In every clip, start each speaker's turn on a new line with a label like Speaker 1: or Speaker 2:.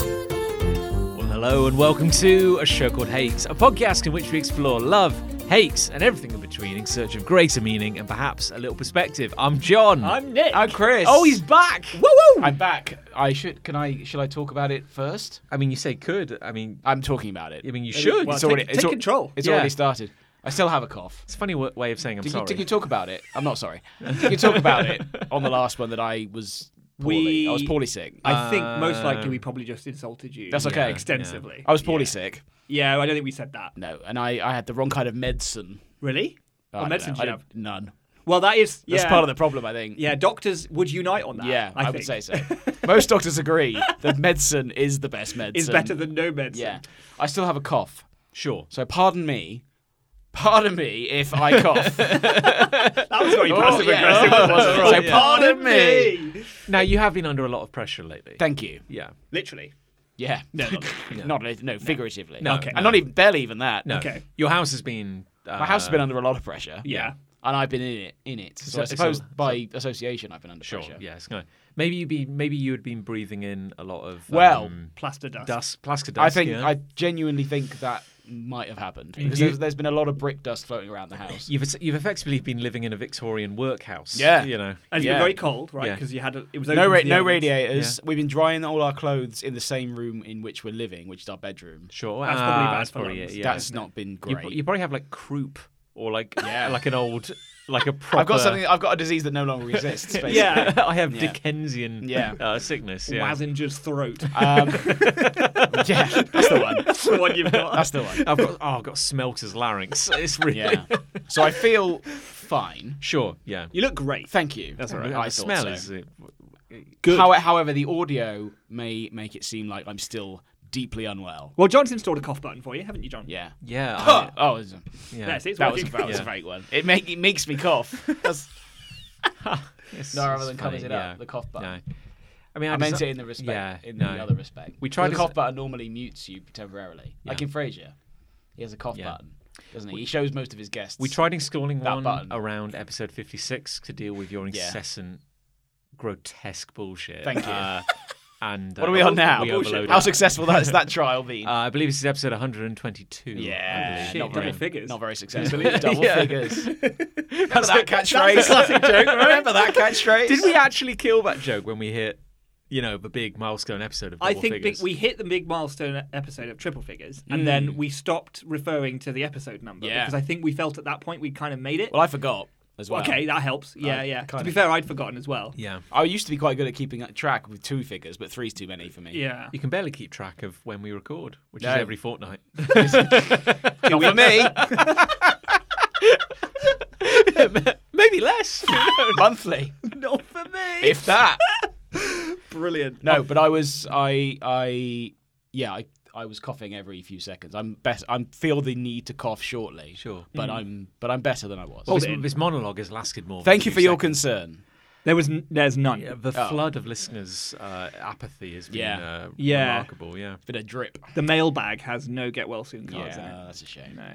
Speaker 1: Well, hello and welcome to A Show Called Hate, a podcast in which we explore love, hate, and everything in between in search of greater meaning and perhaps a little perspective. I'm John.
Speaker 2: I'm Nick.
Speaker 3: I'm Chris.
Speaker 1: Oh, he's back! Woo woo!
Speaker 2: I'm back. I should. Can I? Shall I talk about it first?
Speaker 3: I mean, you say could. I mean,
Speaker 2: I'm talking about it.
Speaker 1: I mean, you should.
Speaker 3: well,
Speaker 1: it's,
Speaker 3: take-
Speaker 1: already,
Speaker 3: take
Speaker 2: al-
Speaker 3: control.
Speaker 2: It's
Speaker 1: Yeah.
Speaker 2: already started. I still have a cough.
Speaker 1: it's a funny w- way of saying I'm
Speaker 2: Did you,
Speaker 1: sorry.
Speaker 2: did you talk about it? I'm not sorry. Did you talk about it on the last one that I was poorly?
Speaker 3: We-
Speaker 2: I was poorly sick. I,
Speaker 3: I think most likely we probably just insulted you.
Speaker 2: Um, That's okay. Oh.
Speaker 3: Extensively.
Speaker 2: I was poorly sick.
Speaker 3: Yeah, I don't think we said that.
Speaker 2: No, and I, I had the wrong kind of medicine.
Speaker 3: Really?
Speaker 2: I
Speaker 3: What
Speaker 2: don't
Speaker 3: medicine
Speaker 2: know.
Speaker 3: do
Speaker 2: Oh, I
Speaker 3: you
Speaker 2: don't-
Speaker 3: have?
Speaker 2: None.
Speaker 3: Well, that is. Yeah,
Speaker 2: That's part of the problem, I think.
Speaker 3: Yeah, doctors would unite on that.
Speaker 2: Yeah,
Speaker 3: I,
Speaker 2: I,
Speaker 3: think.
Speaker 2: would say so. Most doctors agree that medicine is the best medicine.
Speaker 3: Is better than no medicine.
Speaker 2: um, Yeah. I still have a cough.
Speaker 1: Sure.
Speaker 2: So pardon me. Pardon me if I cough.
Speaker 3: That was very
Speaker 2: Oh,
Speaker 3: passive
Speaker 2: yeah.
Speaker 3: aggressive.
Speaker 2: Oh,
Speaker 3: wasn't it?
Speaker 2: right,
Speaker 3: So
Speaker 2: yeah.
Speaker 3: pardon
Speaker 2: Pardon
Speaker 3: me.
Speaker 1: Now, you have been under a lot of pressure lately.
Speaker 2: Thank you.
Speaker 1: yeah.
Speaker 3: Literally.
Speaker 2: Yeah. No, not, not no, figuratively.
Speaker 1: No,
Speaker 2: okay.
Speaker 1: no.
Speaker 2: And not even barely even that.
Speaker 1: No.
Speaker 3: Okay.
Speaker 1: Your house has been. Uh,
Speaker 2: My house has been under a lot of pressure.
Speaker 3: Yeah.
Speaker 2: And I've been in it in it. So,
Speaker 1: So-
Speaker 2: I suppose
Speaker 1: so-
Speaker 2: by association I've been under
Speaker 1: Sure.
Speaker 2: pressure.
Speaker 1: Yeah, it's going. Maybe you be. Maybe you had been breathing in a lot of.
Speaker 2: Well,
Speaker 1: um,
Speaker 3: Plaster dust.
Speaker 1: dust, plaster dust.
Speaker 2: I think
Speaker 1: yeah.
Speaker 2: I genuinely think that might have happened. Because
Speaker 1: You-
Speaker 2: there's, there's been a lot of brick dust floating around the house.
Speaker 1: You've you've effectively been living in a Victorian workhouse.
Speaker 2: Yeah.
Speaker 1: You know.
Speaker 3: And you're
Speaker 2: Yeah.
Speaker 3: very cold, right?
Speaker 1: Yeah.
Speaker 3: Because you had a, it was
Speaker 2: No,
Speaker 3: open
Speaker 2: ra-
Speaker 3: to the
Speaker 2: no
Speaker 3: elements.
Speaker 2: radiators. We've been drying all our clothes in the same room in which we're living, which is our bedroom.
Speaker 1: Sure.
Speaker 3: That's probably
Speaker 1: ah,
Speaker 3: bad
Speaker 1: that's
Speaker 3: for
Speaker 1: probably
Speaker 3: lungs.
Speaker 1: it, yeah.
Speaker 2: That's not been
Speaker 1: You,
Speaker 2: great.
Speaker 1: you probably have like croup or like
Speaker 2: Yeah.
Speaker 1: like an old like a proper.
Speaker 2: I've got something. I've got a disease that no longer exists. Basically.
Speaker 3: Yeah.
Speaker 1: I have
Speaker 2: Yeah.
Speaker 1: Dickensian
Speaker 2: Yeah.
Speaker 1: uh, sickness. Yeah.
Speaker 3: Wazinger's throat.
Speaker 2: Um, yeah, that's the one.
Speaker 3: That's the one you've got.
Speaker 2: That's the one.
Speaker 1: I've got oh, I've got Smelter's larynx. It's really
Speaker 2: Yeah. So I feel fine.
Speaker 1: sure. Yeah.
Speaker 3: you look great.
Speaker 2: Thank you.
Speaker 3: That's all right.
Speaker 1: The
Speaker 2: I thought
Speaker 1: smell
Speaker 2: so.
Speaker 1: is it-
Speaker 3: Good.
Speaker 2: How, however, the audio may make it seem like I'm still deeply unwell.
Speaker 3: well, John's installed a cough button for you, haven't you, John?
Speaker 2: Yeah.
Speaker 1: yeah. I-
Speaker 2: Oh, oh, it's-
Speaker 1: yeah.
Speaker 3: That's it. It's
Speaker 2: that was a,
Speaker 3: working.
Speaker 2: that was a
Speaker 1: Yeah.
Speaker 2: fake one. It, make, it makes me cough. That's,
Speaker 1: It's-
Speaker 2: no, rather
Speaker 1: it's
Speaker 2: than covers
Speaker 1: funny,
Speaker 2: it
Speaker 1: yeah.
Speaker 2: up, the cough button.
Speaker 1: No. I mean, I,
Speaker 2: I meant
Speaker 1: desi-
Speaker 2: it in the respect.
Speaker 1: yeah,
Speaker 2: in
Speaker 1: no.
Speaker 2: the other respect.
Speaker 1: We tried
Speaker 2: the
Speaker 1: to-
Speaker 2: cough button normally mutes you temporarily, like
Speaker 1: Yeah.
Speaker 2: in Frasier. He has a cough
Speaker 1: Yeah.
Speaker 2: button, doesn't he? He shows most of his guests.
Speaker 1: We tried installing
Speaker 2: That
Speaker 1: one
Speaker 2: button.
Speaker 1: around episode 56 to deal with your
Speaker 2: Yeah.
Speaker 1: incessant, grotesque bullshit.
Speaker 2: Thank you.
Speaker 1: Uh, and uh,
Speaker 2: What are we on now?
Speaker 1: We overloaded.
Speaker 2: How successful that is that trial been?
Speaker 1: Uh, I believe this is episode 122.
Speaker 2: yeah,
Speaker 3: Shit,
Speaker 2: not
Speaker 3: double
Speaker 2: very,
Speaker 3: figures.
Speaker 2: Not very successful.
Speaker 3: believe it?
Speaker 2: double
Speaker 1: Yeah.
Speaker 2: figures.
Speaker 1: That's
Speaker 2: that catchphrase. classic joke. Remember that catchphrase?
Speaker 1: Did we actually kill that joke when we hit, you know, the big milestone episode of
Speaker 3: I
Speaker 1: Double
Speaker 3: think big,
Speaker 1: Figures?
Speaker 3: we hit the big milestone e-, episode of triple figures, and then we stopped referring to the episode number
Speaker 2: Mm. Yeah.
Speaker 3: because I think we felt at that point we kind of made it.
Speaker 2: Well, I forgot as well.
Speaker 3: okay, that helps. Yeah,
Speaker 2: I
Speaker 3: yeah. To
Speaker 2: kinda-
Speaker 3: be fair, I'd forgotten as well.
Speaker 1: Yeah.
Speaker 2: I used to be quite good at keeping track with two figures, but three's too many for me.
Speaker 3: Yeah.
Speaker 1: You can barely keep track of when we record, which
Speaker 2: No.
Speaker 1: is every fortnight.
Speaker 2: Not for me.
Speaker 1: Maybe less.
Speaker 2: Monthly,
Speaker 3: Not for me.
Speaker 2: if that.
Speaker 3: Brilliant.
Speaker 2: No, but I was I I yeah, I I was coughing every few seconds. I'm best I feel the need to cough shortly.
Speaker 1: Sure.
Speaker 2: But I'm but I'm better than I was.
Speaker 1: this,
Speaker 3: it.
Speaker 1: this monologue has lasted more.
Speaker 2: Thank you for your
Speaker 1: concern.
Speaker 2: concern.
Speaker 3: There was n- there's none.
Speaker 1: the flood of listeners' uh, apathy has been
Speaker 2: Yeah.
Speaker 1: Uh,
Speaker 3: Yeah.
Speaker 1: remarkable. Yeah.
Speaker 2: Bit of drip.
Speaker 3: The mailbag has no get well soon cards in
Speaker 2: Yeah,
Speaker 3: it.
Speaker 2: that's a shame.
Speaker 3: No.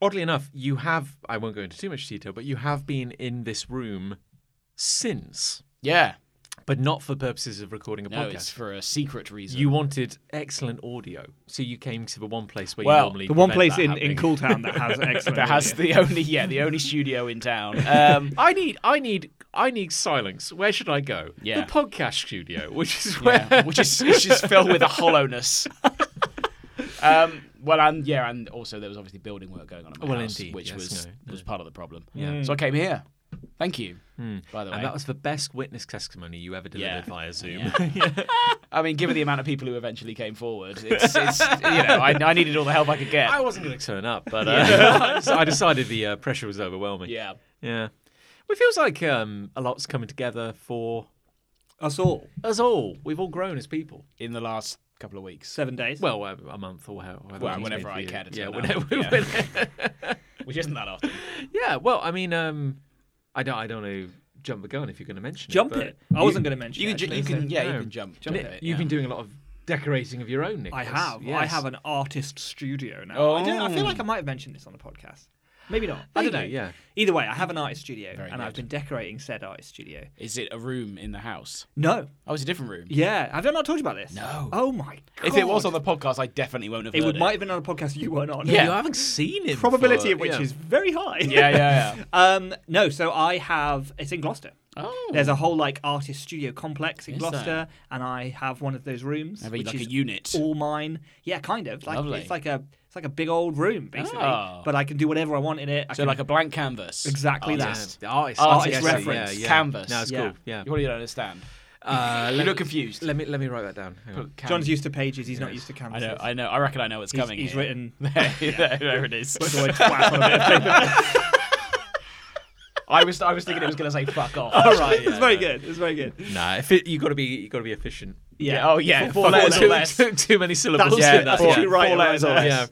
Speaker 1: Oddly enough, you have. I won't go into too much detail, but you have been in this room since,
Speaker 2: Yeah.
Speaker 1: but not for purposes of recording a
Speaker 2: No,
Speaker 1: podcast.
Speaker 2: it's for a secret reason.
Speaker 1: You wanted excellent audio, so you came to the one place where you
Speaker 2: Well,
Speaker 1: normally
Speaker 3: The one
Speaker 1: prevent
Speaker 3: place
Speaker 1: that
Speaker 3: in,
Speaker 1: happening.
Speaker 3: in Cooltown that has excellent.
Speaker 2: that has
Speaker 3: audio.
Speaker 2: the only yeah, the only studio in town. Um
Speaker 1: I need, I need, I need silence. Where should I go?
Speaker 2: Yeah.
Speaker 1: The podcast studio, which is where.
Speaker 2: yeah, which is which is filled with a hollowness. um, well, and yeah, and also there was obviously building work going on at my
Speaker 1: Well,
Speaker 2: house,
Speaker 1: indeed,
Speaker 2: which
Speaker 1: yes,
Speaker 2: was
Speaker 1: no,
Speaker 2: was part of the problem.
Speaker 1: Yeah. Hmm.
Speaker 2: So I came here. Thank you. By the way,
Speaker 1: And that was the best witness testimony you ever delivered
Speaker 2: Yeah.
Speaker 1: via Zoom.
Speaker 2: Yeah. I mean, given the amount of people who eventually came forward, it's, it's you know, I, I needed all the help I could get.
Speaker 1: I wasn't going to turn up, but uh, I decided the uh, pressure was overwhelming.
Speaker 2: yeah.
Speaker 1: Yeah. It feels like um, a lot's coming together for
Speaker 3: Us all.
Speaker 1: us all. We've all grown as people.
Speaker 2: in the last couple of weeks.
Speaker 3: Seven days.
Speaker 1: Well, uh, a month or however.
Speaker 2: Well,
Speaker 1: it's
Speaker 2: whenever
Speaker 1: been for
Speaker 2: I
Speaker 1: you.
Speaker 2: care to
Speaker 1: Yeah,
Speaker 2: turn
Speaker 1: whenever.
Speaker 2: up. Yeah.
Speaker 1: whenever-
Speaker 2: Which isn't that often.
Speaker 1: yeah. Well, I mean, um, I don't. I don't know. Jump the gun if you're going to mention
Speaker 3: jump
Speaker 1: it. but
Speaker 3: it. I wasn't going to mention
Speaker 2: You
Speaker 3: it.
Speaker 2: can, ju-
Speaker 3: actually,
Speaker 2: you
Speaker 3: so-
Speaker 2: can, yeah,
Speaker 1: No.
Speaker 2: you can jump.
Speaker 1: Nick,
Speaker 2: jump it,
Speaker 1: You've
Speaker 2: yeah.
Speaker 1: been doing a lot of decorating of your own, Nick.
Speaker 3: I have. I have an artist studio now. I, don't, I feel
Speaker 2: Oh.
Speaker 3: like I might have mentioned this on the podcast. Maybe not. I don't know.
Speaker 1: Maybe, yeah.
Speaker 3: Either way, I have an artist studio,
Speaker 2: Very
Speaker 3: and I've been
Speaker 2: good.
Speaker 3: decorating said artist studio.
Speaker 2: Is it a room in the house?
Speaker 3: No.
Speaker 2: Oh, it's a different room.
Speaker 3: Yeah. Have I not told you about this?
Speaker 2: No.
Speaker 3: Oh my god.
Speaker 2: If it was on the podcast, I definitely won't have
Speaker 3: it
Speaker 2: heard
Speaker 3: would, might have been on a podcast you weren't on.
Speaker 1: Yeah, you haven't seen it. before.
Speaker 3: Probability of which
Speaker 1: Yeah.
Speaker 3: is very high.
Speaker 2: Yeah, yeah, yeah.
Speaker 3: Um, no, so I have. It's in Gloucester.
Speaker 2: Oh.
Speaker 3: There's a whole like artist studio complex in
Speaker 2: Is there?
Speaker 3: Gloucester, and I have one of those rooms,
Speaker 2: Have a-
Speaker 3: which
Speaker 2: like a
Speaker 3: is
Speaker 2: unit.
Speaker 3: all mine. Yeah, kind of. Like
Speaker 2: Lovely.
Speaker 3: it's like a it's like a big old room basically,
Speaker 2: Oh.
Speaker 3: but I can do whatever I want in it. I
Speaker 2: So
Speaker 3: can-
Speaker 2: like a blank canvas.
Speaker 3: exactly
Speaker 1: Oh, Yeah,
Speaker 3: that.
Speaker 1: the artist,
Speaker 2: Artist
Speaker 1: Oh, yes,
Speaker 3: reference.
Speaker 1: yeah, yeah.
Speaker 2: Canvas.
Speaker 1: No, it's
Speaker 3: Yeah.
Speaker 1: cool. Yeah.
Speaker 2: You probably don't understand.
Speaker 1: Uh,
Speaker 2: You
Speaker 1: let-
Speaker 2: look confused.
Speaker 1: Let me let me write that down. Hang on.
Speaker 3: John's used to pages. He's not used to
Speaker 2: I
Speaker 3: canvases.
Speaker 2: know. I know. I reckon I know what's
Speaker 3: He's-
Speaker 2: coming.
Speaker 3: he's
Speaker 2: here.
Speaker 3: written-
Speaker 2: there, there it is.
Speaker 3: Put the word twat on a bit of paper.
Speaker 2: I was. I was thinking it was going to say fuck off.
Speaker 1: All right.
Speaker 3: it's very good. It's very good.
Speaker 1: Nah, if it, you got to be you got to be efficient.
Speaker 3: Yeah.
Speaker 2: Oh yeah. Four
Speaker 1: Four
Speaker 2: letters
Speaker 1: too,
Speaker 2: or less.
Speaker 1: Too, too many syllables.
Speaker 3: That's
Speaker 1: yeah,
Speaker 3: it, that's what you write
Speaker 1: Four
Speaker 3: right
Speaker 1: letters or
Speaker 3: there.
Speaker 1: less.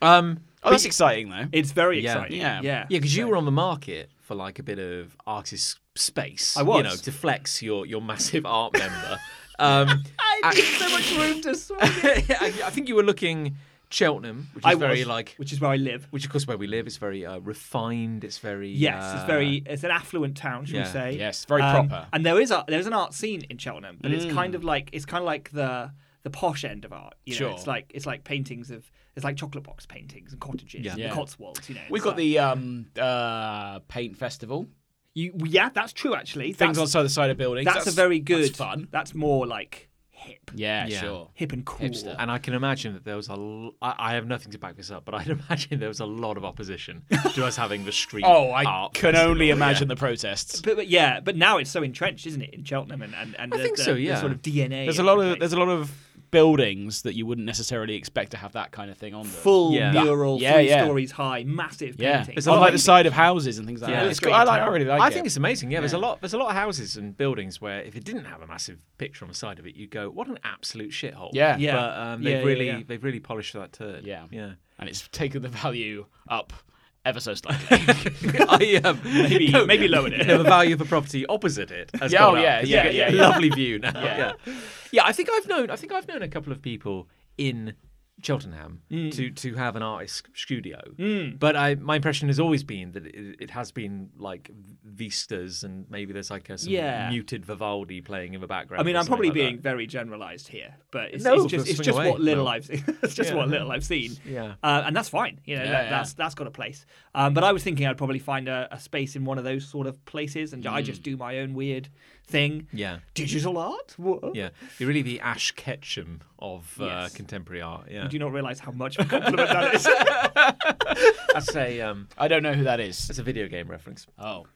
Speaker 1: Yeah. Um,
Speaker 2: Oh, that's exciting though.
Speaker 3: It's very
Speaker 1: Yeah.
Speaker 3: exciting.
Speaker 2: Yeah.
Speaker 3: Yeah.
Speaker 1: yeah, because you were on the market for like a bit of artist space.
Speaker 3: I
Speaker 1: You
Speaker 3: was.
Speaker 1: know, to flex your your massive art member. Um,
Speaker 3: I need so much room to swing.
Speaker 1: I, I think you were looking Cheltenham, which is
Speaker 3: I
Speaker 1: very
Speaker 3: was,
Speaker 1: like,
Speaker 3: which is where I live.
Speaker 1: which of course where we live is very uh, refined. It's very
Speaker 3: Yes,
Speaker 1: uh,
Speaker 3: it's very it's an affluent town, should
Speaker 1: yeah.
Speaker 3: we say?
Speaker 2: Yes, very
Speaker 3: Um,
Speaker 2: proper.
Speaker 3: And there is a, there's an art scene in Cheltenham, but it's kind of like it's kind of like the the posh end of art. You know,
Speaker 2: Sure.
Speaker 3: it's like it's like paintings of it's like chocolate box paintings and cottages, and
Speaker 1: Yeah.
Speaker 3: the Cotswolds. You know,
Speaker 2: We've
Speaker 3: it's
Speaker 2: got
Speaker 3: like-
Speaker 2: the um uh paint festival.
Speaker 3: you, yeah, that's true actually.
Speaker 2: Things on
Speaker 3: that's,
Speaker 2: the other side of buildings.
Speaker 3: that's, a very good
Speaker 2: That's fun.
Speaker 3: That's more like hip,
Speaker 2: Yeah,
Speaker 1: Yeah.
Speaker 2: Sure.
Speaker 3: hip and cool.
Speaker 2: Hipster.
Speaker 1: And I can imagine that there was a. L- I, I have nothing to back this up, but I'd imagine there was a lot of opposition to us having the street.
Speaker 2: Oh, I
Speaker 1: art
Speaker 2: can
Speaker 1: festival,
Speaker 2: only
Speaker 1: yeah.
Speaker 2: imagine the protests.
Speaker 3: But, but yeah, but now it's so entrenched, isn't it, in Cheltenham and and, and
Speaker 1: I
Speaker 3: the,
Speaker 1: think
Speaker 3: the-
Speaker 1: so,
Speaker 3: the
Speaker 1: yeah.
Speaker 3: sort of DNA.
Speaker 2: There's a lot
Speaker 3: the
Speaker 2: of
Speaker 3: place.
Speaker 2: there's a lot of buildings that you wouldn't necessarily expect to have that kind of thing on them.
Speaker 3: full
Speaker 1: Yeah.
Speaker 3: mural,
Speaker 2: Yeah,
Speaker 3: three
Speaker 2: yeah.
Speaker 3: stories high, massive
Speaker 2: Yeah,
Speaker 3: painting.
Speaker 2: it's
Speaker 1: Oh,
Speaker 2: on like
Speaker 1: amazing.
Speaker 2: the side of houses and things like
Speaker 1: Yeah,
Speaker 2: that.
Speaker 1: it's
Speaker 2: It's cool.
Speaker 1: great
Speaker 2: I like. I really like
Speaker 1: I
Speaker 2: it.
Speaker 1: think it's amazing. Yeah, there's a
Speaker 2: Yeah.
Speaker 1: lot. There's a lot of houses and buildings where if it didn't have a massive picture on the side of it, you'd go, "What an absolute shithole."
Speaker 2: Yeah.
Speaker 3: Yeah.
Speaker 1: But um, they've
Speaker 3: Yeah, yeah,
Speaker 1: really,
Speaker 3: yeah.
Speaker 1: they've really polished that turd.
Speaker 2: Yeah.
Speaker 1: Yeah.
Speaker 2: and it's taken the value up ever so slightly.
Speaker 1: I um,
Speaker 3: Maybe-
Speaker 1: no,
Speaker 3: maybe lowered it.
Speaker 1: no, the value of the property opposite it. Has
Speaker 2: Yeah,
Speaker 1: gone
Speaker 2: oh,
Speaker 1: up.
Speaker 2: yeah,
Speaker 1: It's
Speaker 2: yeah,
Speaker 1: like a
Speaker 2: yeah, yeah.
Speaker 1: Lovely view now. Yeah.
Speaker 2: Yeah.
Speaker 1: yeah, I think I've known. I think I've known a couple of people in Cheltenham
Speaker 3: Mm.
Speaker 1: to to have an artist studio. But I, my impression has always been that it, it has been like vistas and maybe there's like a some
Speaker 3: Yeah.
Speaker 1: muted Vivaldi playing in the background.
Speaker 3: I mean,
Speaker 1: or
Speaker 3: I'm probably
Speaker 1: something like
Speaker 3: being very generalised here, but it's,
Speaker 1: No,
Speaker 3: it's just
Speaker 1: swing
Speaker 3: it's just
Speaker 1: away.
Speaker 3: what little
Speaker 1: No.
Speaker 3: I've it's just
Speaker 1: Yeah.
Speaker 3: what little I've seen.
Speaker 1: Yeah.
Speaker 3: uh, and that's fine. You know,
Speaker 2: Yeah,
Speaker 3: that,
Speaker 2: yeah.
Speaker 3: that's that's got a place. Um, but I was thinking I'd probably find a, a space in one of those sort of places, and I
Speaker 2: Mm.
Speaker 3: just do my own weird thing.
Speaker 1: Yeah.
Speaker 3: digital art. What?
Speaker 1: that. Yeah, you're really the Ash Ketchum of uh,
Speaker 3: Yes.
Speaker 1: contemporary art. Yeah,
Speaker 3: Do you not realise how much of a compliment that is?
Speaker 1: that's a um,
Speaker 2: I don't know who that is.
Speaker 1: that's a video game reference.
Speaker 2: Oh,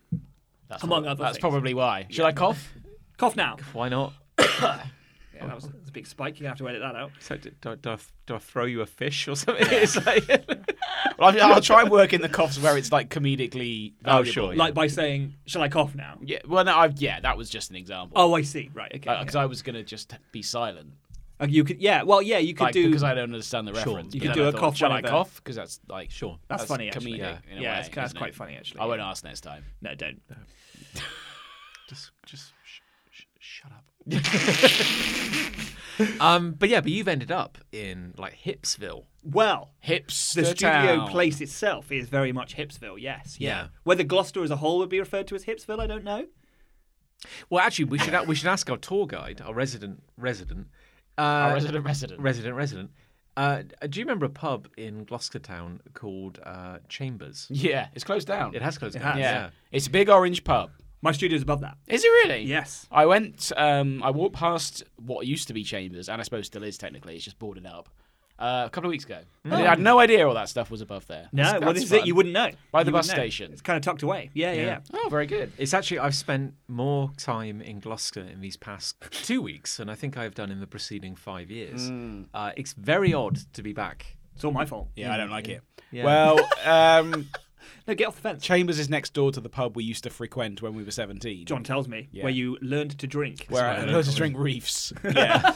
Speaker 2: that's
Speaker 3: Among
Speaker 2: prob-
Speaker 3: other
Speaker 2: that's
Speaker 3: things.
Speaker 2: probably why. Should I cough?
Speaker 3: Cough now.
Speaker 1: Why not?
Speaker 3: Yeah, that was, that was a big spike. You're gonna have to edit that out.
Speaker 1: So do, do, do, I, do I throw you a fish or something? It's like,
Speaker 2: Well, I'll, I'll try and work in the coughs where it's like comedically.
Speaker 1: Oh,
Speaker 2: valuable.
Speaker 1: sure, yeah.
Speaker 3: Like by saying, "Shall I cough now?"
Speaker 2: Yeah. Uh, Well, no, I've, yeah, that was just an example.
Speaker 3: Oh, I see. Right. Okay.
Speaker 2: Because
Speaker 3: yeah.
Speaker 2: I was gonna just be silent.
Speaker 3: Uh, you could. Yeah. Well, yeah. You could
Speaker 2: Like,
Speaker 3: do.
Speaker 2: because I don't understand the reference.
Speaker 3: You
Speaker 2: but
Speaker 3: could
Speaker 2: then
Speaker 3: do
Speaker 2: I
Speaker 3: a
Speaker 2: thought,
Speaker 3: cough
Speaker 2: Shall I
Speaker 3: whenever-
Speaker 2: cough? Because that's like
Speaker 1: sure.
Speaker 3: That's, funny. Actually.
Speaker 2: Comedic.
Speaker 1: Yeah.
Speaker 2: in a
Speaker 3: yeah,
Speaker 2: way,
Speaker 3: it's- that's
Speaker 2: isn't it?
Speaker 3: quite funny actually.
Speaker 2: I won't
Speaker 3: yeah.
Speaker 2: ask next time.
Speaker 3: No, don't.
Speaker 1: Just, just sh- sh- shut up. um, but yeah, but you've ended up in like Hipsville.
Speaker 3: Well,
Speaker 2: Hips.
Speaker 3: the studio place itself is very much Hipsville. Yes. Yeah.
Speaker 1: Yeah.
Speaker 3: Whether Gloucester as a whole would be referred to as Hipsville, I don't know.
Speaker 1: Well, actually, we should we should ask our tour guide, our resident resident, uh,
Speaker 2: Our resident resident.
Speaker 1: resident resident. Uh, do you remember a pub in Gloucester Town called uh, Chambers?
Speaker 2: yeah, it's closed down.
Speaker 1: It has closed
Speaker 3: It
Speaker 1: down.
Speaker 3: has.
Speaker 2: Yeah.
Speaker 1: Yeah.
Speaker 2: it's a big orange pub.
Speaker 3: My studio's above that.
Speaker 2: Is it really?
Speaker 3: Yes.
Speaker 2: I went. Um, I walked past what used to be Chambers, and I suppose still is technically. It's just boarded up. Uh, a couple of weeks ago, I had no idea all that stuff was above there.
Speaker 3: Hmm. No.
Speaker 2: That's-
Speaker 3: what
Speaker 2: that's
Speaker 3: is it?
Speaker 2: fun.
Speaker 3: You wouldn't know.
Speaker 2: By the
Speaker 3: You
Speaker 2: bus
Speaker 3: wouldn't know.
Speaker 2: station.
Speaker 3: It's kind of tucked away. Yeah. Yeah. Yeah.
Speaker 2: Oh, very good.
Speaker 1: It's actually I've spent more time in Gloucester in these past two weeks than I think I've done in the preceding five years.
Speaker 3: Hmm.
Speaker 1: Uh, it's very odd to be back.
Speaker 3: It's all my fault.
Speaker 2: Yeah, I don't like it.
Speaker 1: Yeah.
Speaker 2: Well, um,
Speaker 3: No, get off the fence.
Speaker 2: Chambers is next door to the pub we used to frequent when we were 17.
Speaker 3: John tells me
Speaker 2: Yeah.
Speaker 3: where you learned to drink.
Speaker 2: where I learned to drink reefs. Yeah.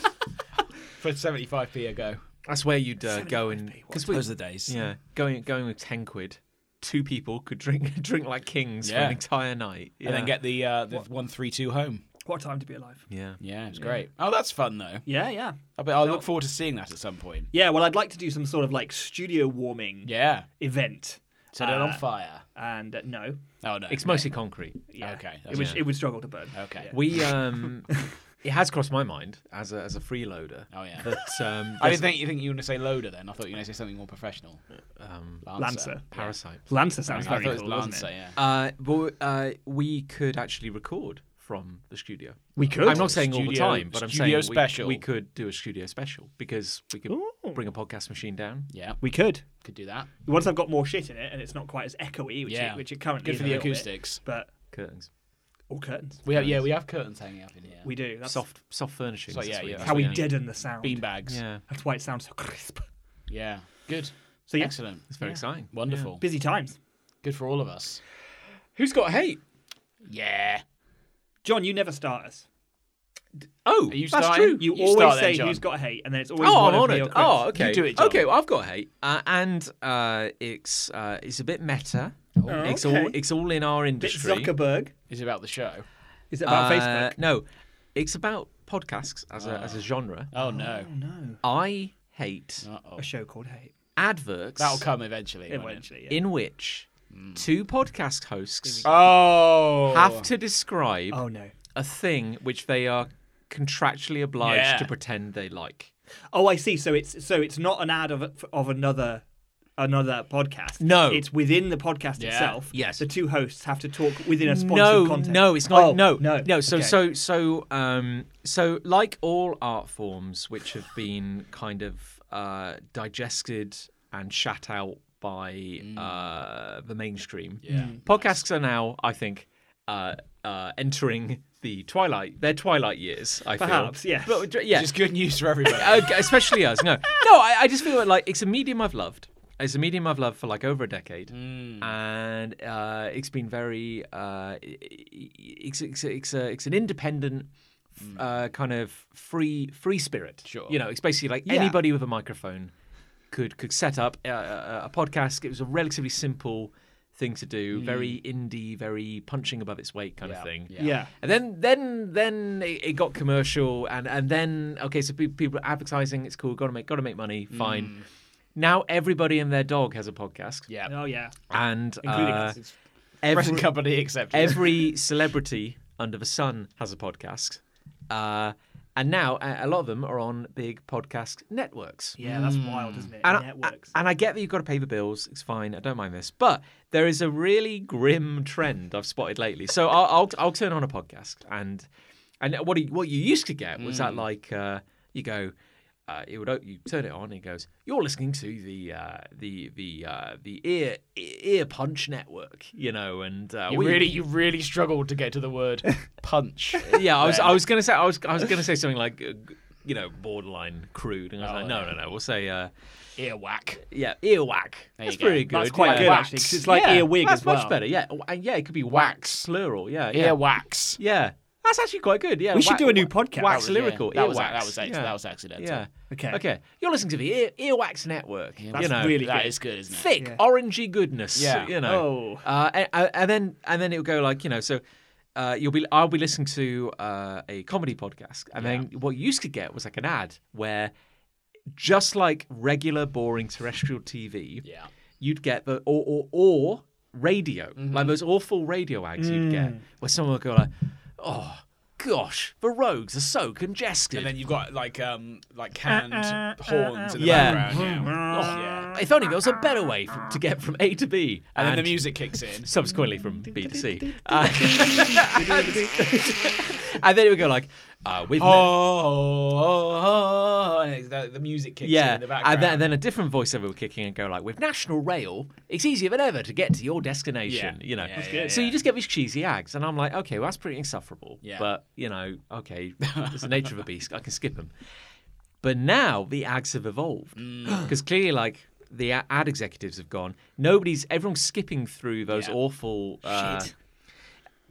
Speaker 2: For 75p ago.
Speaker 1: That's where you'd uh, go and because we
Speaker 2: Those are the days.
Speaker 1: yeah going going with ten quid, two people could drink drink like kings for
Speaker 2: Yeah.
Speaker 1: an entire night yeah.
Speaker 2: And then get the uh, the 132 home.
Speaker 3: What a time to be alive?
Speaker 1: yeah.
Speaker 2: Yeah, it's great. Oh, that's fun though.
Speaker 3: Yeah, yeah,
Speaker 2: I bet I look forward to seeing that at some point.
Speaker 3: yeah. Well, I'd like to do some sort of like studio warming
Speaker 2: Yeah.
Speaker 3: event.
Speaker 2: Set it on
Speaker 3: Uh,
Speaker 2: fire.
Speaker 3: And uh, no,
Speaker 2: Oh no.
Speaker 1: It's mostly concrete.
Speaker 3: yeah,
Speaker 2: Okay,
Speaker 3: it
Speaker 2: that's-
Speaker 3: would
Speaker 1: yeah.
Speaker 3: it would struggle to burn.
Speaker 2: Okay.
Speaker 3: Yeah.
Speaker 1: We um, it has crossed my mind as a as a freeloader.
Speaker 2: Oh, yeah.
Speaker 1: That um,
Speaker 2: I didn't think you think you were gonna say loader then. I thought you were gonna say something more professional.
Speaker 1: um
Speaker 3: Lancer.
Speaker 1: parasite.
Speaker 3: Lancer sounds
Speaker 2: I
Speaker 3: very
Speaker 2: thought it was
Speaker 3: cool, doesn't
Speaker 2: Lancer,
Speaker 3: it?
Speaker 2: yeah.
Speaker 1: Uh, but uh, we could actually record from the studio.
Speaker 3: We could.
Speaker 1: I'm not saying all the
Speaker 2: Studio-
Speaker 1: time, but I'm
Speaker 2: studio
Speaker 1: saying we-
Speaker 2: special.
Speaker 1: We, could do a studio special because we could bring a podcast machine down.
Speaker 2: Yeah.
Speaker 3: We could.
Speaker 2: Could do that.
Speaker 3: Once I've got more shit in it, and it's not quite as echoey, which
Speaker 2: Yeah.
Speaker 3: it, which it currently
Speaker 2: Good
Speaker 3: is
Speaker 2: for
Speaker 3: a
Speaker 2: the
Speaker 3: little bit,
Speaker 2: acoustics.
Speaker 3: but
Speaker 1: Curtains,
Speaker 3: all curtains.
Speaker 2: We have yeah, we have curtains hanging up in here.
Speaker 3: We do. That's
Speaker 1: soft, soft furnishings.
Speaker 2: So,
Speaker 1: that's
Speaker 2: yeah,
Speaker 1: what
Speaker 2: yeah,
Speaker 1: you-
Speaker 2: that's
Speaker 3: how we
Speaker 2: yeah.
Speaker 3: deaden the sound.
Speaker 2: bean bags.
Speaker 1: Yeah,
Speaker 3: That's why it sounds so crisp.
Speaker 2: Yeah. Good.
Speaker 3: So yeah,
Speaker 2: Excellent.
Speaker 1: it's very exciting.
Speaker 2: Wonderful.
Speaker 3: busy times.
Speaker 2: Good for all of us.
Speaker 1: Who's got hate?
Speaker 2: Yeah.
Speaker 3: John, you never start us.
Speaker 1: Oh,
Speaker 2: Are you
Speaker 1: that's
Speaker 2: starting?
Speaker 1: true.
Speaker 3: You,
Speaker 2: You
Speaker 3: always
Speaker 2: start then,
Speaker 3: say
Speaker 2: John.
Speaker 3: who's got hate, and then it's always
Speaker 1: Oh, I'm
Speaker 3: one of
Speaker 1: honoured.
Speaker 3: me or Chris.
Speaker 1: Oh, okay.
Speaker 2: do it, John.
Speaker 1: Okay, well, I've got hate, uh, and uh, it's uh, it's a bit meta.
Speaker 2: Oh,
Speaker 1: It's all
Speaker 3: okay.
Speaker 1: it's all in our
Speaker 3: Bit
Speaker 1: industry.
Speaker 3: Zuckerberg.
Speaker 2: Is it about the show?
Speaker 3: Is it about
Speaker 1: Uh,
Speaker 3: Facebook?
Speaker 1: No, it's about podcasts as a as a genre.
Speaker 2: Oh no.
Speaker 3: No,
Speaker 1: I hate
Speaker 2: Uh oh.
Speaker 3: a show called Hate.
Speaker 1: adverts
Speaker 2: That'll come eventually. won't it? Hmm.
Speaker 3: Eventually, yeah.
Speaker 1: in which two podcast hosts
Speaker 2: Oh.
Speaker 1: have to describe
Speaker 3: Oh no.
Speaker 1: a thing which they are contractually obliged
Speaker 2: Yeah.
Speaker 1: to pretend they like.
Speaker 3: Oh, I see. So it's so it's not an ad of of another another podcast.
Speaker 1: No.
Speaker 3: it's within the podcast
Speaker 2: Yeah.
Speaker 3: itself.
Speaker 1: Yes.
Speaker 3: the two hosts have to talk within a sponsored
Speaker 1: no,
Speaker 3: content.
Speaker 1: no, it's not.
Speaker 3: Oh,
Speaker 1: no,
Speaker 3: no,
Speaker 1: no. So,
Speaker 3: Okay.
Speaker 1: so, so, um, so, like all art forms which have been kind of uh, digested and shat out by uh, the mainstream,
Speaker 2: Yeah.
Speaker 1: podcasts are now, I think, uh, uh, entering the twilight, their twilight years. I
Speaker 3: Perhaps,
Speaker 1: feel.
Speaker 3: yes.
Speaker 1: But, uh, yeah.
Speaker 2: Which is good news for everybody.
Speaker 1: Uh, especially us. No, no. I, I just feel like it's a medium I've loved. It's a medium I've loved for like over a decade, and uh, it's been very. Uh, it's it's it's, a, it's an independent. Uh, kind of free free spirit.
Speaker 2: Sure.
Speaker 1: You know, it's basically like
Speaker 3: Yeah.
Speaker 1: anybody with a microphone could could set up a, a, a podcast. It was a relatively simple thing to do, very indie, very punching above its weight kind
Speaker 2: Yeah,
Speaker 1: of thing.
Speaker 2: yeah.
Speaker 3: Yeah.
Speaker 1: And then then then it, it got commercial and and then okay so pe- people are advertising it's cool got to make got to make money fine. Now everybody and their dog has a podcast.
Speaker 2: yeah.
Speaker 3: Oh yeah.
Speaker 1: And
Speaker 3: Including
Speaker 1: uh,
Speaker 3: us.
Speaker 2: Present
Speaker 1: every,
Speaker 2: company except
Speaker 1: every celebrity under the sun has a podcast. Uh, and now a, a lot of them are on big podcast networks.
Speaker 3: Yeah, that's wild, isn't it?
Speaker 1: hmm. And I,
Speaker 3: Networks.
Speaker 1: I- and I get that you've got to pay the bills. It's fine. I don't mind this. But there is a really grim trend I've spotted lately. So I'll I'll, I'll turn on a podcast and and what you, what you used to get was
Speaker 2: Mm.
Speaker 1: that like uh, you go. Uh, it would o- you turn it on and it goes. You're listening to the uh, the the uh, the ear ear punch network, you know, and uh,
Speaker 2: you
Speaker 1: we-
Speaker 2: really you really struggled to get to the word punch.
Speaker 1: yeah. I was
Speaker 2: then.
Speaker 1: I was gonna say I was I was gonna say something like uh, g- you know borderline crude, and I was
Speaker 2: Oh,
Speaker 1: like, no
Speaker 2: yeah.
Speaker 1: no no, we'll say uh,
Speaker 2: Earwhack.
Speaker 1: yeah earwhack.
Speaker 2: There
Speaker 1: That's
Speaker 2: you go.
Speaker 1: pretty good.
Speaker 3: that's quite
Speaker 1: yeah.
Speaker 3: good
Speaker 2: Wax.
Speaker 3: actually, 'cause it's like
Speaker 1: yeah,
Speaker 3: earwig
Speaker 1: that's
Speaker 3: as well.
Speaker 1: much better. Yeah, W- and yeah, it could be wax, plural. Yeah, yeah,
Speaker 2: Earwax.
Speaker 1: yeah. That's actually quite good. Yeah,
Speaker 3: We should
Speaker 1: wa-
Speaker 3: do a new
Speaker 1: wa-
Speaker 3: podcast.
Speaker 1: Wax
Speaker 3: That was-
Speaker 1: lyrical.
Speaker 2: yeah, that was-
Speaker 1: earwax.
Speaker 2: that was ex-
Speaker 1: yeah.
Speaker 2: that was accidental.
Speaker 1: Yeah.
Speaker 3: Okay.
Speaker 1: Okay. You're listening to the ear, earwax network.
Speaker 3: That's
Speaker 1: you know,
Speaker 3: really
Speaker 2: That
Speaker 3: good.
Speaker 2: is good, isn't it?
Speaker 1: thick
Speaker 3: Yeah.
Speaker 1: orangey goodness.
Speaker 2: Yeah.
Speaker 1: You know.
Speaker 3: Oh.
Speaker 1: Uh, and, uh, and then and then it would go like you know so. Uh, you'll be. I'll be listening to uh, a comedy podcast, and then what you used to get was like an ad where, just like regular boring terrestrial TV,
Speaker 2: Yeah.
Speaker 1: you'd get the or or, or radio,
Speaker 2: Mm-hmm.
Speaker 1: like those awful radio ads you'd get,
Speaker 2: Mm.
Speaker 1: where someone would go like, "Oh gosh, the roads are so congested."
Speaker 2: And then you've got like um like canned horns in the
Speaker 1: Yeah.
Speaker 2: background. Yeah. Oh, yeah.
Speaker 1: if only there was a better way from, to get from A to B,
Speaker 2: And then the music kicks in.
Speaker 1: subsequently from B to C. Uh, and then it would go like, uh, "We've."
Speaker 2: Oh, oh, oh, and it's the, the music kicks in
Speaker 1: Yeah,
Speaker 2: in the background.
Speaker 1: and then, and then a different voiceover would kick in and go like, "With National Rail, it's easier than ever to get to your destination."
Speaker 2: Yeah.
Speaker 1: You know,
Speaker 2: Yeah, That's yeah, good.
Speaker 1: so
Speaker 2: yeah.
Speaker 1: you just get these cheesy ads, and I'm like, "Okay, well that's pretty insufferable."
Speaker 2: Yeah.
Speaker 1: But you know, okay, it's the nature of a
Speaker 2: Mm.
Speaker 1: beast. I can skip them. But now the ads have evolved because clearly, like, the a- ad executives have gone. Nobody's everyone's skipping through those
Speaker 2: Yeah.
Speaker 1: awful uh,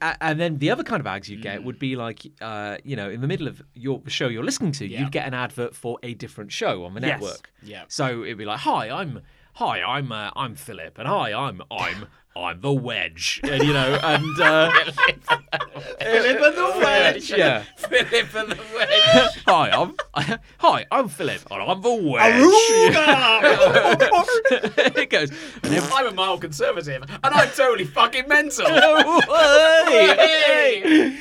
Speaker 1: a- and then the other kind of ads you get would
Speaker 2: Mm.
Speaker 1: be like, uh, you know, in the middle of your show you're listening to,
Speaker 2: Yeah.
Speaker 1: you'd get an advert for a different show on the
Speaker 3: Yes.
Speaker 1: network.
Speaker 2: Yeah.
Speaker 1: So it'd be like, "Hi, I'm, hi, I'm, uh, I'm Philip, and hi, I'm, I'm, I'm the Wedge," and you know, and uh,
Speaker 2: Philip and the Wedge.
Speaker 1: yeah,
Speaker 2: Philip and the Wedge.
Speaker 1: hi, I'm, hi, I'm Philip, and I'm the Wedge. it goes, and everyone-
Speaker 2: I'm a mild conservative, and I'm totally fucking mental.
Speaker 1: Hey!
Speaker 2: Hey!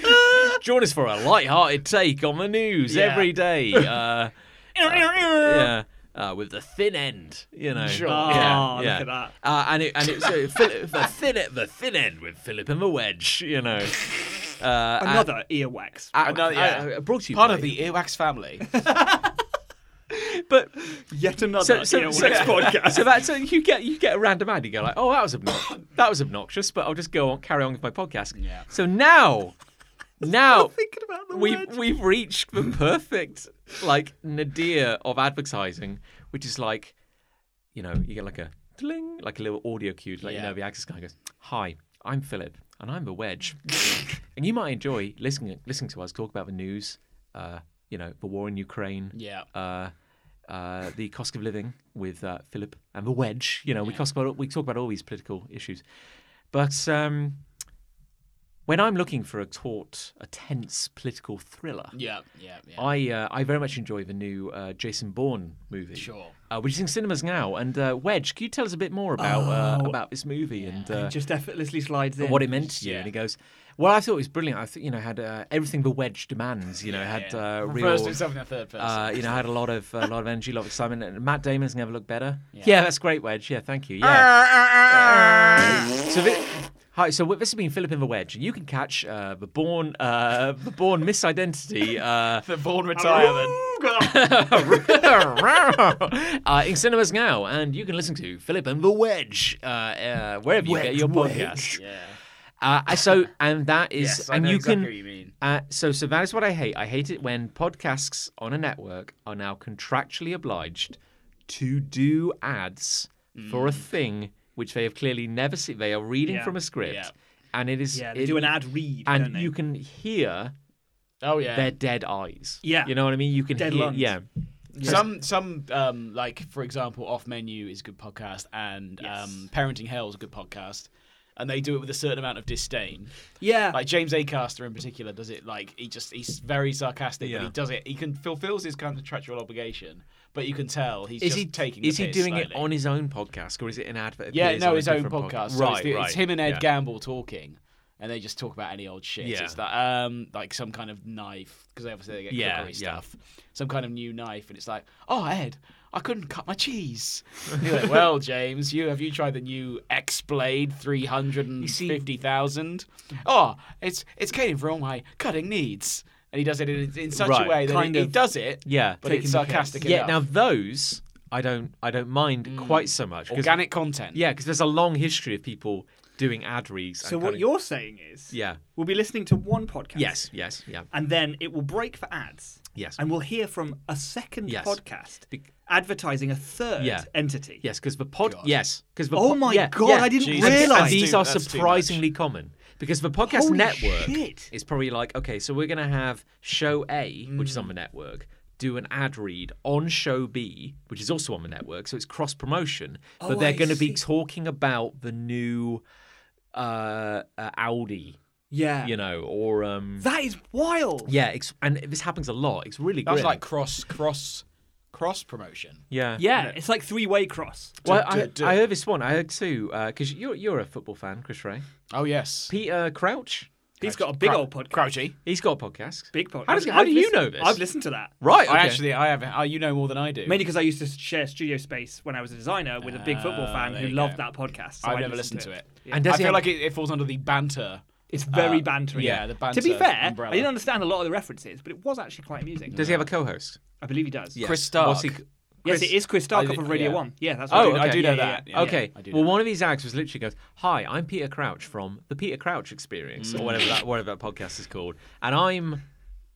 Speaker 1: Join us for a light-hearted take on the news
Speaker 2: Yeah.
Speaker 1: every day. Uh, yeah, uh, with the thin end, you know.
Speaker 2: Sure.
Speaker 3: Oh,
Speaker 1: Yeah,
Speaker 3: look
Speaker 1: yeah.
Speaker 3: at that.
Speaker 1: Uh, and it, and it's uh, Phil- the thin the thin end with Philip and the Wedge, you know. Uh,
Speaker 3: Another earwax.
Speaker 1: and-
Speaker 2: Another- yeah.
Speaker 1: uh, brought to you
Speaker 2: Part
Speaker 1: by-
Speaker 2: of the earwax family.
Speaker 1: but
Speaker 3: Yet another
Speaker 1: so so, so,
Speaker 3: earwax podcast.
Speaker 1: so that so you get you get a random ad you go like oh that was obnoxious that was obnoxious but I'll just go on carry on with my podcast
Speaker 2: Yeah.
Speaker 1: so now now
Speaker 3: Thinking about the
Speaker 1: we've
Speaker 3: wedge.
Speaker 1: we've reached the perfect like nadir of advertising, which is like, you know, you get like a dling, like a little audio cue, to let you
Speaker 2: Yeah.
Speaker 1: know the access guy goes, "Hi, I'm Philip, and I'm the Wedge, and you might enjoy listening listening to us talk about the news, uh, you know, the war in Ukraine,
Speaker 2: Yeah.
Speaker 1: uh, uh, the cost of living with uh, Philip and the Wedge. You know, we cost about, we talk about all these political issues, but um, when I'm looking for a taut, a tense political thriller,
Speaker 2: Yeah, yeah, yeah.
Speaker 1: I uh, I very much enjoy the new uh, Jason Bourne movie,
Speaker 2: Sure.
Speaker 1: uh, which is in cinemas now. And uh, Wedge, can you tell us a bit more about uh,
Speaker 2: Oh.
Speaker 1: about this movie and uh,
Speaker 3: just effortlessly slides in.
Speaker 1: what it meant to you?
Speaker 2: Yeah.
Speaker 1: And he goes. Well, I thought it was brilliant. I thought you know had uh, everything the wedge demands. You know had uh, real
Speaker 2: First himself in the third person.
Speaker 1: uh, you know, had a lot of a lot of energy, a lot of excitement. And Matt Damon's never looked better. Yeah. that's great, Wedge. Yeah, thank you.
Speaker 2: Ah.
Speaker 1: Yeah. uh, so, thi- hi. So this has been Philip in the Wedge, and you can catch uh, the born uh, the born misidentity. Uh,
Speaker 2: the born retirement.
Speaker 1: uh, in cinemas now, and you can listen to Philip and the Wedge uh, uh, wherever you get your podcast.
Speaker 2: yeah.
Speaker 1: Uh, I- so, and that is,
Speaker 2: Yes, I
Speaker 1: and
Speaker 2: know
Speaker 1: you
Speaker 2: exactly
Speaker 1: can.
Speaker 2: what you mean.
Speaker 1: Uh, so, so that is what I hate. I hate it when podcasts on a network are now contractually obliged to do ads for a thing which they have clearly never seen. They are reading
Speaker 3: Yeah,
Speaker 1: from a script,
Speaker 2: Mm. yeah.
Speaker 1: and it is
Speaker 3: Yeah, they
Speaker 1: it-
Speaker 3: do an ad read, don't
Speaker 1: and
Speaker 3: they?
Speaker 1: you can hear
Speaker 2: Oh yeah.
Speaker 1: their dead eyes.
Speaker 3: Yeah.
Speaker 1: you know what I mean. You can
Speaker 3: Dead
Speaker 1: hear,
Speaker 3: lungs.
Speaker 1: yeah.
Speaker 2: Some some um like for example, off menu is a good podcast, and
Speaker 3: Yes.
Speaker 2: um, parenting hell is a good podcast, and they do it with a certain amount of disdain.
Speaker 3: yeah.
Speaker 2: Like James Acaster in particular does it like he just he's very sarcastic,
Speaker 1: Yeah.
Speaker 2: but he does it. He can fulfills his contractual obligation, but you can tell he's
Speaker 1: Is
Speaker 2: just
Speaker 1: he
Speaker 2: taking. the
Speaker 1: Is he
Speaker 2: piss
Speaker 1: doing it
Speaker 2: slightly.
Speaker 1: on his own podcast or is it an advert?
Speaker 2: Yeah,
Speaker 1: appears
Speaker 2: no,
Speaker 1: on a
Speaker 2: his own
Speaker 1: different
Speaker 2: podcast.
Speaker 1: podcast?
Speaker 2: So it's, the- it's him and Ed
Speaker 1: yeah.
Speaker 2: Gamble talking, and they just talk about any old shit.
Speaker 1: Yeah.
Speaker 2: It's that um, like some kind of knife because obviously they get
Speaker 1: Yeah,
Speaker 2: cookery
Speaker 1: yeah.
Speaker 2: stuff. Some kind of new knife, and it's like, oh Ed, I couldn't cut my cheese. And you're like, well, James, you have you tried the new X Blade three hundred and fifty thousand? Oh, it's it's catering for all my cutting needs. And he does it in, in such
Speaker 1: Right,
Speaker 2: a way that
Speaker 3: kind
Speaker 2: he, he
Speaker 3: of
Speaker 2: does it,
Speaker 1: Yeah.
Speaker 2: but
Speaker 3: taking
Speaker 2: it's
Speaker 3: the piss.
Speaker 2: sarcastic
Speaker 1: Yeah, now
Speaker 2: enough.
Speaker 1: those I don't I don't mind quite so much. 'cause-
Speaker 2: Mm. organic content.
Speaker 1: Yeah, because there's a long history of people doing ad reads. and
Speaker 3: so what
Speaker 1: kinda-
Speaker 3: you're saying is,
Speaker 1: Yeah.
Speaker 3: we'll be listening to one podcast.
Speaker 1: Yes, yes, yeah.
Speaker 3: and then it will break for ads.
Speaker 1: Yes.
Speaker 3: And we'll hear from a second
Speaker 1: Yes.
Speaker 3: podcast
Speaker 1: Be-
Speaker 3: advertising a third
Speaker 1: Yeah.
Speaker 3: entity.
Speaker 1: Yes, because the pod.
Speaker 2: God.
Speaker 1: Yes, because the.
Speaker 3: Oh
Speaker 1: po-
Speaker 3: my
Speaker 1: yeah,
Speaker 3: God,
Speaker 1: yeah.
Speaker 3: I didn't
Speaker 2: Jesus.
Speaker 1: And-
Speaker 3: realize.
Speaker 1: And these
Speaker 2: That's too-
Speaker 1: are
Speaker 2: that's too
Speaker 1: surprisingly common because the podcast
Speaker 3: Holy
Speaker 1: network
Speaker 3: shit.
Speaker 1: is probably like, okay, so we're going to have show A, which
Speaker 3: Mm.
Speaker 1: is on the network, do an ad read on show B, which is also on the network, so it's cross promotion. but they're
Speaker 3: Oh, I
Speaker 1: going to be
Speaker 3: see.
Speaker 1: talking about the new uh, uh Audi,
Speaker 3: Yeah.
Speaker 1: you know, or um.
Speaker 3: That is wild.
Speaker 1: yeah, it's, and this happens a lot. It's really
Speaker 2: That's
Speaker 1: grim.
Speaker 2: like cross cross cross promotion.
Speaker 1: Yeah.
Speaker 3: Yeah, it's like three way cross.
Speaker 1: Well,
Speaker 2: Duh,
Speaker 1: I,
Speaker 2: duh,
Speaker 1: I heard this one. I heard two because you're you're a football fan, Chris Ray.
Speaker 2: Oh yes.
Speaker 1: Peter Crouch.
Speaker 3: He's got a big
Speaker 2: Crou-
Speaker 3: old podcast.
Speaker 2: Crouchy.
Speaker 1: He's got a podcast.
Speaker 3: Big podcast.
Speaker 1: How, does,
Speaker 3: I've-
Speaker 1: how
Speaker 3: I've
Speaker 1: do you
Speaker 3: listened-
Speaker 1: know this?
Speaker 3: I've listened to that.
Speaker 1: Right.
Speaker 2: I
Speaker 1: okay.
Speaker 2: actually, I have. Oh, you know more than I do.
Speaker 3: Mainly because I used to share studio space when I was a designer with a big football
Speaker 2: Ah,
Speaker 3: fan
Speaker 2: there
Speaker 3: who
Speaker 2: you
Speaker 3: loved
Speaker 2: go.
Speaker 3: that podcast. so
Speaker 2: I've
Speaker 3: I
Speaker 2: never listened to it.
Speaker 1: And does
Speaker 2: I
Speaker 1: he have-
Speaker 2: feel like it, it falls under the banter.
Speaker 3: It's very
Speaker 2: Uh,
Speaker 3: bantering.
Speaker 2: yeah, the
Speaker 3: To be
Speaker 2: banter
Speaker 3: fair,
Speaker 2: umbrella.
Speaker 3: I didn't understand a lot of the references, but it was actually quite amusing.
Speaker 1: Does he have a co-host?
Speaker 3: I believe he does.
Speaker 1: Yeah.
Speaker 2: Chris Stark.
Speaker 1: What's he-
Speaker 3: Yes, it is Chris Stark
Speaker 2: I-
Speaker 3: off of Radio
Speaker 2: yeah.
Speaker 3: One. Yeah, that's
Speaker 1: Oh,
Speaker 3: right.
Speaker 1: okay. I do know
Speaker 2: that. Yeah,
Speaker 1: okay.
Speaker 2: I do
Speaker 1: well,
Speaker 2: know.
Speaker 1: one of these acts was literally goes, "Hi, I'm Peter Crouch from the Peter Crouch Experience, or whatever that whatever that podcast is called, and I'm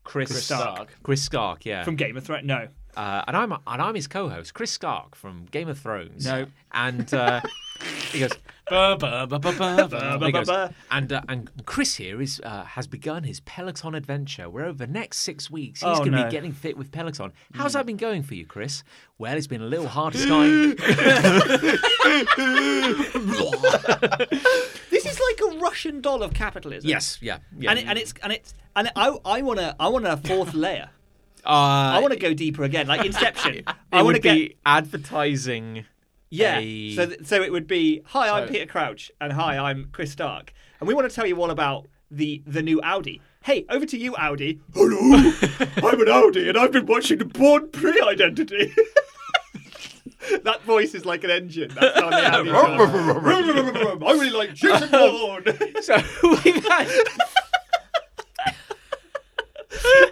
Speaker 1: Chris,
Speaker 2: Chris Stark.
Speaker 1: Chris Stark. Yeah.
Speaker 3: From Game of Thrones. No.
Speaker 1: Uh, and I'm and I'm his co-host, Chris Skark from Game of Thrones.
Speaker 2: No.
Speaker 1: and uh, he goes,
Speaker 2: Ba, ba, ba, ba, ba, ba.
Speaker 1: he goes,
Speaker 3: ba.
Speaker 1: and uh, and Chris here is uh, has begun his Peloton adventure. Where over the next six weeks, he's
Speaker 3: Oh,
Speaker 1: going to
Speaker 3: no.
Speaker 1: be getting fit with Peloton. How's that been going for you, Chris? Well, it's been a little hard as time.
Speaker 3: This is like a Russian doll of capitalism.
Speaker 1: yes, yeah, yeah.
Speaker 3: And, it, and it's and it's and I I want to I want a fourth layer.
Speaker 1: uh,
Speaker 3: I want to go deeper again, like Inception. I
Speaker 1: I
Speaker 3: want to
Speaker 1: would
Speaker 3: get
Speaker 1: be advertising.
Speaker 3: yeah.
Speaker 1: a-
Speaker 3: So th- so it would be hi, I'm
Speaker 2: So-
Speaker 3: Peter Crouch, and hi, I'm Chris Stark, and we want to tell you all about the the new Audi. Hey, over to you, Audi. Hello, I'm an Audi, and I've been watching Born Pre-Identity. that voice is like an engine. That's how the Audi. sounds. I really like Jason Bourne.
Speaker 1: So we've had.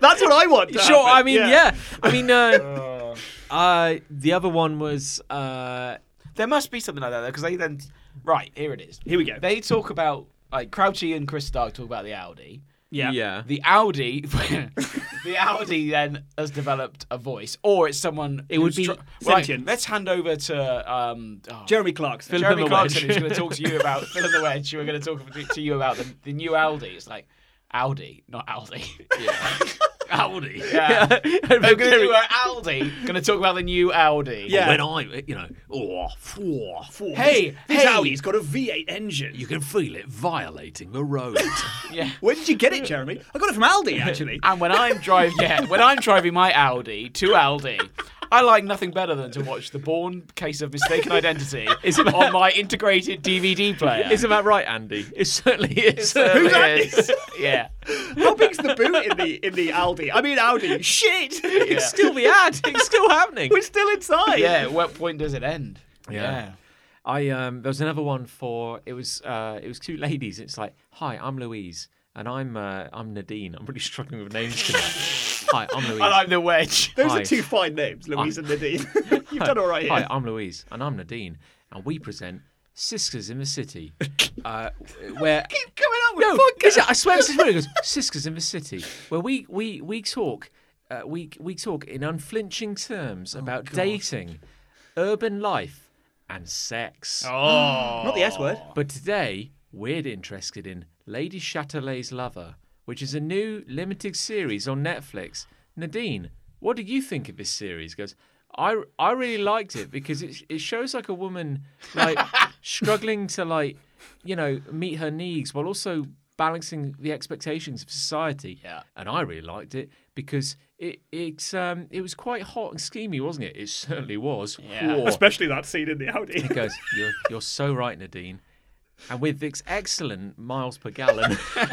Speaker 3: That's what I want. to
Speaker 1: Sure,
Speaker 3: happen.
Speaker 1: I mean, yeah. I mean, uh, uh, the other one was uh,
Speaker 2: There must be something like that though, because they then right here it is.
Speaker 3: Here we go.
Speaker 2: They talk about like Crouchy and Chris Stark talk about the Audi.
Speaker 3: yeah.
Speaker 1: yeah.
Speaker 2: The Audi, the Audi then has developed a voice, or it's someone. It
Speaker 1: would be
Speaker 3: sentient.
Speaker 2: let's hand over to um, oh,
Speaker 3: Jeremy Clarkson.
Speaker 1: Phil-
Speaker 2: Jeremy
Speaker 1: Philip the
Speaker 2: Clarkson,
Speaker 1: Wedge.
Speaker 2: who's going to talk to you about Phil of the Wedge. Who are going to talk to you about the, the new Audi? It's like Audi, not Aldi. Audi. Yeah. They're going to do an Audi. Going to talk about the new Audi.
Speaker 3: Yeah.
Speaker 1: When I, you know, oh, four, four.
Speaker 2: Hey,
Speaker 3: this
Speaker 2: hey.
Speaker 3: Audi's got a V8 engine.
Speaker 1: You can feel it violating the road.
Speaker 2: Yeah.
Speaker 3: Where did you get it, Jeremy? I got it from Aldi, actually.
Speaker 2: And when I'm driving, yeah, when I'm driving my Audi to Aldi, I like nothing better than to watch the Born Case of Mistaken Identity on my integrated DVD player.
Speaker 1: Isn't that right, Andy? It certainly is.
Speaker 2: Who's
Speaker 3: that?
Speaker 2: Yeah.
Speaker 3: How big's the boot in the in the Aldi? I mean Audi. Shit!
Speaker 1: It's still the ad. It's still happening.
Speaker 3: We're still inside.
Speaker 2: Yeah. At what point does it end?
Speaker 1: Yeah. I um, there was another one for it was uh, it was two ladies. It's like, hi, I'm Louise, and I'm uh, I'm Nadine. I'm really struggling with names today. hi, I'm Louise.
Speaker 2: I like the wedge.
Speaker 3: Those
Speaker 1: Hi.
Speaker 3: are two fine names, Louise and Nadine. You've done all right here.
Speaker 1: Hi, I'm Louise, and I'm Nadine, and we present Sisters in the City, uh, where
Speaker 3: Keep coming up with
Speaker 1: no,
Speaker 3: podcasts.
Speaker 1: is it? I swear this is what it goes. Sisters in the City, where we we we talk, uh, we we talk in unflinching terms
Speaker 3: Oh,
Speaker 1: about dating, urban life, and
Speaker 3: Oh,
Speaker 1: sex.
Speaker 3: Not the S word.
Speaker 1: But today, we're interested in Lady Chatelet's Lover, which is a new limited series on Netflix. Nadine, what do you think of this series? Goes, I, I really liked it because it, it shows like a woman like struggling to like you know meet her needs while also balancing the expectations of society.
Speaker 2: Yeah.
Speaker 1: and I really liked it because it it's um it was quite hot and schemy, wasn't it? It certainly was.
Speaker 2: Yeah.
Speaker 1: Whoa.
Speaker 3: Especially that scene in the Audi.
Speaker 1: He goes, you're, you're so right, Nadine. And with this excellent miles per gallon, uh,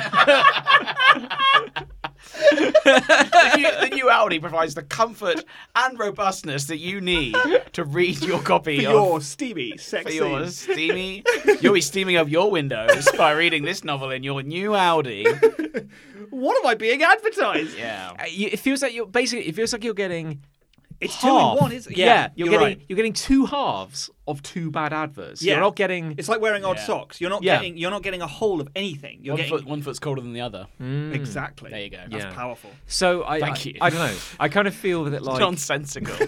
Speaker 2: The new, the new Audi provides the comfort and robustness that you need to read your copy of
Speaker 3: Your steamy,
Speaker 2: for
Speaker 3: sexy.
Speaker 2: your steamy. You'll be steaming up your windows by reading this novel in your new Audi.
Speaker 3: What am I being advertised?
Speaker 2: Yeah.
Speaker 1: Uh, you- it feels like you're basically it feels like you're getting
Speaker 3: It's two
Speaker 1: half.
Speaker 3: in one, is it?
Speaker 1: yeah, you're,
Speaker 3: you're
Speaker 1: getting
Speaker 3: right.
Speaker 1: you're getting two halves of two bad adverts.
Speaker 3: Yeah.
Speaker 1: You're not getting
Speaker 3: It's like wearing odd
Speaker 2: Yeah.
Speaker 3: socks. You're not
Speaker 1: Yeah.
Speaker 3: getting you're not getting a whole of anything. You're
Speaker 2: One,
Speaker 3: getting
Speaker 2: foot, one foot's colder than the other.
Speaker 3: exactly.
Speaker 2: There you go.
Speaker 3: That's
Speaker 1: Yeah.
Speaker 3: powerful.
Speaker 1: so. I
Speaker 2: Thank
Speaker 1: I,
Speaker 2: you.
Speaker 1: I don't know. I kind of feel that like,
Speaker 2: Nonsensical.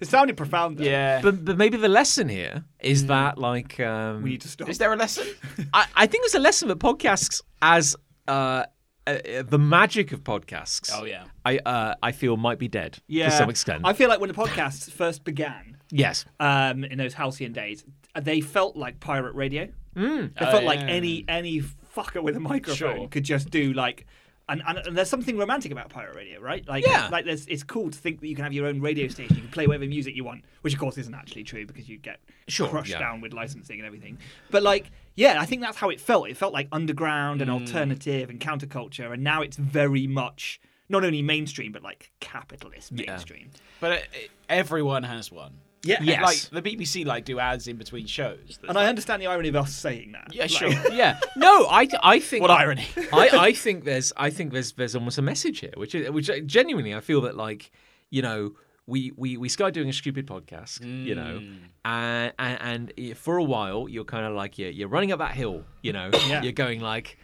Speaker 3: It sounded profound. Though.
Speaker 2: yeah.
Speaker 1: but, but maybe the lesson here is that like um,
Speaker 3: We need to stop.
Speaker 2: Is there a lesson?
Speaker 1: I, I think it's a lesson that podcasts as uh, uh, uh, the magic of podcasts.
Speaker 2: Oh, yeah.
Speaker 1: I uh, I feel might be dead
Speaker 3: yeah.
Speaker 1: to some extent.
Speaker 3: I feel like when the podcasts first began,
Speaker 1: yes.
Speaker 3: um, in those halcyon days, they felt like pirate radio.
Speaker 1: Mm.
Speaker 3: They felt like
Speaker 2: Oh, yeah.
Speaker 3: any any fucker with a microphone
Speaker 2: Sure.
Speaker 3: could just do like. And, and, and there's something romantic about pirate radio, right? Like,
Speaker 1: Yeah.
Speaker 3: like there's, it's cool to think that you can have your own radio station, you can play whatever music you want, which of course isn't actually true because you get
Speaker 1: Sure,
Speaker 3: crushed
Speaker 1: yeah.
Speaker 3: down with licensing and everything. But like, yeah, I think that's how it felt. It felt like underground
Speaker 1: Mm.
Speaker 3: and alternative and counterculture, and now it's very much not only mainstream but like capitalist mainstream.
Speaker 2: But it, it- everyone has one.
Speaker 3: Yeah,
Speaker 1: Yes.
Speaker 2: Like the BBC, like do ads in between shows.
Speaker 3: And I understand the irony of us saying that.
Speaker 2: yeah,
Speaker 3: Like-
Speaker 2: sure.
Speaker 1: Yeah. No, I I think
Speaker 2: What irony.
Speaker 1: I, I think there's I think there's there's almost a message here, which is, which I- genuinely I feel that like you know we we we started doing a stupid podcast, you know,
Speaker 3: Mm.
Speaker 1: and, and and for a while you're kind of like you're, you're running up that hill, you know,
Speaker 3: Yeah.
Speaker 1: you're going like.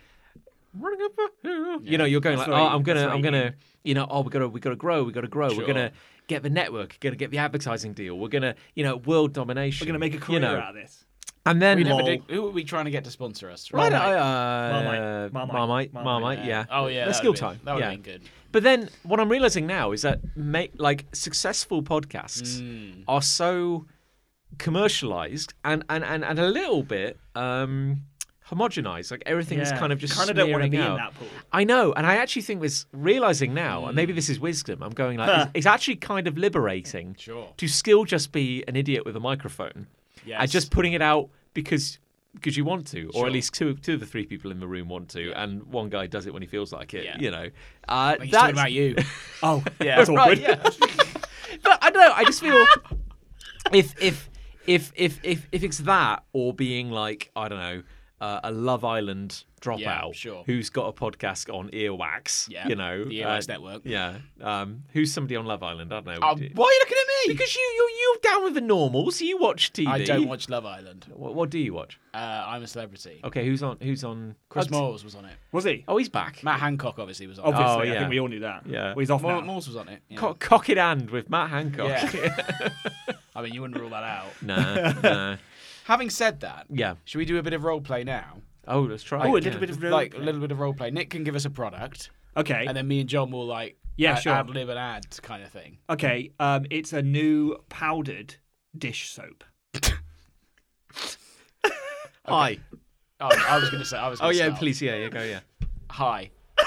Speaker 1: running up a hill. You know, you're going like,
Speaker 3: That's
Speaker 1: oh,
Speaker 3: right,
Speaker 1: I'm gonna,
Speaker 3: that's
Speaker 1: I'm
Speaker 3: right,
Speaker 1: gonna, you know, oh, we gotta, we gotta grow, we gotta grow,
Speaker 2: Sure.
Speaker 1: we're gonna get the network, gonna get the advertising deal, we're gonna, you know, world domination.
Speaker 3: We're going to make a
Speaker 1: you
Speaker 3: career
Speaker 1: know.
Speaker 3: out of this.
Speaker 1: And then,
Speaker 2: We never
Speaker 3: Lol.
Speaker 2: did. Who are we trying to get to sponsor us?
Speaker 1: Why
Speaker 2: Right.
Speaker 1: don't I, uh,
Speaker 3: Marmite. Marmite.
Speaker 1: Marmite,
Speaker 3: Marmite,
Speaker 1: Marmite, yeah.
Speaker 2: Oh yeah.
Speaker 1: Let's
Speaker 2: that'd
Speaker 1: kill
Speaker 2: be-
Speaker 1: time.
Speaker 2: That would
Speaker 1: yeah.
Speaker 2: have been good.
Speaker 1: But then what I'm realizing now is that make like successful podcasts
Speaker 2: Mm.
Speaker 1: are so commercialized and, and, and, and a little bit um homogenized. Like everything's
Speaker 3: Yeah.
Speaker 1: kind of just
Speaker 3: Kinda don't wanna
Speaker 1: smearing
Speaker 3: be in
Speaker 1: out.
Speaker 3: that pool.
Speaker 1: I know, and I actually think this realizing now, and
Speaker 2: Mm.
Speaker 1: maybe this is wisdom, I'm going like
Speaker 3: Huh.
Speaker 1: it's, it's actually kind of liberating
Speaker 2: Sure.
Speaker 1: to still just be an idiot with a microphone.
Speaker 2: Yes.
Speaker 1: And just putting it out because because you want to, or
Speaker 2: Sure.
Speaker 1: at least two two of the three people in the room want to, and one guy does it when he feels like it.
Speaker 2: Yeah.
Speaker 1: You know, uh,
Speaker 2: Like, he's talking
Speaker 1: that's-
Speaker 2: about you.
Speaker 3: Oh,
Speaker 2: Yeah.
Speaker 3: That's
Speaker 1: right,
Speaker 3: awkward.
Speaker 1: yeah. but I don't know. I just feel if if if if if if it's that or being like I don't know uh, a Love Island dropout
Speaker 2: sure.
Speaker 1: who's got a podcast on Earwax.
Speaker 2: Yeah,
Speaker 1: you know uh,
Speaker 2: the Earwax network.
Speaker 1: Yeah, um, who's somebody on Love Island? I don't know.
Speaker 2: Oh, why are you looking at me?
Speaker 1: because you you you're down with the normals. You watch TV.
Speaker 2: I don't watch Love Island.
Speaker 1: What, what do you watch?
Speaker 2: Uh, I'm a celebrity.
Speaker 1: Okay, who's on? Who's on?
Speaker 2: Chris
Speaker 1: oh,
Speaker 2: Moores was on it.
Speaker 3: Was he?
Speaker 1: Oh, he's back.
Speaker 2: Matt Hancock obviously was on
Speaker 3: Obviously,
Speaker 1: Oh,
Speaker 3: I
Speaker 1: yeah.
Speaker 3: think we all knew that.
Speaker 1: Yeah.
Speaker 3: Well, he's off
Speaker 2: it. Moores,
Speaker 3: now.
Speaker 2: Moores was on it. Yeah.
Speaker 1: Co- cock it and with Matt Hancock.
Speaker 2: Yeah. I mean, you wouldn't rule that out.
Speaker 1: nah, nah.
Speaker 2: Having said that,
Speaker 1: Yeah.
Speaker 2: should we do a bit of role play now?
Speaker 1: Oh, let's try.
Speaker 3: Oh,
Speaker 1: it,
Speaker 3: a little
Speaker 1: yeah.
Speaker 3: bit of
Speaker 2: like a little bit of role play. Nick can give us a product,
Speaker 3: Okay.
Speaker 2: and then me and John will like
Speaker 3: Yeah,
Speaker 2: ad-
Speaker 3: sure.
Speaker 2: ad lib an ad kind of thing.
Speaker 3: Okay. Um, it's a new powdered dish soap.
Speaker 1: Hi.
Speaker 2: Oh, I was gonna say. I was.
Speaker 1: Oh
Speaker 2: Gonna
Speaker 1: yeah,
Speaker 2: start.
Speaker 1: please. Yeah, yeah, go. Yeah.
Speaker 2: Hi.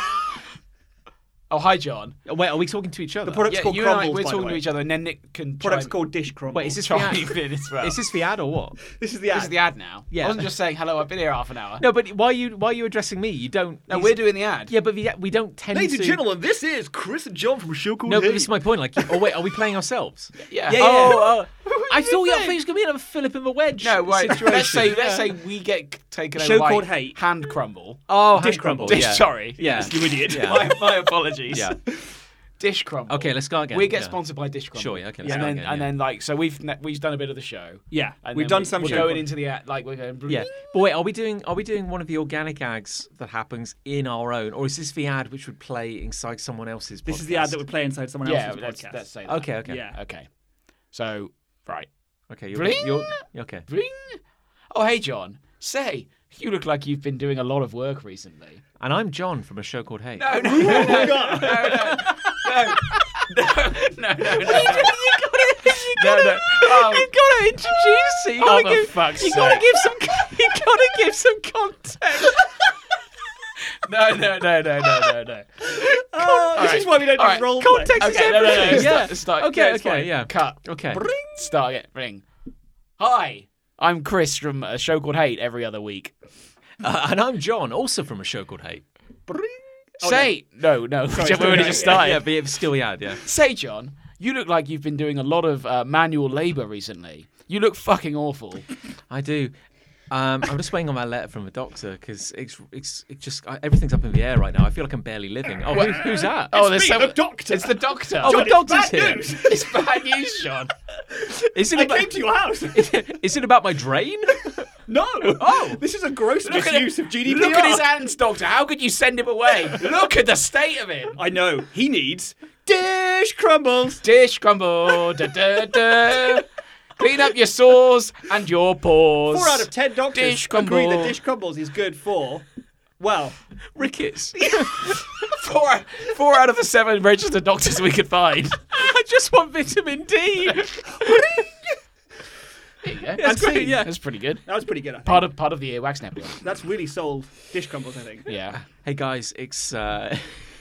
Speaker 2: oh hi, John.
Speaker 1: Oh, Wait, are we talking to each other?
Speaker 3: The product's
Speaker 2: Yeah,
Speaker 3: called
Speaker 2: you
Speaker 3: crumbles.
Speaker 2: and I, we're
Speaker 3: by
Speaker 2: talking
Speaker 3: the way.
Speaker 2: to each other, and then Nick can.
Speaker 3: Product's
Speaker 2: try-
Speaker 3: called dish crumbles.
Speaker 1: Wait, is this the
Speaker 2: Chime
Speaker 1: ad?
Speaker 2: in as well.
Speaker 1: Is this the ad or what?
Speaker 3: This is the ad.
Speaker 2: This is the ad now.
Speaker 1: Yeah.
Speaker 2: I wasn't just saying hello. I've been here half an hour.
Speaker 1: No, but why are you why are you addressing me? You don't.
Speaker 2: No,
Speaker 1: these-
Speaker 2: we're doing the ad.
Speaker 1: Yeah, but we, we don't tend
Speaker 4: Ladies
Speaker 1: to.
Speaker 4: and gentlemen, this is Chris and John from Show Called
Speaker 1: no, but
Speaker 4: Hate.
Speaker 1: this is my point. Like, oh wait, are we playing ourselves?
Speaker 2: Yeah.
Speaker 3: Yeah, yeah.
Speaker 1: Oh, oh, I
Speaker 2: did you
Speaker 1: thought yeah, I
Speaker 2: think?
Speaker 1: thought it was gonna be another Philip in the wedge.
Speaker 2: No, wait.
Speaker 1: Situation.
Speaker 2: Let's say let's say we get taken
Speaker 3: Show
Speaker 2: over by
Speaker 3: called hate.
Speaker 2: hand crumble.
Speaker 1: Oh, hand
Speaker 3: Dish
Speaker 1: crumble.
Speaker 3: crumble.
Speaker 1: Yeah.
Speaker 2: Sorry.
Speaker 1: Yeah.
Speaker 3: You idiot.
Speaker 1: Yeah.
Speaker 2: my, my apologies.
Speaker 1: Yeah.
Speaker 2: Dish crumble.
Speaker 1: Okay, let's go again.
Speaker 2: We get
Speaker 1: Yeah.
Speaker 2: sponsored by Dish Crumble.
Speaker 1: Sure, yeah, okay, let's
Speaker 2: And
Speaker 1: go
Speaker 2: then
Speaker 1: again,
Speaker 2: and
Speaker 1: yeah.
Speaker 2: then like so we've ne- we've done a bit of the show.
Speaker 3: Yeah,
Speaker 2: And
Speaker 3: we've
Speaker 2: then
Speaker 3: done
Speaker 2: we-
Speaker 3: some
Speaker 2: We're
Speaker 3: show
Speaker 2: going
Speaker 3: called-
Speaker 2: into the ad- like we're going.
Speaker 1: Yeah, but wait, are we doing are we doing one of the organic ads that happens in our own, or is this the ad which would play inside someone else's?
Speaker 3: This is the ad that we play inside someone
Speaker 2: yeah.
Speaker 3: else's
Speaker 2: Let's,
Speaker 3: podcast.
Speaker 2: let's say that.
Speaker 1: Okay, okay,
Speaker 3: Yeah.
Speaker 2: Okay. So right.
Speaker 1: okay. You're,
Speaker 2: Bling!
Speaker 1: you're, okay.
Speaker 2: Ring. Oh hey John. Say you look like you've been doing a lot of work recently.
Speaker 1: And I'm John from a show called Hey.
Speaker 2: No, no, no,
Speaker 1: Oh
Speaker 2: no, no, no, no, no, no, no, no. No, no. Oh,
Speaker 1: You've got to introduce it. You
Speaker 2: Oh,
Speaker 1: gotta
Speaker 2: for
Speaker 1: give,
Speaker 2: fuck's
Speaker 1: you gotta
Speaker 2: sake.
Speaker 1: give some. You gotta give some context.
Speaker 2: no, no, no, no, no, no, no.
Speaker 3: Oh, this is
Speaker 2: right.
Speaker 3: why we don't
Speaker 2: All
Speaker 3: do
Speaker 2: right.
Speaker 3: role
Speaker 1: Context
Speaker 3: play.
Speaker 1: is
Speaker 2: Okay, no, no, no.
Speaker 1: everything.
Speaker 2: Yeah.
Speaker 1: Yeah.
Speaker 2: Start, start,
Speaker 1: Okay,
Speaker 2: yeah, it's
Speaker 1: okay,
Speaker 2: fine.
Speaker 1: yeah.
Speaker 2: Cut.
Speaker 1: Okay.
Speaker 2: Start it. Ring. Hi, I'm Chris from a show called Hate every other week.
Speaker 1: Uh, and I'm John, also from a show called Hey. Oh,
Speaker 2: Say no, no.
Speaker 3: it's
Speaker 2: we already
Speaker 3: the
Speaker 2: just
Speaker 3: ad,
Speaker 2: started.
Speaker 1: Yeah, but it's still the ad. Yeah.
Speaker 2: Say, John, you look like you've been doing a lot of uh, manual labour recently. You look fucking awful.
Speaker 1: I do. Um, I'm just waiting on my letter from the doctor because it's it's it just I, everything's up in the air right now. I feel like I'm barely living. Oh, who, who's that?
Speaker 2: oh, there's
Speaker 3: me,
Speaker 2: someone-
Speaker 3: the doctor.
Speaker 2: It's the doctor.
Speaker 1: Oh, the
Speaker 3: it's
Speaker 1: doctor's
Speaker 3: bad
Speaker 1: here.
Speaker 3: news.
Speaker 2: it's bad news, John.
Speaker 1: Is it
Speaker 3: I
Speaker 1: about
Speaker 3: came to your house.
Speaker 1: is it about my drain?
Speaker 3: no. Oh, this is a gross misuse of GDPR.
Speaker 2: Look at his hands, doctor. How could you send him away? Look at the state of him.
Speaker 3: I know he needs dish crumbles.
Speaker 2: Dish crumble, da da da. Clean up your sores and your paws.
Speaker 3: Four out of ten doctors
Speaker 2: Dish
Speaker 3: agree
Speaker 2: crumble.
Speaker 3: that dish crumbles is good for. Well,
Speaker 1: Rickets.
Speaker 2: four, four out of the seven registered doctors we could find.
Speaker 1: I just want vitamin D.
Speaker 2: Yeah,
Speaker 1: That's
Speaker 2: that's,
Speaker 1: great,
Speaker 2: pretty,
Speaker 1: yeah.
Speaker 2: that's pretty good.
Speaker 3: that was pretty good. I think.
Speaker 2: Part of part of the earwax network.
Speaker 3: That's really sold dish crumbles. I think.
Speaker 2: Yeah.
Speaker 1: Hey guys, it's uh,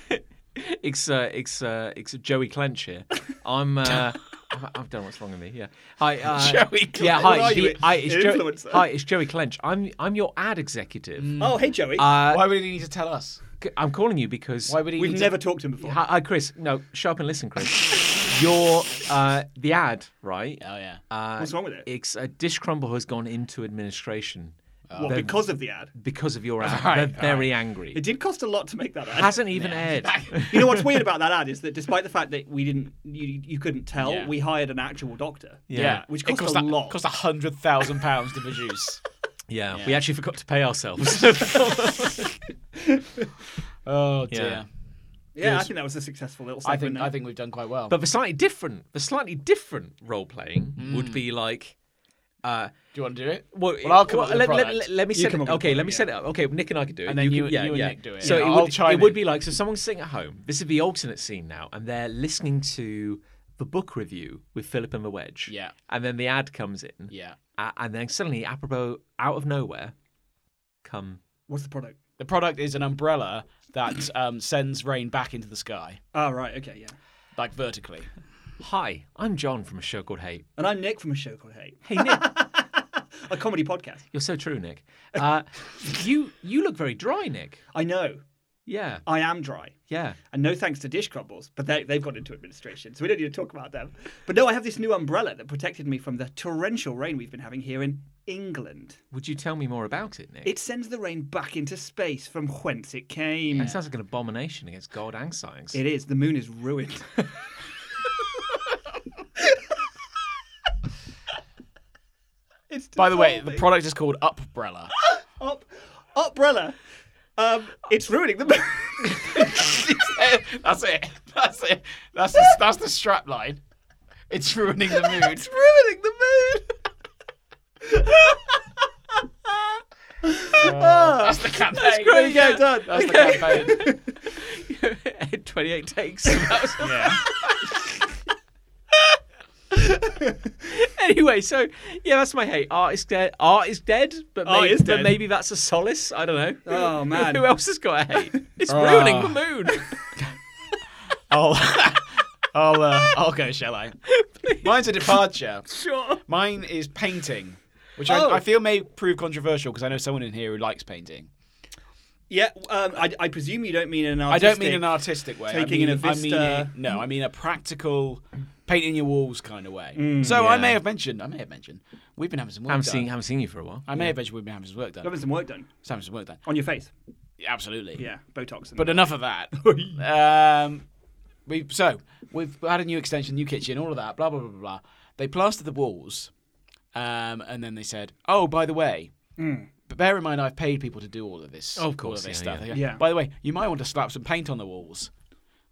Speaker 1: it's uh, it's uh, it's Joey Clench here. I'm uh, I'm, I don't know what's wrong with me. Yeah, hi, uh,
Speaker 2: Joey
Speaker 1: Yeah, hi,
Speaker 2: Clench.
Speaker 3: What are
Speaker 1: it's
Speaker 3: you,
Speaker 1: the- hi, it's
Speaker 3: an
Speaker 1: Joey-
Speaker 3: influencer?
Speaker 1: hi, it's Joey Clench. I'm I'm your ad executive.
Speaker 3: Oh, hey Joey.
Speaker 1: Uh,
Speaker 2: Why would he need to tell us?
Speaker 1: c- I'm calling you because
Speaker 2: Why would he?
Speaker 3: We've
Speaker 2: need
Speaker 3: never
Speaker 2: To...
Speaker 3: talked to him before.
Speaker 1: hi, hi, Chris. No, shut up and listen, Chris. Your uh, the ad, right?
Speaker 2: Oh yeah.
Speaker 1: Uh,
Speaker 3: What's wrong with it?
Speaker 1: It's uh, Dish Crumble has gone into administration
Speaker 3: Well,
Speaker 1: They're-
Speaker 3: because of the ad.
Speaker 1: because of your ad.
Speaker 2: Oh. Right,
Speaker 1: They're very angry.
Speaker 3: It did cost a lot to make that ad.
Speaker 1: hasn't even aired.
Speaker 3: You know what's weird about that ad is that despite the fact that we didn't, you, you couldn't tell,
Speaker 2: Yeah.
Speaker 3: we hired an actual doctor.
Speaker 1: Yeah.
Speaker 3: Which
Speaker 2: It
Speaker 3: cost
Speaker 2: cost
Speaker 3: a lot.
Speaker 2: Cost a hundred thousand pounds to produce.
Speaker 1: Yeah,
Speaker 2: Yeah.
Speaker 1: we actually forgot to pay ourselves.
Speaker 2: Oh dear.
Speaker 1: Yeah.
Speaker 3: Yeah, I think that was a successful little
Speaker 2: I
Speaker 3: segment.
Speaker 2: think
Speaker 3: there.
Speaker 2: I think we've done quite well.
Speaker 1: But the slightly different, the slightly different role playing
Speaker 2: Hmm.
Speaker 1: would be like, uh,
Speaker 2: Do you want to do it?
Speaker 1: well,
Speaker 2: Well, I'll come
Speaker 1: well,
Speaker 2: up with a
Speaker 1: let, let,
Speaker 2: product.
Speaker 1: let- let me set
Speaker 3: come
Speaker 1: it.
Speaker 3: up with a
Speaker 1: Okay, let me
Speaker 3: product,
Speaker 1: set it up. Okay, Nick and I could do it.
Speaker 2: And then you-
Speaker 1: can- yeah,
Speaker 2: you and
Speaker 1: yeah.
Speaker 2: Nick do it.
Speaker 1: So
Speaker 2: Yeah,
Speaker 1: it,
Speaker 2: I'll
Speaker 1: would,
Speaker 2: chime
Speaker 1: it would
Speaker 2: in.
Speaker 1: be like so someone's sitting at home. This would be alternate scene now, and they're listening to the book review with Philip and the Wedge.
Speaker 2: Yeah.
Speaker 1: And then the ad comes in.
Speaker 2: Yeah.
Speaker 1: a- and then suddenly, apropos, out of nowhere, come.
Speaker 3: What's the product?
Speaker 2: The product is an umbrella that um, sends rain back into the sky,
Speaker 3: Ah, right. Okay, yeah.
Speaker 2: like vertically.
Speaker 1: Hi, I'm John from a show called Hate.
Speaker 3: And I'm Nick from a show called Hate,
Speaker 1: Hey Nick,
Speaker 3: a comedy podcast.
Speaker 1: you're so true, Nick. Uh, you you look very dry, Nick.
Speaker 3: I know.
Speaker 1: Yeah,
Speaker 3: I am dry.
Speaker 1: yeah.
Speaker 3: And no thanks to Dish Crumbles, but they, they've gone into administration, so we don't need to talk about them. But no, I have this new umbrella that protected me from the torrential rain we've been having here in England.
Speaker 1: Would you tell me more about it, Nick?
Speaker 3: It sends the rain back into space from whence it came.
Speaker 1: That sounds like an abomination against God and science.
Speaker 3: It is. The moon is ruined. it's
Speaker 2: By the way, the
Speaker 3: dissolving.
Speaker 2: product is called Upbrella.
Speaker 3: Up, umbrella. Um, it's ruining the moon.
Speaker 2: that's it. That's it. That's the, that's the strap line. It's ruining the mood.
Speaker 3: it's ruining the moon.
Speaker 2: Uh,
Speaker 3: Ah,
Speaker 2: That's the campaign. That's
Speaker 1: great, yeah.
Speaker 3: done.
Speaker 2: That's the campaign.
Speaker 1: 28 takes. That was-
Speaker 2: Yeah.
Speaker 1: anyway, so yeah, that's my hate. Art is dead. Art is dead, but
Speaker 3: Art
Speaker 1: maybe,
Speaker 3: is
Speaker 1: But
Speaker 3: dead.
Speaker 1: maybe that's a solace. I don't know.
Speaker 3: Oh, man.
Speaker 1: Who else has got a hate? It's ruining the moon.
Speaker 2: I'll, I'll, uh, I'll go, shall I? Mine's a departure.
Speaker 1: sure.
Speaker 2: Mine is painting, which
Speaker 3: Oh.
Speaker 2: I, I feel may prove controversial because I know someone in here who likes painting.
Speaker 3: Yeah, um, I, I presume you don't mean an
Speaker 2: I
Speaker 3: artistic.
Speaker 2: don't mean an artistic way.
Speaker 3: taking
Speaker 2: I mean,
Speaker 3: in a
Speaker 2: I mean
Speaker 3: vista.
Speaker 2: a- no, I mean a practical painting your walls kind of way.
Speaker 3: Mm,
Speaker 2: so I may have mentioned, I may have mentioned, we've been having some work
Speaker 1: I haven't
Speaker 2: done.
Speaker 1: seen, haven't seen you for a while.
Speaker 2: I may have mentioned we've been having some work done.
Speaker 3: Having some work done
Speaker 2: Some having some work done.
Speaker 3: on your face.
Speaker 2: Absolutely.
Speaker 3: Yeah, Botox. And
Speaker 2: But enough of that. um, we so we've had a new extension, new kitchen, all of that. Blah blah blah blah. blah. They plastered the walls, um, and then they said, "Oh, by the way." But bear in mind, I've paid people to do all of this.
Speaker 1: Of course,
Speaker 2: all of
Speaker 1: yeah,
Speaker 2: this stuff.
Speaker 1: yeah.
Speaker 2: They go,
Speaker 3: Yeah.
Speaker 2: By the way, you might want to slap some paint on the walls.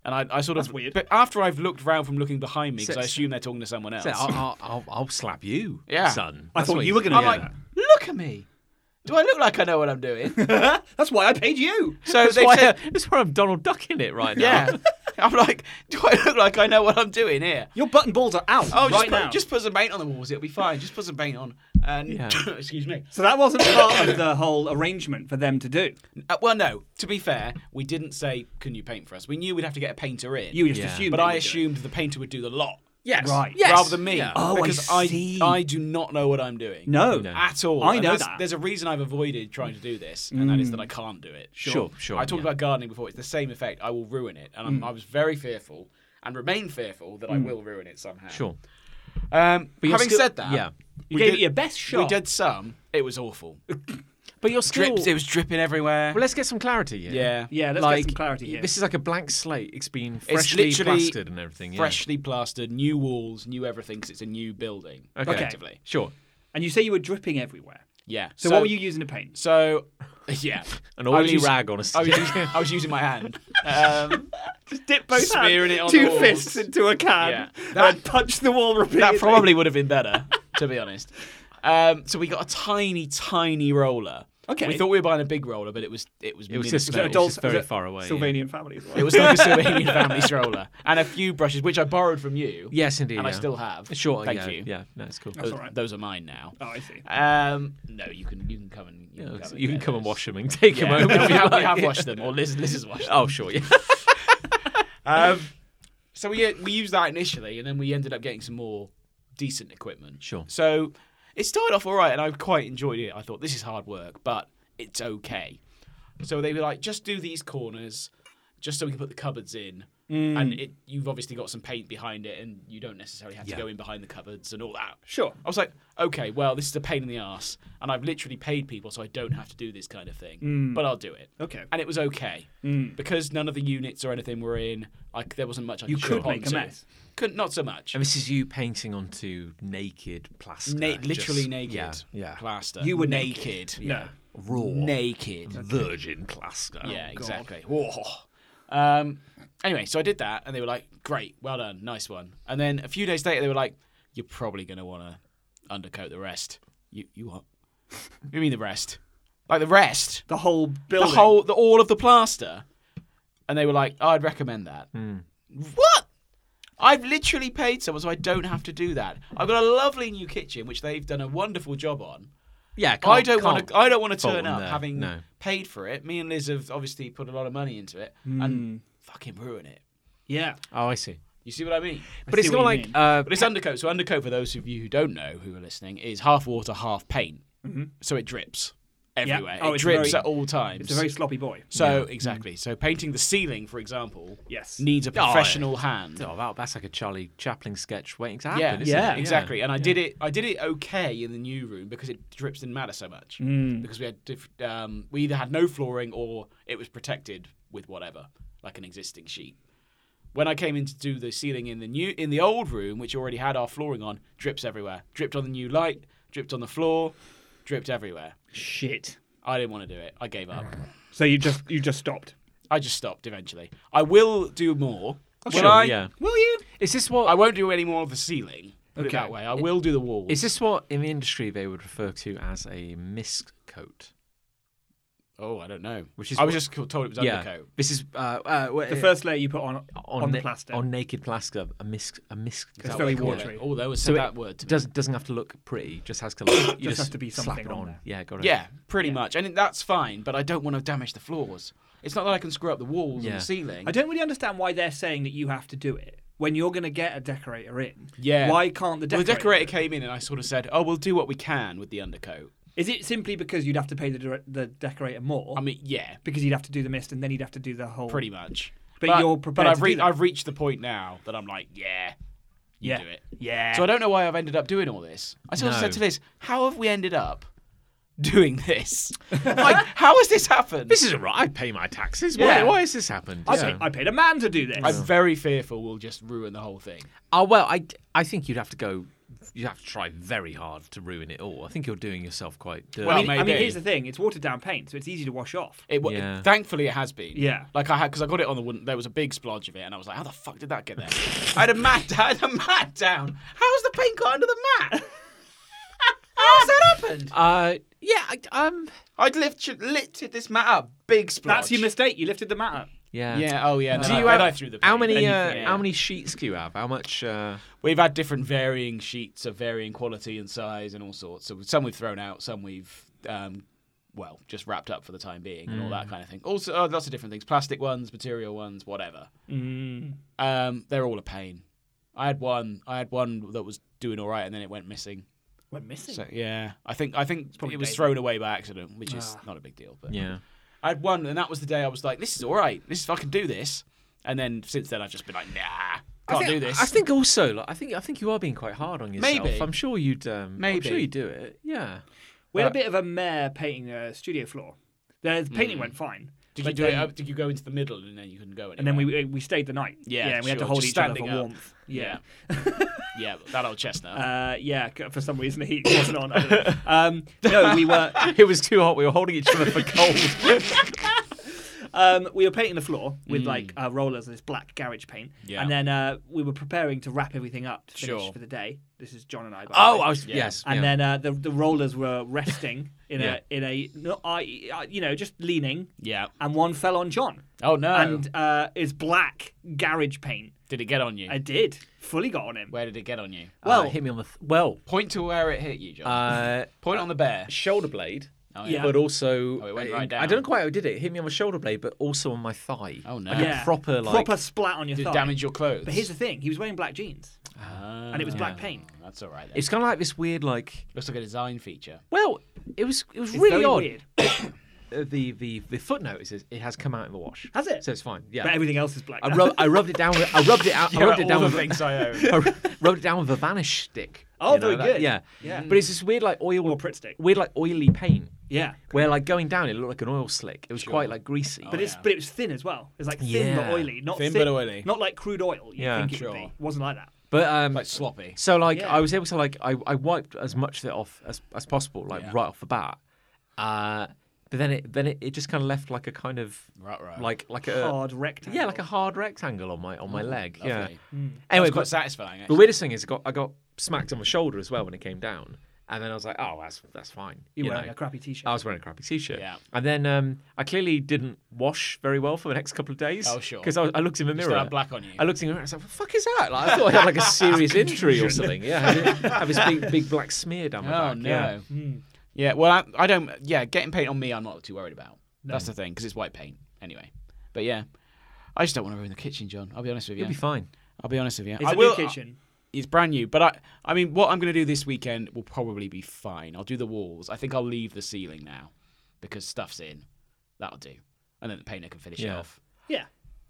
Speaker 2: And I, I sort of
Speaker 3: weird.
Speaker 2: But after I've looked round from looking behind me, because I
Speaker 1: So-
Speaker 2: assume they're talking to someone else.
Speaker 1: So I'll, I'll, I'll, I'll slap you,
Speaker 2: Yeah.
Speaker 1: son.
Speaker 3: I
Speaker 1: That's
Speaker 3: thought
Speaker 1: what
Speaker 3: you were going to
Speaker 2: I'm
Speaker 3: do
Speaker 2: like,
Speaker 3: that.
Speaker 2: look at me. Do I look like I know what I'm doing?
Speaker 3: That's why I paid you.
Speaker 2: So
Speaker 1: That's
Speaker 2: they
Speaker 1: why,
Speaker 2: said,
Speaker 1: that's why I'm Donald Ducking it right now.
Speaker 2: yeah. I'm like, do I look like I know what I'm doing here?
Speaker 3: Your button balls are out
Speaker 2: Oh,
Speaker 3: right
Speaker 2: just, put,
Speaker 3: now.
Speaker 2: just put some paint on the walls. It'll be fine. Just put some paint on. And
Speaker 1: Yeah.
Speaker 2: excuse me.
Speaker 3: So that wasn't part of the whole arrangement for them to do.
Speaker 2: Uh, well, no. To be fair, we didn't say, "Can you paint for us?" We knew we'd have to get a painter in.
Speaker 3: You just
Speaker 1: Yeah.
Speaker 3: assumed.
Speaker 2: but
Speaker 3: they
Speaker 2: I
Speaker 3: would do it.
Speaker 2: assumed the painter would do the lot.
Speaker 1: Yes.
Speaker 3: Right.
Speaker 1: Yes.
Speaker 2: Rather than me,
Speaker 1: Yeah.
Speaker 3: Oh, I
Speaker 2: because
Speaker 3: see.
Speaker 2: I do not know what I'm doing.
Speaker 3: No.
Speaker 1: No.
Speaker 2: at all.
Speaker 3: I
Speaker 2: And
Speaker 3: know
Speaker 2: that's-
Speaker 3: that. Mm.
Speaker 2: There's a reason I've avoided trying to do this, and that is that I can't do it.
Speaker 1: Sure, sure,
Speaker 2: I talked
Speaker 1: yeah.
Speaker 2: about gardening before. It's the same effect. I will ruin it, and
Speaker 3: Mm.
Speaker 2: I'm, I was very fearful and remain fearful that I will ruin it somehow.
Speaker 1: Sure.
Speaker 2: Um,
Speaker 1: you're
Speaker 2: having
Speaker 1: still-
Speaker 2: said that,
Speaker 1: yeah.
Speaker 3: You
Speaker 2: we
Speaker 3: gave
Speaker 2: did-
Speaker 3: it your best shot.
Speaker 2: We did some. It was awful.
Speaker 1: But you're still.
Speaker 2: Drips. It was dripping everywhere.
Speaker 1: Well, let's get some clarity here.
Speaker 2: yeah.
Speaker 3: Yeah, let's
Speaker 1: like
Speaker 3: get some clarity here.
Speaker 1: this is like a blank slate. It's been freshly
Speaker 2: literally
Speaker 1: plastered and everything. Yeah.
Speaker 2: Freshly plastered, new walls, new everything, because it's a new building.
Speaker 1: Okay.
Speaker 2: Effectively.
Speaker 1: Sure.
Speaker 3: And you say you were dripping everywhere.
Speaker 2: Yeah.
Speaker 3: So, what were you using to paint?
Speaker 2: So, yeah.
Speaker 1: An
Speaker 2: I was
Speaker 1: oily
Speaker 2: using-
Speaker 1: rag on a
Speaker 2: I was,
Speaker 1: stick.
Speaker 2: using, I was using my hand. Um,
Speaker 3: Just dip both
Speaker 2: Smearing
Speaker 3: hands,
Speaker 2: it on
Speaker 3: two
Speaker 2: the walls.
Speaker 3: fists into a can,
Speaker 2: Yeah.
Speaker 3: and punch the wall repeatedly.
Speaker 2: that probably would have been better, to be honest. Um, so we got a tiny, tiny roller.
Speaker 3: Okay.
Speaker 2: We thought we were buying a big roller, but it was it was
Speaker 1: It was
Speaker 2: minuscule.
Speaker 1: just-
Speaker 3: Is it
Speaker 1: No, it's
Speaker 3: adults-
Speaker 1: just very
Speaker 3: is it
Speaker 1: far away, yeah.
Speaker 3: Sylvanian families.
Speaker 2: It was like a Slovenian family stroller and a few brushes, which I borrowed from you.
Speaker 1: yes, indeed.
Speaker 2: and I
Speaker 1: yeah.
Speaker 2: still have.
Speaker 1: Sure.
Speaker 2: thank
Speaker 1: yeah,
Speaker 2: you.
Speaker 1: Yeah. No, it's cool.
Speaker 3: That's
Speaker 2: Those,
Speaker 3: all right.
Speaker 2: those are mine now.
Speaker 3: Oh, I see.
Speaker 2: Um, no, you can you can come and you
Speaker 1: Yeah,
Speaker 2: can, come,
Speaker 1: you can
Speaker 2: get
Speaker 1: come and
Speaker 2: those.
Speaker 1: wash them and take
Speaker 2: Yeah,
Speaker 1: them home.
Speaker 2: no,
Speaker 1: if
Speaker 2: we,
Speaker 1: you
Speaker 2: have, we
Speaker 1: like.
Speaker 2: have washed them, or Liz, Liz has washed them.
Speaker 1: Oh, sure. Yeah.
Speaker 2: Um, so we uh, we used that initially, and then we ended up getting some more decent equipment.
Speaker 1: Sure.
Speaker 2: So it started off all right, and I quite enjoyed it. I thought this is hard work, but it's okay. So they were like, just do these corners, just so we can put the cupboards in.
Speaker 1: Mm.
Speaker 2: And it, you've obviously got some paint behind it, and you don't necessarily have to go in behind the cupboards and all that.
Speaker 3: Sure.
Speaker 2: I was like, okay, well, this is a pain in the ass, and I've literally paid people, so I don't have to do this kind of thing. But I'll do it.
Speaker 3: Mm. Okay. Mm.
Speaker 2: And it was okay because none of the units or anything were in. Like there wasn't much I
Speaker 3: You
Speaker 2: could
Speaker 3: could
Speaker 2: jump
Speaker 3: make a
Speaker 2: onto.
Speaker 3: mess.
Speaker 2: Couldn't, not so much.
Speaker 1: And this is you painting onto naked plaster.
Speaker 2: Na-
Speaker 1: just-
Speaker 2: literally naked.
Speaker 1: Yeah. Yeah.
Speaker 2: Plaster.
Speaker 3: You were
Speaker 2: naked.
Speaker 3: No.
Speaker 1: raw,
Speaker 2: naked.
Speaker 1: virgin plaster. Oh,
Speaker 2: Yeah, exactly. Whoa. Um, anyway, so I did that, and they were like, "Great, well done, nice one." And then a few days later, they were like, "You're probably going to want to undercoat the rest." You, you what? you mean the rest? Like the rest?
Speaker 3: The whole
Speaker 2: The
Speaker 3: building.
Speaker 2: whole, the all of the plaster? And they were like, oh, "I'd recommend that." What? I've literally paid someone, so I don't have to do that. I've got a lovely new kitchen, which they've done a wonderful job on.
Speaker 1: yeah.
Speaker 2: I don't want
Speaker 1: want
Speaker 2: to. I don't want to
Speaker 1: fault
Speaker 2: turn
Speaker 1: them
Speaker 2: up
Speaker 1: there,
Speaker 2: having
Speaker 1: no.
Speaker 2: paid for it. Me and Liz have obviously put a lot of money into it
Speaker 3: Hmm.
Speaker 2: and fucking ruin it.
Speaker 3: Yeah.
Speaker 1: Oh, I see.
Speaker 2: You see what I mean?
Speaker 1: But it's
Speaker 3: see
Speaker 1: not
Speaker 3: what you
Speaker 1: like
Speaker 3: mean.
Speaker 1: uh,
Speaker 2: But it's undercoat. So undercoat, for those of you who don't know who are listening, is half water, half paint. So it drips everywhere.
Speaker 3: Mm-hmm. Oh,
Speaker 2: it
Speaker 3: it's
Speaker 2: drips
Speaker 3: very-
Speaker 2: at all times.
Speaker 3: It's a very sloppy boy.
Speaker 2: so exactly. So painting the ceiling, for example,
Speaker 3: Yes. Oh,
Speaker 2: needs a
Speaker 1: yeah.
Speaker 2: professional hand.
Speaker 1: Oh, that, that's like a Charlie Chaplin sketch waiting to happen.
Speaker 2: Yeah,
Speaker 1: isn't
Speaker 3: yeah.
Speaker 1: it?
Speaker 2: exactly. And I did it. I did it okay in the new room because it drips didn't matter so much. Because we had diff- um, we either had no flooring or it was protected with whatever, like an existing sheet. When I came in to do the ceiling in the new in the old room, which already had our flooring on, drips everywhere. Dripped on the new light. Dripped on the floor. Dripped everywhere.
Speaker 3: Shit.
Speaker 2: I didn't want to do it. I gave up.
Speaker 3: So you just you just stopped.
Speaker 2: I just stopped eventually. I will do more. will
Speaker 1: sure,
Speaker 2: I?
Speaker 1: yeah.
Speaker 2: Will you?
Speaker 1: Is this what
Speaker 2: I won't do any more of the ceiling. Put it
Speaker 3: Okay.
Speaker 2: that way. I will do the walls.
Speaker 1: Is this what in the industry they would refer to as a misc coat?
Speaker 2: Oh, I don't know.
Speaker 1: Which is
Speaker 2: I was
Speaker 1: what-
Speaker 2: just co- told it was undercoat.
Speaker 1: This is uh, uh,
Speaker 3: The first layer you put on on, the
Speaker 1: na-
Speaker 3: plaster.
Speaker 1: on naked plaster, a misc, a misc.
Speaker 3: It's
Speaker 1: coat.
Speaker 3: very
Speaker 2: Call it.
Speaker 3: watery.
Speaker 2: Oh, they was
Speaker 1: So
Speaker 2: said
Speaker 1: it
Speaker 2: that word. To me.
Speaker 1: does, doesn't have to look pretty. Just has to look. you
Speaker 3: Just
Speaker 1: just
Speaker 3: has to be
Speaker 1: slap
Speaker 3: something
Speaker 1: it
Speaker 3: on
Speaker 1: on.
Speaker 3: there.
Speaker 1: Yeah, got it.
Speaker 2: Yeah, pretty much. And it- that's fine, but I don't want to damage the floors. It's not that I can screw up the walls
Speaker 1: Yeah.
Speaker 2: and the ceiling.
Speaker 3: I don't really understand why they're saying that you have to do it when you're going to get a decorator in.
Speaker 2: Yeah.
Speaker 3: Why can't the
Speaker 2: Well,
Speaker 3: decorator?
Speaker 2: the decorator came in and I sort of said, "Oh, we'll do what we can with the undercoat."
Speaker 3: Is it simply because you'd have to pay the dire- the decorator more?
Speaker 2: I mean, yeah,
Speaker 3: because you'd have to do the mist and then you'd have to do the whole.
Speaker 2: pretty much.
Speaker 3: But you're prepared
Speaker 2: I've,
Speaker 3: to do that.
Speaker 2: I've reached the point now that I'm like, yeah, you
Speaker 3: yeah.
Speaker 2: do it.
Speaker 3: Yeah.
Speaker 2: So I don't know why I've ended up doing all this. I sort of
Speaker 1: No.
Speaker 2: said to Liz, "How have we ended up doing this? like, how has this happened?"
Speaker 1: This isn't right. I pay my taxes.
Speaker 2: Yeah.
Speaker 1: Why, why has this happened?
Speaker 3: I,
Speaker 1: Yeah.
Speaker 3: paid, I paid a man to do this.
Speaker 2: I'm very fearful we'll just ruin the whole thing.
Speaker 1: Oh well, I, I think you'd have to go. You'd have to try very hard to ruin it all. I think you're doing yourself quite dirty.
Speaker 2: Well,
Speaker 3: I mean, I mean,
Speaker 2: maybe.
Speaker 3: here's the thing: it's watered down paint, so it's easy to wash off.
Speaker 2: It, wa-
Speaker 1: Yeah.
Speaker 2: thankfully, it has been.
Speaker 3: Yeah.
Speaker 2: Like I had, because I got it on the wooden. There was a big splodge of it, and I was like, "How the fuck did that get there?" I had a mat. I had a mat down. How's the paint got under the mat? How's that happened?
Speaker 1: uh, yeah, I, um,
Speaker 2: I'd lifted, lifted this mat up. Big splodge.
Speaker 3: That's your mistake. You lifted the mat up.
Speaker 1: yeah,
Speaker 2: Yeah. Oh yeah.
Speaker 1: Do
Speaker 2: then
Speaker 1: you
Speaker 2: I,
Speaker 1: have
Speaker 2: then I threw the paint.
Speaker 1: how many
Speaker 2: Then you
Speaker 1: uh,
Speaker 2: threw-
Speaker 1: how
Speaker 2: yeah.
Speaker 1: many sheets do you have? How much? Uh,
Speaker 2: We've had different varying sheets of varying quality and size and all sorts. So some we've thrown out, some we've, um, well, just wrapped up for the time being and all
Speaker 1: Mm.
Speaker 2: that kind of thing. Also, uh, lots of different things: plastic ones, material ones, whatever.
Speaker 1: Mm.
Speaker 2: Um, they're all a pain. I had one. I had one that was doing all right, and then it went missing.
Speaker 3: We're missing.
Speaker 2: So yeah, I think I think
Speaker 3: probably
Speaker 2: it was
Speaker 3: David.
Speaker 2: thrown away by accident, which is
Speaker 1: Ah.
Speaker 2: not a big deal. But
Speaker 1: yeah.
Speaker 2: I had one, and that was the day I was like, "This is all right. This I can do this." And then since then, I've just been like, "Nah, can't
Speaker 1: I think,
Speaker 2: do this."
Speaker 1: I think also, like, I think I think you are being quite hard on yourself.
Speaker 2: Maybe.
Speaker 1: I'm sure you'd. Um, I'm
Speaker 2: Maybe.
Speaker 1: sure you do it. Yeah.
Speaker 3: We had
Speaker 2: uh,
Speaker 3: a bit of a mare painting a studio floor. The painting went fine.
Speaker 2: Mm. Did
Speaker 3: but
Speaker 2: you do
Speaker 3: then,
Speaker 2: it? Up, did you go into the middle and then you couldn't go anywhere?
Speaker 3: And then we we stayed the night.
Speaker 2: Yeah,
Speaker 3: and we had to
Speaker 2: sure,
Speaker 3: hold
Speaker 2: just
Speaker 3: each other for
Speaker 2: standing up.
Speaker 3: warmth. Yeah.
Speaker 2: yeah, that old chestnut.
Speaker 3: Uh, yeah, c- for some reason the heat wasn't on. I don't know. Um, no, we were
Speaker 1: It was too hot. We were holding each other for cold.
Speaker 3: um, we were painting the floor
Speaker 1: Hmm.
Speaker 3: with like uh, rollers and this black garage paint,
Speaker 2: Yeah.
Speaker 3: and then uh, we were preparing to wrap everything up to finish
Speaker 2: Sure.
Speaker 3: for the day. This is John and I. By the
Speaker 1: oh,
Speaker 3: way.
Speaker 1: I was
Speaker 2: Yeah.
Speaker 1: yes.
Speaker 3: And
Speaker 1: yeah.
Speaker 3: then uh, the the rollers were resting in
Speaker 1: Yeah.
Speaker 3: a in a no, I, I you know just leaning,
Speaker 2: yeah.
Speaker 3: and one fell on John.
Speaker 2: Oh no.
Speaker 3: And uh, it's black garage paint.
Speaker 2: did it get on you?
Speaker 3: I did fully got on him.
Speaker 2: Where did it get on you?
Speaker 1: well,
Speaker 3: well-
Speaker 1: hit me on the th- well.
Speaker 2: Point to where it hit you, John.
Speaker 1: Uh,
Speaker 2: Point on the bear.
Speaker 1: shoulder blade.
Speaker 2: Oh,
Speaker 3: yeah.
Speaker 1: But also,
Speaker 2: Oh, it went right
Speaker 1: I
Speaker 2: down.
Speaker 1: don't know quite how it did it. It hit me on my shoulder blade, but also on my thigh.
Speaker 2: Oh, no.
Speaker 1: Like
Speaker 3: yeah,
Speaker 1: a proper like
Speaker 3: proper splat on your
Speaker 2: Did
Speaker 3: thigh.
Speaker 2: it damage your clothes? Ah,
Speaker 3: But here's the thing: he was wearing black jeans. and it was black paint.
Speaker 2: That's all right. Then.
Speaker 1: It's kind of like this weird like.
Speaker 2: looks like a design feature.
Speaker 1: Well, it was it was
Speaker 3: It's
Speaker 1: really
Speaker 3: very
Speaker 1: odd.
Speaker 3: weird.
Speaker 1: Uh, the the the footnote is it has come out in the wash.
Speaker 3: Has it?
Speaker 1: So it's fine. Yeah.
Speaker 3: But everything else is black.
Speaker 1: I,
Speaker 3: now.
Speaker 1: rub, I rubbed it down. With, I rubbed it out. I rubbed it down with
Speaker 2: I own.
Speaker 1: I ru- rubbed it down with a vanish stick.
Speaker 3: Oh, very
Speaker 1: that-
Speaker 3: good.
Speaker 1: Yeah.
Speaker 3: Yeah.
Speaker 1: But it's this weird like oil
Speaker 3: Or Pritt stick.
Speaker 1: Weird like oily paint.
Speaker 3: yeah.
Speaker 1: Where like going down, it looked like an oil slick. It was quite like greasy.
Speaker 3: But it's but it was thin as well. It's like thin but
Speaker 1: Yeah.
Speaker 3: oily, not
Speaker 2: Oh, Thin
Speaker 3: thick-
Speaker 2: but oily.
Speaker 3: not like crude oil. You
Speaker 1: Yeah.
Speaker 3: think it
Speaker 2: Sure.
Speaker 3: would be? It wasn't like that.
Speaker 1: But, um,
Speaker 2: like sloppy.
Speaker 1: so like
Speaker 3: Yeah.
Speaker 1: I was able to like I, I wiped as much of it off as, as possible like right off the bat. Uh, But then it then it, it just kind of left like a kind of
Speaker 2: Right, right.
Speaker 1: like like a
Speaker 3: Hard rectangle.
Speaker 1: yeah like a hard rectangle on my on my leg. Yeah.
Speaker 2: lovely. Anyway,
Speaker 1: Anyway,
Speaker 2: quite
Speaker 1: but
Speaker 2: satisfying.
Speaker 1: the
Speaker 2: Actually.
Speaker 1: weirdest thing is I got I got smacked on the shoulder as well when it came down, and then I was like, oh, that's that's fine.
Speaker 3: You
Speaker 1: you
Speaker 3: wearing
Speaker 1: know.
Speaker 3: a crappy t-shirt.
Speaker 1: I was wearing a crappy t-shirt.
Speaker 2: Yeah.
Speaker 1: And then um, I clearly didn't wash very well for the next couple of days.
Speaker 2: Oh, sure.
Speaker 1: Because I, I looked in the mirror.
Speaker 2: had black on you.
Speaker 1: I looked in the mirror. I was like, "What the fuck is that?" Like, I thought I had like a serious injury or something. Yeah. I did have this big, big black smear down my
Speaker 2: Oh
Speaker 1: back.
Speaker 2: no.
Speaker 1: Yeah.
Speaker 2: Yeah. well, I, I don't. Yeah, getting paint on me, I'm not too worried about. That's the thing, because it's white paint anyway. But yeah, I just don't want to ruin the kitchen, John. I'll be honest with you.
Speaker 1: You'll be fine.
Speaker 2: I'll be honest with you.
Speaker 3: it's
Speaker 2: I
Speaker 3: a new
Speaker 2: will,
Speaker 3: kitchen.
Speaker 2: It's brand new, but I. I mean, what I'm going to do this weekend will probably be fine. I'll do the walls. I think I'll leave the ceiling now, because stuff's in. That'll do, and then the painter can finish it
Speaker 1: Yeah.
Speaker 2: off.
Speaker 3: yeah.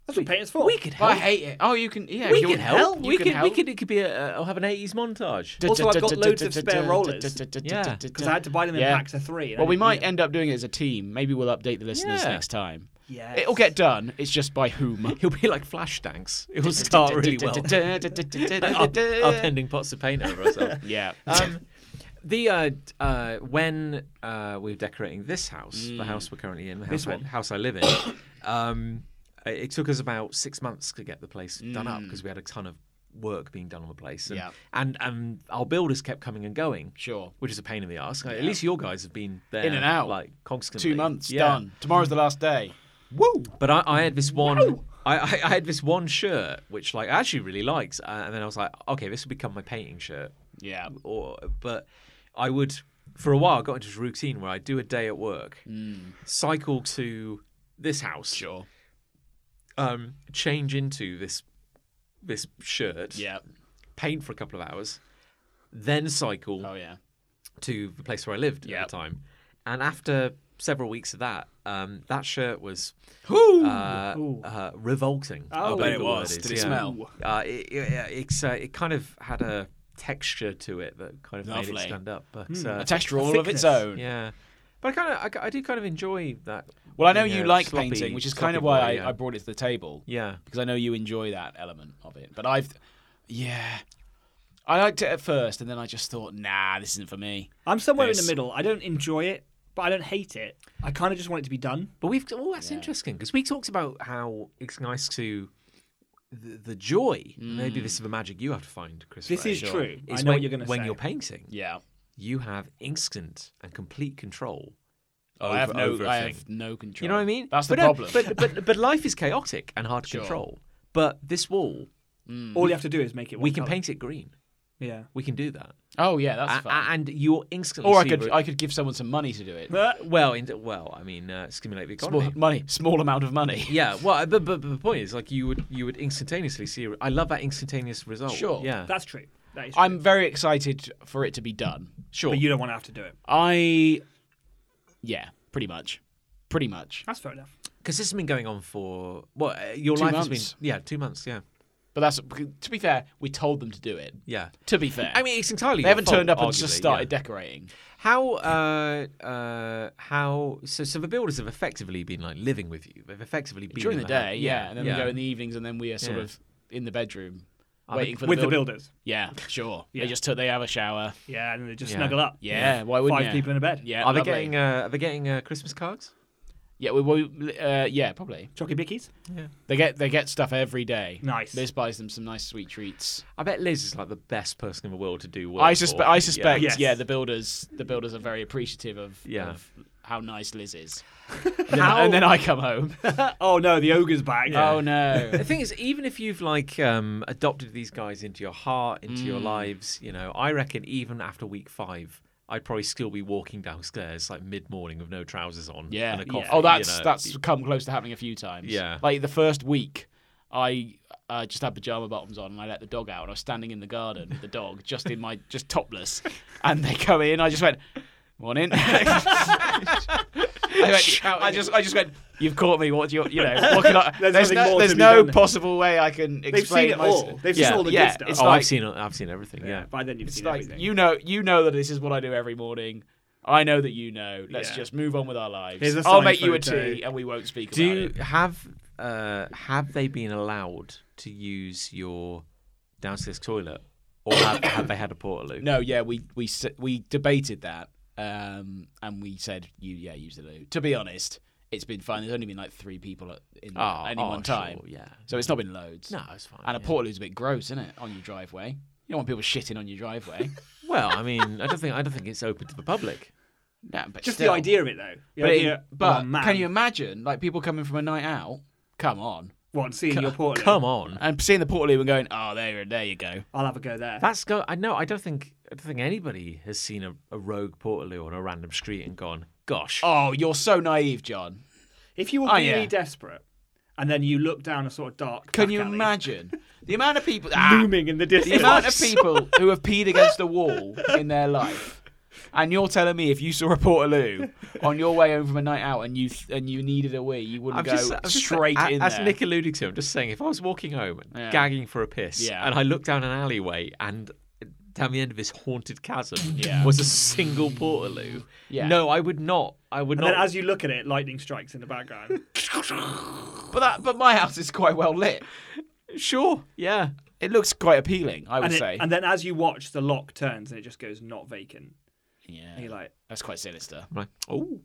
Speaker 3: That's what paint's for.
Speaker 1: We could
Speaker 2: But I
Speaker 1: help.
Speaker 2: hate it. Oh, you can. Yeah,
Speaker 1: we
Speaker 2: you
Speaker 1: could
Speaker 2: can
Speaker 1: help.
Speaker 2: You
Speaker 1: We
Speaker 2: can
Speaker 1: could. We
Speaker 2: help.
Speaker 1: could. It could be a. Uh, I'll have an '80s montage.
Speaker 3: Also, I've got loads of spare rollers.
Speaker 1: Yeah.
Speaker 3: Because I had to buy them in
Speaker 2: Yeah.
Speaker 3: packs of three. and I
Speaker 2: Well, we
Speaker 3: didn't
Speaker 2: might
Speaker 3: need
Speaker 2: end up doing it as a team. Maybe we'll update the listeners
Speaker 1: Yeah.
Speaker 2: next time.
Speaker 3: Yes.
Speaker 2: It'll get done. It's just by whom.
Speaker 1: He'll be like Flashdance. It will start really well. Up- Upending pots of paint over ourselves.
Speaker 2: Yeah.
Speaker 1: Um, the uh, d- uh, when uh, we were decorating this house,
Speaker 2: Mm.
Speaker 1: the house we're currently in, the house, I, house I live in, um, it- it took us about six months to get the place done up because we had a ton of work being done on the place, and
Speaker 2: Mm. Yeah.
Speaker 1: and, and our builders kept coming and going,
Speaker 2: Sure.
Speaker 1: which is a pain in the ass. At least your guys have been there
Speaker 2: In and out.
Speaker 1: like constantly,
Speaker 2: Two months
Speaker 1: Yeah.
Speaker 2: done. Tomorrow's the last day.
Speaker 1: Woo! But I, I had this one. I, I, I had this one shirt which like I actually really liked, uh, and then I was like, okay, this will become my painting shirt
Speaker 2: Yeah.
Speaker 1: or but I would for a while I got into this routine where I do a day at work, cycle to this house,
Speaker 2: Mm. Sure.
Speaker 1: um, change into this this shirt,
Speaker 2: Yeah.
Speaker 1: paint for a couple of hours, then cycle
Speaker 2: Oh yeah.
Speaker 1: to the place where I lived
Speaker 2: Yeah.
Speaker 1: at the time, and after several weeks of that, um, that shirt was uh, uh, revolting.
Speaker 3: Oh.
Speaker 1: I
Speaker 3: bet
Speaker 1: believe
Speaker 3: it
Speaker 1: the word
Speaker 2: was.
Speaker 1: is,
Speaker 2: Did it
Speaker 1: yeah.
Speaker 2: smell?
Speaker 1: Uh, it, it, it's, uh, it kind of had a texture to it that kind of made
Speaker 2: Lovely. Hmm,
Speaker 1: it stand up. But, uh,
Speaker 2: A texture all of
Speaker 3: thickness.
Speaker 2: its own.
Speaker 1: yeah. But I kind of, I, I do kind of enjoy that.
Speaker 2: Well, I know
Speaker 1: being
Speaker 2: you
Speaker 1: a
Speaker 2: like
Speaker 1: sloppy-
Speaker 2: painting, which is kind of
Speaker 1: sloppy
Speaker 2: why
Speaker 1: boy,
Speaker 2: I,
Speaker 1: yeah.
Speaker 2: I brought it to the table.
Speaker 1: yeah.
Speaker 2: because I know you enjoy that element of it. But I've, yeah, I liked it at first, and then I just thought, nah, this isn't for me.
Speaker 3: I'm somewhere in
Speaker 2: this.
Speaker 3: the middle. I don't enjoy it, but I don't hate it. I kind of just want it to be done.
Speaker 1: But we've oh, that's interesting because we talked about how it's nice to the, the joy. Maybe
Speaker 2: Mm.
Speaker 1: this is the magic you have to find, Chris.
Speaker 3: This
Speaker 1: Ray,
Speaker 3: is true. I
Speaker 1: is
Speaker 3: know
Speaker 1: when,
Speaker 3: what you're going to say.
Speaker 1: when you're painting,
Speaker 2: Yeah,
Speaker 1: you have instant and complete control.
Speaker 2: I have
Speaker 1: over-
Speaker 2: no,
Speaker 1: over a
Speaker 2: I
Speaker 1: thing.
Speaker 2: have no control.
Speaker 1: You know what I mean?
Speaker 2: That's the
Speaker 1: But no,
Speaker 2: problem.
Speaker 1: But, but but life is chaotic and hard to
Speaker 2: Sure.
Speaker 1: control. But this wall,
Speaker 2: Mm.
Speaker 3: All you have to do is make it.
Speaker 1: we
Speaker 3: one
Speaker 1: can
Speaker 3: colour.
Speaker 1: paint it green.
Speaker 3: Yeah.
Speaker 1: We can do that,
Speaker 2: oh yeah, that's
Speaker 1: A-
Speaker 2: fun.
Speaker 1: and you'll instantly.
Speaker 2: or I
Speaker 1: see
Speaker 2: could,
Speaker 1: re-
Speaker 2: I could give someone some money to do it.
Speaker 1: well, in, well, I mean, uh, stimulate the economy.
Speaker 2: Small money, small amount of money.
Speaker 1: Yeah, well, uh, but, but, but the point is, like, you would you would instantaneously see. I love that instantaneous result.
Speaker 2: Sure.
Speaker 1: Yeah.
Speaker 3: That's true. That is true.
Speaker 2: I'm very excited for it to be done.
Speaker 1: sure.
Speaker 3: but you don't want to have to do it.
Speaker 2: I, yeah, pretty much, pretty much.
Speaker 3: That's fair enough.
Speaker 1: Because this has been going on for well, uh, your
Speaker 2: Two
Speaker 1: life
Speaker 2: months.
Speaker 1: has been yeah, two months. Yeah.
Speaker 2: But that's to be fair. We told them to do it.
Speaker 1: Yeah.
Speaker 2: To be fair,
Speaker 1: I mean, it's entirely.
Speaker 2: they
Speaker 1: your
Speaker 2: haven't
Speaker 1: fault,
Speaker 2: turned up and just
Speaker 1: arguably,
Speaker 2: started
Speaker 1: yeah.
Speaker 2: decorating.
Speaker 1: How? Uh, uh, how? So, so the builders have effectively been like living with you. They've effectively been
Speaker 2: during
Speaker 1: in
Speaker 2: the day,
Speaker 1: house.
Speaker 2: yeah, and then
Speaker 1: yeah.
Speaker 2: we go in the evenings, and then we are sort
Speaker 1: Yeah.
Speaker 2: of in the bedroom
Speaker 1: I
Speaker 2: waiting
Speaker 1: mean,
Speaker 2: for the
Speaker 3: With the
Speaker 2: builder.
Speaker 3: builders.
Speaker 2: Yeah, sure.
Speaker 3: Yeah.
Speaker 2: They just took. They have a shower.
Speaker 3: Yeah, and they just
Speaker 1: Yeah.
Speaker 3: snuggle up.
Speaker 2: Yeah, why wouldn't
Speaker 3: Five
Speaker 2: ya?
Speaker 3: people in a bed.
Speaker 2: Yeah,
Speaker 1: Are they
Speaker 2: lovely.
Speaker 1: getting? Uh, are they getting uh, Christmas cards?
Speaker 2: Yeah, we, we, uh, yeah, probably.
Speaker 3: Chocky bickies.
Speaker 2: They get they get stuff every day.
Speaker 3: Nice.
Speaker 2: This buys them some nice sweet treats.
Speaker 1: I bet Liz is like the best person in the world to do work.
Speaker 2: I
Speaker 1: for.
Speaker 2: suspect. I suspect.
Speaker 1: Yeah.
Speaker 3: Yes.
Speaker 2: Yeah, the builders the builders are very appreciative of,
Speaker 1: Yeah.
Speaker 2: of how nice Liz is. and, then, I- and then I come home.
Speaker 3: oh no, the ogre's back.
Speaker 2: Oh no.
Speaker 1: The thing is, even if you've like um, adopted these guys into your heart, into
Speaker 2: Mm.
Speaker 1: your lives, you know, I reckon even after week five, I'd probably still be walking downstairs like mid morning with no trousers on.
Speaker 2: Yeah.
Speaker 1: and a coffee,
Speaker 2: Oh, that's
Speaker 1: you know.
Speaker 2: that's come close to happening a few times.
Speaker 1: Yeah.
Speaker 2: Like the first week, I uh, just had pajama bottoms on and I let the dog out and I was standing in the garden with the dog, just in my just topless, and they come in. I just went. Morning. I, went, I just, I just went. You've caught me. What do you, you know? What can I,
Speaker 3: There's
Speaker 2: there's
Speaker 3: nothing
Speaker 2: no,
Speaker 3: more
Speaker 2: there's
Speaker 3: to be
Speaker 2: no
Speaker 3: done.
Speaker 2: possible way I can explain.
Speaker 3: seen it
Speaker 2: my-
Speaker 3: all. They've seen
Speaker 2: yeah,
Speaker 3: all the good
Speaker 2: yeah,
Speaker 3: stuff.
Speaker 2: It's
Speaker 1: Oh,
Speaker 2: like,
Speaker 1: I've seen I've seen everything. Yeah.
Speaker 3: By then you've
Speaker 2: it's
Speaker 3: seen
Speaker 2: like
Speaker 3: everything.
Speaker 2: you know, you know that this is what I do every morning. I know that you know. Let's
Speaker 3: Yeah.
Speaker 2: just move on with our lives.
Speaker 3: Here's a
Speaker 2: I'll
Speaker 3: signed
Speaker 2: make you a
Speaker 3: photo.
Speaker 2: tea, and we won't speak
Speaker 1: Do
Speaker 2: about
Speaker 1: you
Speaker 2: it.
Speaker 1: have uh, have they been allowed to use your downstairs toilet, or have, have they had a portaloo?
Speaker 2: No, yeah, we we s- we debated that, um, and we said, "You yeah, use the loo." To be honest, it's been fine. There's only been like three people at, in
Speaker 3: Ah,
Speaker 1: Oh,
Speaker 2: any
Speaker 1: oh,
Speaker 2: one time,
Speaker 1: sure, yeah.
Speaker 2: so it's not been loads.
Speaker 1: No, it's fine.
Speaker 2: and a
Speaker 1: yeah.
Speaker 2: porta loo's a bit gross, isn't it, on your driveway? You don't want people shitting on your driveway.
Speaker 1: Well, I mean, I don't think I don't think it's open to the public.
Speaker 2: no, but
Speaker 3: Just
Speaker 2: still.
Speaker 3: the idea of it, though. The
Speaker 2: But, it-
Speaker 3: idea,
Speaker 2: but
Speaker 3: oh, man.
Speaker 2: can you imagine, like people coming from a night out? Come on,
Speaker 3: What, seeing your portal?
Speaker 1: Come on.
Speaker 2: and seeing the portaloo and going, "Oh, there, there you go."
Speaker 3: I'll have a go there.
Speaker 1: That's go. I know. I don't think. I don't think anybody has seen a, a rogue portaloo on a random street and gone, "Gosh,
Speaker 2: Oh, you're so naive, John.
Speaker 3: If you were
Speaker 2: Oh,
Speaker 3: really
Speaker 2: yeah.
Speaker 3: desperate, and then you look down a sort of dark.
Speaker 2: Can
Speaker 3: back
Speaker 2: you
Speaker 3: alley,
Speaker 2: imagine the amount of people? Ah,
Speaker 3: looming in the
Speaker 2: the
Speaker 3: distance?
Speaker 2: amount of people who have peed against the wall in their life. And you're telling me if you saw a portaloo on your way home from a night out and you and you needed a wee, you wouldn't go straight
Speaker 1: a-
Speaker 2: in
Speaker 1: as
Speaker 2: there.
Speaker 1: Nick alluded to, I'm just saying, if I was walking home, and
Speaker 2: Yeah.
Speaker 1: gagging for a piss,
Speaker 2: Yeah.
Speaker 1: and I looked down an alleyway and down the end of this haunted chasm
Speaker 2: Yeah.
Speaker 1: was a single portaloo,
Speaker 2: Yeah.
Speaker 1: no, I would not. I would
Speaker 3: And
Speaker 1: not.
Speaker 3: then as you look at it, lightning strikes in the background.
Speaker 2: But that, but my house is quite well lit.
Speaker 1: sure, yeah.
Speaker 2: It looks quite appealing, I would
Speaker 3: and, it-
Speaker 2: say.
Speaker 3: and then as you watch, the lock turns and it just goes not vacant. And
Speaker 2: yeah,
Speaker 3: you're like,
Speaker 2: that's quite sinister.
Speaker 1: I'm like, oh,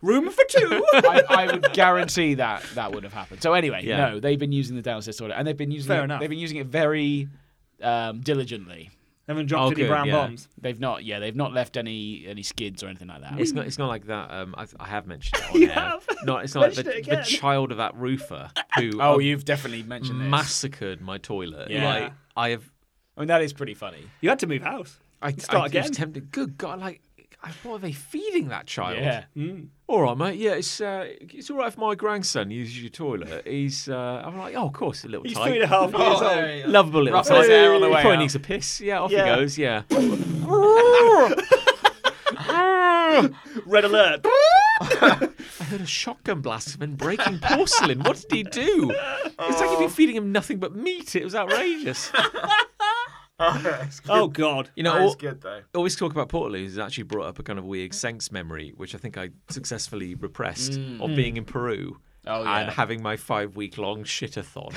Speaker 3: room for two?
Speaker 2: I, I would guarantee that that would have happened. So anyway,
Speaker 1: Yeah.
Speaker 2: no, they've been using the downstairs toilet, and they've been using
Speaker 3: Fair
Speaker 2: it,
Speaker 3: enough.
Speaker 2: They've been using it very um, diligently.
Speaker 3: Haven't dropped
Speaker 1: Oh,
Speaker 3: any
Speaker 1: good,
Speaker 3: brown
Speaker 1: yeah.
Speaker 3: bombs.
Speaker 2: They've not, yeah, they've not left any any skids or anything like that.
Speaker 1: it's not. It's not like that. Um, I, I have mentioned it. On
Speaker 3: You
Speaker 1: air.
Speaker 3: have?
Speaker 1: Not. It's not like
Speaker 3: Mention
Speaker 1: the,
Speaker 3: it
Speaker 1: the
Speaker 3: again.
Speaker 1: child of that roofer who
Speaker 2: oh,
Speaker 1: uh,
Speaker 2: you've definitely mentioned this.
Speaker 1: massacred my toilet.
Speaker 2: Yeah.
Speaker 1: Like I have.
Speaker 2: I mean, that is pretty funny.
Speaker 3: You had to move house.
Speaker 1: I
Speaker 3: Start
Speaker 1: I,
Speaker 3: again.
Speaker 1: I was tempted. Good God! Like, I, what are they feeding that child?
Speaker 2: Yeah.
Speaker 1: All right, mate. Yeah, it's uh, it's all right if my grandson uses your toilet. He's. Uh, I'm like, oh, of course, a little
Speaker 3: He's
Speaker 1: tyke.
Speaker 3: three and a half years
Speaker 1: Oh.
Speaker 3: old.
Speaker 2: Oh.
Speaker 1: Lovable little
Speaker 2: Rough on his
Speaker 1: tyke.
Speaker 2: hair on the
Speaker 1: He
Speaker 2: way
Speaker 1: Probably
Speaker 2: out.
Speaker 1: needs a piss. Yeah, off
Speaker 3: Yeah.
Speaker 1: he goes. Yeah.
Speaker 3: Red alert.
Speaker 1: I heard a shotgun blast and then breaking porcelain. What did he do? It's like he'd been feeding him nothing but meat. It was outrageous.
Speaker 3: oh, God.
Speaker 1: You know, all,
Speaker 2: good though.
Speaker 1: always talk about Portaloos has actually brought up a kind of weird sense memory, which I think I successfully repressed, of being in Peru.
Speaker 2: Oh, yeah.
Speaker 1: And having my five week long shitathon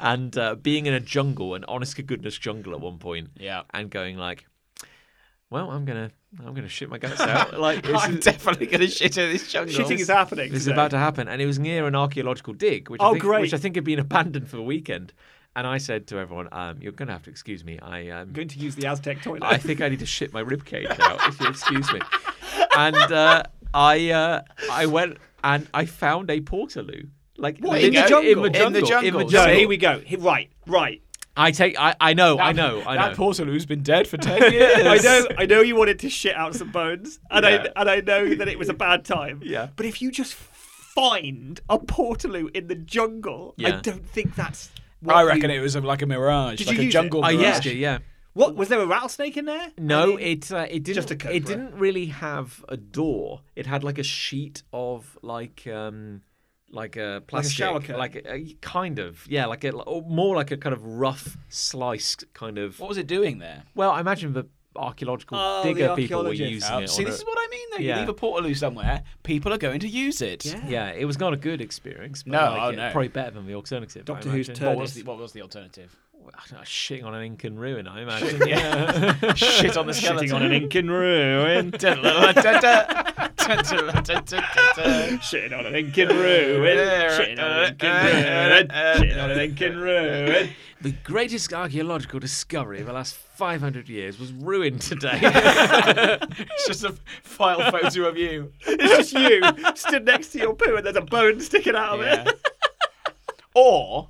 Speaker 1: and uh, being in a jungle, an honest to goodness jungle at one point,
Speaker 2: Yeah.
Speaker 1: and going like, "Well, I'm gonna, I'm gonna shit my guts out." like, this
Speaker 2: I'm
Speaker 1: is-
Speaker 2: definitely gonna shit in this jungle.
Speaker 3: Shitting is happening.
Speaker 1: This is
Speaker 3: today.
Speaker 1: about to happen, and it was near an archaeological dig, which
Speaker 3: Oh,
Speaker 1: I think,
Speaker 3: great.
Speaker 1: which I think had been abandoned for the weekend. And I said to everyone, um, "You're going to have to excuse me. I um,
Speaker 3: going to use the Aztec toilet.
Speaker 1: I think I need to shit my ribcage out, if you'll excuse me. And uh, I uh, I went and I found a portaloo. Like
Speaker 2: in the
Speaker 1: literally
Speaker 2: jungle?
Speaker 1: in the jungle.
Speaker 2: In the jungle.
Speaker 1: in the
Speaker 3: no,
Speaker 2: So-
Speaker 3: here we go. Here- right, right.
Speaker 1: I take I, I know, I know, I know.
Speaker 2: That portaloo's been dead for ten years.
Speaker 3: I know, I know you wanted to shit out some bones, and
Speaker 1: Yeah.
Speaker 3: I and I know that it was a bad time.
Speaker 1: Yeah.
Speaker 3: But if you just find a portaloo in the jungle, I
Speaker 1: Yeah.
Speaker 3: don't think that's. What
Speaker 2: I reckon
Speaker 3: you-
Speaker 2: it was a, like a mirage,
Speaker 3: Did
Speaker 2: like
Speaker 3: you
Speaker 2: a
Speaker 3: use
Speaker 2: jungle
Speaker 3: it?
Speaker 1: I
Speaker 3: Oh,
Speaker 2: mirage.
Speaker 1: used it, yeah.
Speaker 3: What was there a rattlesnake in there?
Speaker 1: No, it uh, it didn't.
Speaker 3: Just a cobra.
Speaker 1: It didn't really have a door. It had like a sheet of like um like a plastic,
Speaker 3: shower curtain.
Speaker 1: like a, a- kind of yeah, like a or more like a kind of rough sliced kind of.
Speaker 2: What was it doing there?
Speaker 1: Well, I imagine the archaeological
Speaker 3: Oh, the
Speaker 1: digger people were
Speaker 3: archaeologists.
Speaker 1: using
Speaker 2: Oh,
Speaker 1: it.
Speaker 2: see,
Speaker 1: on
Speaker 2: this
Speaker 1: a-
Speaker 2: is what I mean though. You
Speaker 1: Yeah.
Speaker 2: leave a portaloo somewhere, people are going to use it.
Speaker 3: Yeah.
Speaker 1: yeah, it was not a good experience. But
Speaker 2: No,
Speaker 1: like,
Speaker 2: oh,
Speaker 1: it-
Speaker 2: no.
Speaker 1: probably better than the alternative.
Speaker 3: Doctor
Speaker 1: I
Speaker 3: Who's
Speaker 1: imagine.
Speaker 3: turd.
Speaker 2: What was the, what was the alternative?
Speaker 1: Well, I don't know, shitting on an Incan ruin, I imagine. yeah.
Speaker 2: Shit on the skeleton.
Speaker 3: Shitting on an Incan ruin. Shitting on an Incan ruin. Shitting on an Incan ruin. Shitting on an Incan ruin.
Speaker 1: the greatest archaeological discovery of the last 500 years was ruined today.
Speaker 2: It's just a file photo of you.
Speaker 3: It's just you stood next to your poo and there's a bone sticking out of
Speaker 2: Yeah.
Speaker 3: it.
Speaker 2: Or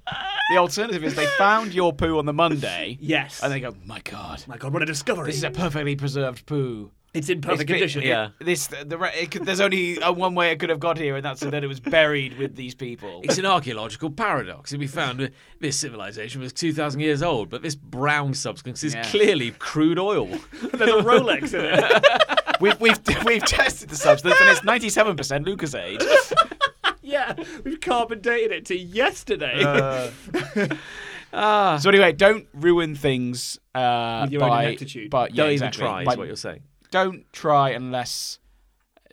Speaker 2: the alternative is they found your poo on the Monday
Speaker 3: Yes.
Speaker 2: and they go, my God,
Speaker 3: My God, what a discovery!
Speaker 2: this is a perfectly preserved poo.
Speaker 3: it's in perfect
Speaker 2: bit-
Speaker 3: condition.
Speaker 1: yeah.
Speaker 2: This the re- it could, there's only uh, one way it could have got here, and that's that it was buried with these people.
Speaker 1: It's an archaeological paradox. We found that this civilization was 2,000 years old, but this brown substance is
Speaker 2: Yeah.
Speaker 1: clearly crude oil.
Speaker 3: There's a Rolex in it.
Speaker 2: We've we've we've tested the substance, and it's 97 percent Lucasade.
Speaker 3: Yeah, we've carbon dated it to yesterday.
Speaker 2: Uh, So anyway, don't ruin things uh,
Speaker 3: With your own
Speaker 2: by
Speaker 3: ineptitude.
Speaker 2: But yeah,
Speaker 1: Don't
Speaker 2: exactly.
Speaker 1: even try,
Speaker 2: By-
Speaker 1: is what you're saying.
Speaker 2: Don't try unless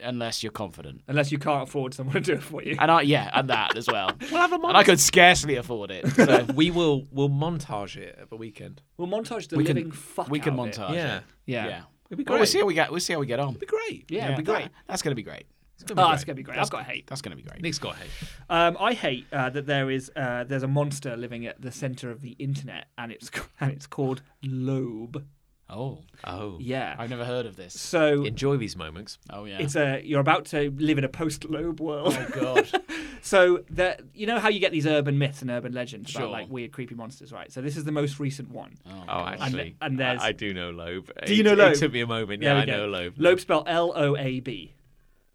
Speaker 2: unless you're confident.
Speaker 3: Unless you can't afford someone to do it for you.
Speaker 2: And I yeah, and that as well.
Speaker 1: We'll have a
Speaker 2: and I could scarcely afford it. So
Speaker 1: we will we'll montage it at the weekend.
Speaker 3: We'll montage the
Speaker 2: we
Speaker 3: living
Speaker 2: can
Speaker 3: fuck
Speaker 2: we can
Speaker 3: out of it.
Speaker 2: montage.
Speaker 1: Yeah.
Speaker 2: it.
Speaker 3: Yeah.
Speaker 2: yeah.
Speaker 1: It'd be great.
Speaker 2: Well, we'll see how we get. We'll see how we get on.
Speaker 1: It'd be great.
Speaker 3: Yeah, it'd be great.
Speaker 2: that- that's gonna be great.
Speaker 1: It's gonna
Speaker 3: Oh,
Speaker 1: be
Speaker 3: that's
Speaker 1: great.
Speaker 3: gonna be great. I've got hate.
Speaker 2: That's gonna be great.
Speaker 1: Nick's got hate.
Speaker 3: Um, I hate uh, that there is uh, there's a monster living at the center of the internet, and it's and it's called Lobe.
Speaker 2: Oh,
Speaker 1: Oh.
Speaker 3: Yeah.
Speaker 2: I've never heard of this.
Speaker 3: So
Speaker 1: Enjoy these moments.
Speaker 2: Oh yeah.
Speaker 3: it's a you're about to live in a post Lobe world.
Speaker 2: oh god.
Speaker 3: So that you know how you get these urban myths and urban legends
Speaker 2: Sure.
Speaker 3: about like weird creepy monsters, right? So this is the most recent one.
Speaker 2: Oh,
Speaker 1: Oh,
Speaker 2: God.
Speaker 1: actually.
Speaker 3: and there's-
Speaker 1: I, I do know Loeb.
Speaker 3: Do
Speaker 1: It-
Speaker 3: you know Loeb?
Speaker 1: It took me a moment.
Speaker 3: There
Speaker 1: Yeah,
Speaker 3: we
Speaker 1: I
Speaker 3: go.
Speaker 1: know Loeb.
Speaker 3: Lobe spelled L O A B.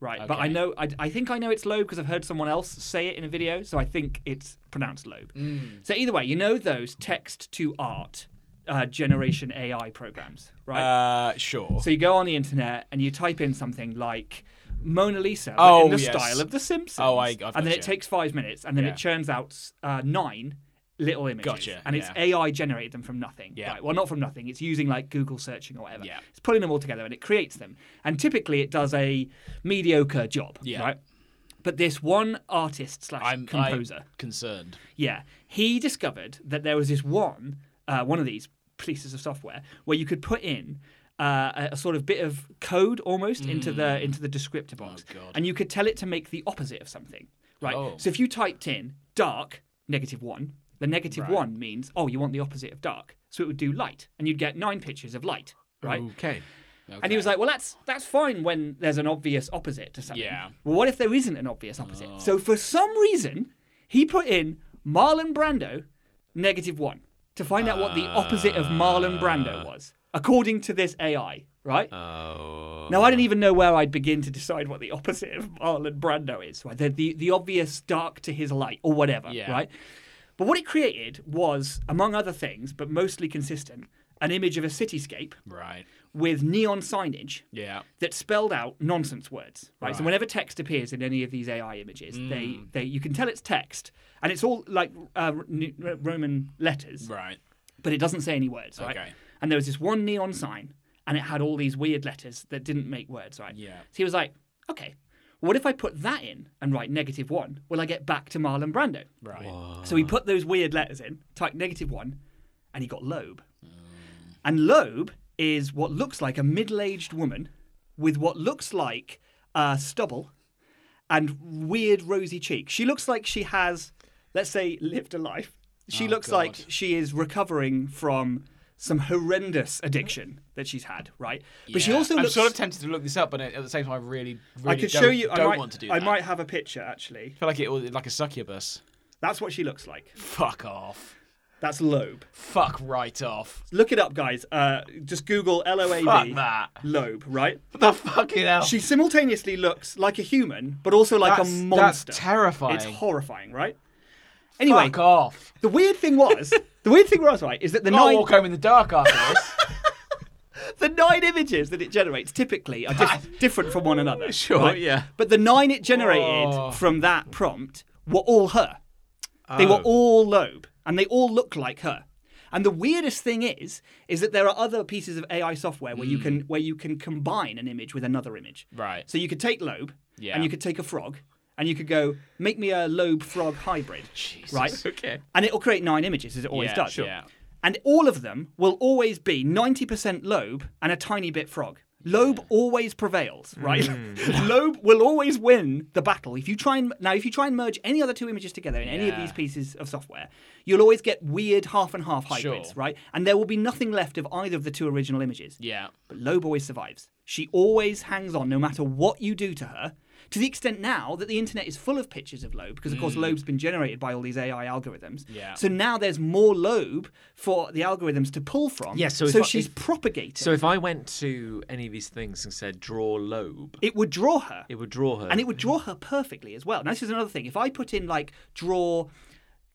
Speaker 3: Right, but I
Speaker 2: Okay.
Speaker 3: know I, I think I know it's Lobe because I've heard someone else say it in a video, so I think it's pronounced Lobe.
Speaker 1: Hmm.
Speaker 3: So either way, you know those text to art uh, generation AI programs, right?
Speaker 2: Uh, sure.
Speaker 3: so you go on the internet and you type in something like Mona Lisa but
Speaker 2: Oh,
Speaker 3: in the
Speaker 2: yes.
Speaker 3: style of The Simpsons.
Speaker 2: Oh, I- I've
Speaker 3: and then
Speaker 2: gotcha.
Speaker 3: it takes five minutes, and then
Speaker 2: Yeah.
Speaker 3: it churns out uh, nine little images.
Speaker 2: Gotcha,
Speaker 3: And it's
Speaker 2: yeah.
Speaker 3: AI generated them from nothing.
Speaker 2: Yeah.
Speaker 3: Right. Well, not from nothing. It's using like Google searching or whatever.
Speaker 2: Yeah.
Speaker 3: It's pulling them all together and it creates them. And typically it does a mediocre job.
Speaker 2: Yeah.
Speaker 3: Right. But this one artist slash
Speaker 2: I'm
Speaker 3: composer.
Speaker 2: I'm concerned.
Speaker 3: Yeah, he discovered that there was this one, uh, one of these pieces of software where you could put in uh, a, a sort of bit of code almost into the into the descriptor box,
Speaker 2: Mm. Oh, God.
Speaker 3: and you could tell it to make the opposite of something. Right.
Speaker 2: Oh.
Speaker 3: So if you typed in dark negative one, the negative one means oh you want the opposite of dark, so it would do light, and you'd get nine pictures of light. Right.
Speaker 1: Okay.
Speaker 3: And he was like, "Well, that's that's fine when there's an obvious opposite to something.
Speaker 2: Yeah.
Speaker 3: Well, what if there isn't an obvious opposite? So for some reason, he put in Marlon Brando, negative one, to find out what the opposite of Marlon Brando was, according to this AI, right?
Speaker 1: Oh.
Speaker 3: now I didn't even know where I'd begin to decide what the opposite of Marlon Brando is, right? The the, the obvious dark to his light or whatever,
Speaker 2: Yeah.
Speaker 3: right? But what it created was, among other things, but mostly consistent, an image of a cityscape
Speaker 2: right.
Speaker 3: with neon signage
Speaker 2: Yeah.
Speaker 3: that spelled out nonsense words. Right? So whenever text appears in any of these AI images, they,
Speaker 2: Hmm.
Speaker 3: they you can tell it's text, and it's all like uh, r- n- r- Roman letters,
Speaker 2: Right.
Speaker 3: but it doesn't say any words. Right?
Speaker 2: Okay.
Speaker 3: And there was this one neon sign, and it had all these weird letters that didn't make words. Right.
Speaker 2: Yeah.
Speaker 3: So he was like, okay. What if I put that in and write negative one? Will I get back to Marlon Brando?
Speaker 2: Right.
Speaker 3: So he put those weird letters in, typed negative one, and he got Loeb. And Loeb is what looks like a middle aged woman with what looks like uh, stubble and weird rosy cheeks. She looks like she has, let's say, lived a life. She
Speaker 2: Oh,
Speaker 3: looks
Speaker 2: God.
Speaker 3: like she is recovering from some horrendous addiction that she's had, right? But she
Speaker 2: Yeah.
Speaker 3: also
Speaker 2: I'm
Speaker 3: looks.
Speaker 2: sort of tempted to look this up, but at the same time, I really,
Speaker 3: I
Speaker 2: really
Speaker 3: could
Speaker 2: don't,
Speaker 3: show you. I
Speaker 2: don't
Speaker 3: might,
Speaker 2: want to do
Speaker 3: I
Speaker 2: that.
Speaker 3: might have a picture actually.
Speaker 2: I feel like it was like a succubus.
Speaker 3: That's what she looks like.
Speaker 2: Fuck off.
Speaker 3: That's Loeb.
Speaker 2: Fuck right off.
Speaker 3: Look it up, guys. Uh, just Google L O A
Speaker 2: Fuck
Speaker 3: B
Speaker 2: that.
Speaker 3: Loeb, right?
Speaker 2: What the fucking hell?
Speaker 3: She simultaneously looks like a human, but also like
Speaker 2: That's-
Speaker 3: a
Speaker 2: that's
Speaker 3: monster.
Speaker 2: terrifying.
Speaker 3: It's horrifying, right? Anyway,
Speaker 2: Fuck off.
Speaker 3: the weird thing was, the weird thing was, right, is that the
Speaker 2: I'll
Speaker 3: nine,
Speaker 2: walk home in the dark after this.
Speaker 3: the nine images that it generates typically are dif- different from one another.
Speaker 1: Sure,
Speaker 3: right?
Speaker 1: yeah.
Speaker 3: But the nine it generated
Speaker 2: Oh.
Speaker 3: from that prompt were all her. They were
Speaker 1: Oh.
Speaker 3: all Loeb, and they all look like her. And the weirdest thing is, is that there are other pieces of AI software where you can where you can combine an image with another image.
Speaker 2: Mm. Right.
Speaker 3: So you could take Loeb,
Speaker 2: Yeah.
Speaker 3: and you could take a frog, and you could go make me a Loeb frog hybrid. Right.
Speaker 1: Okay.
Speaker 3: And it'll create nine images as it always
Speaker 2: Yeah,
Speaker 3: does.
Speaker 2: sure. Yeah.
Speaker 3: And all of them will always be 90% Loeb and a tiny bit frog. Loeb always prevails, right?
Speaker 2: Mm.
Speaker 3: Loeb will always win the battle. If you try and now if you try and merge any other two images together in any of
Speaker 2: Yeah.
Speaker 3: these pieces of software, you'll always get weird half and half hybrids,
Speaker 2: Sure.
Speaker 3: right? And there will be nothing left of either of the two original images.
Speaker 2: Yeah.
Speaker 3: But Loeb always survives. She always hangs on no matter what you do to her. To the extent now that the internet is full of pictures of Loeb, because of
Speaker 1: Mm.
Speaker 3: course Loeb's been generated by all these AI algorithms.
Speaker 2: Yeah.
Speaker 3: So now there's more Loeb for the algorithms to pull from.
Speaker 1: Yeah, so if I-
Speaker 3: she's
Speaker 1: if-
Speaker 3: propagating.
Speaker 1: So if I went to any of these things and said draw Loeb,
Speaker 3: it would draw her.
Speaker 1: it would draw her.
Speaker 3: and it would draw her perfectly as well. Now this is another thing. If I put in like draw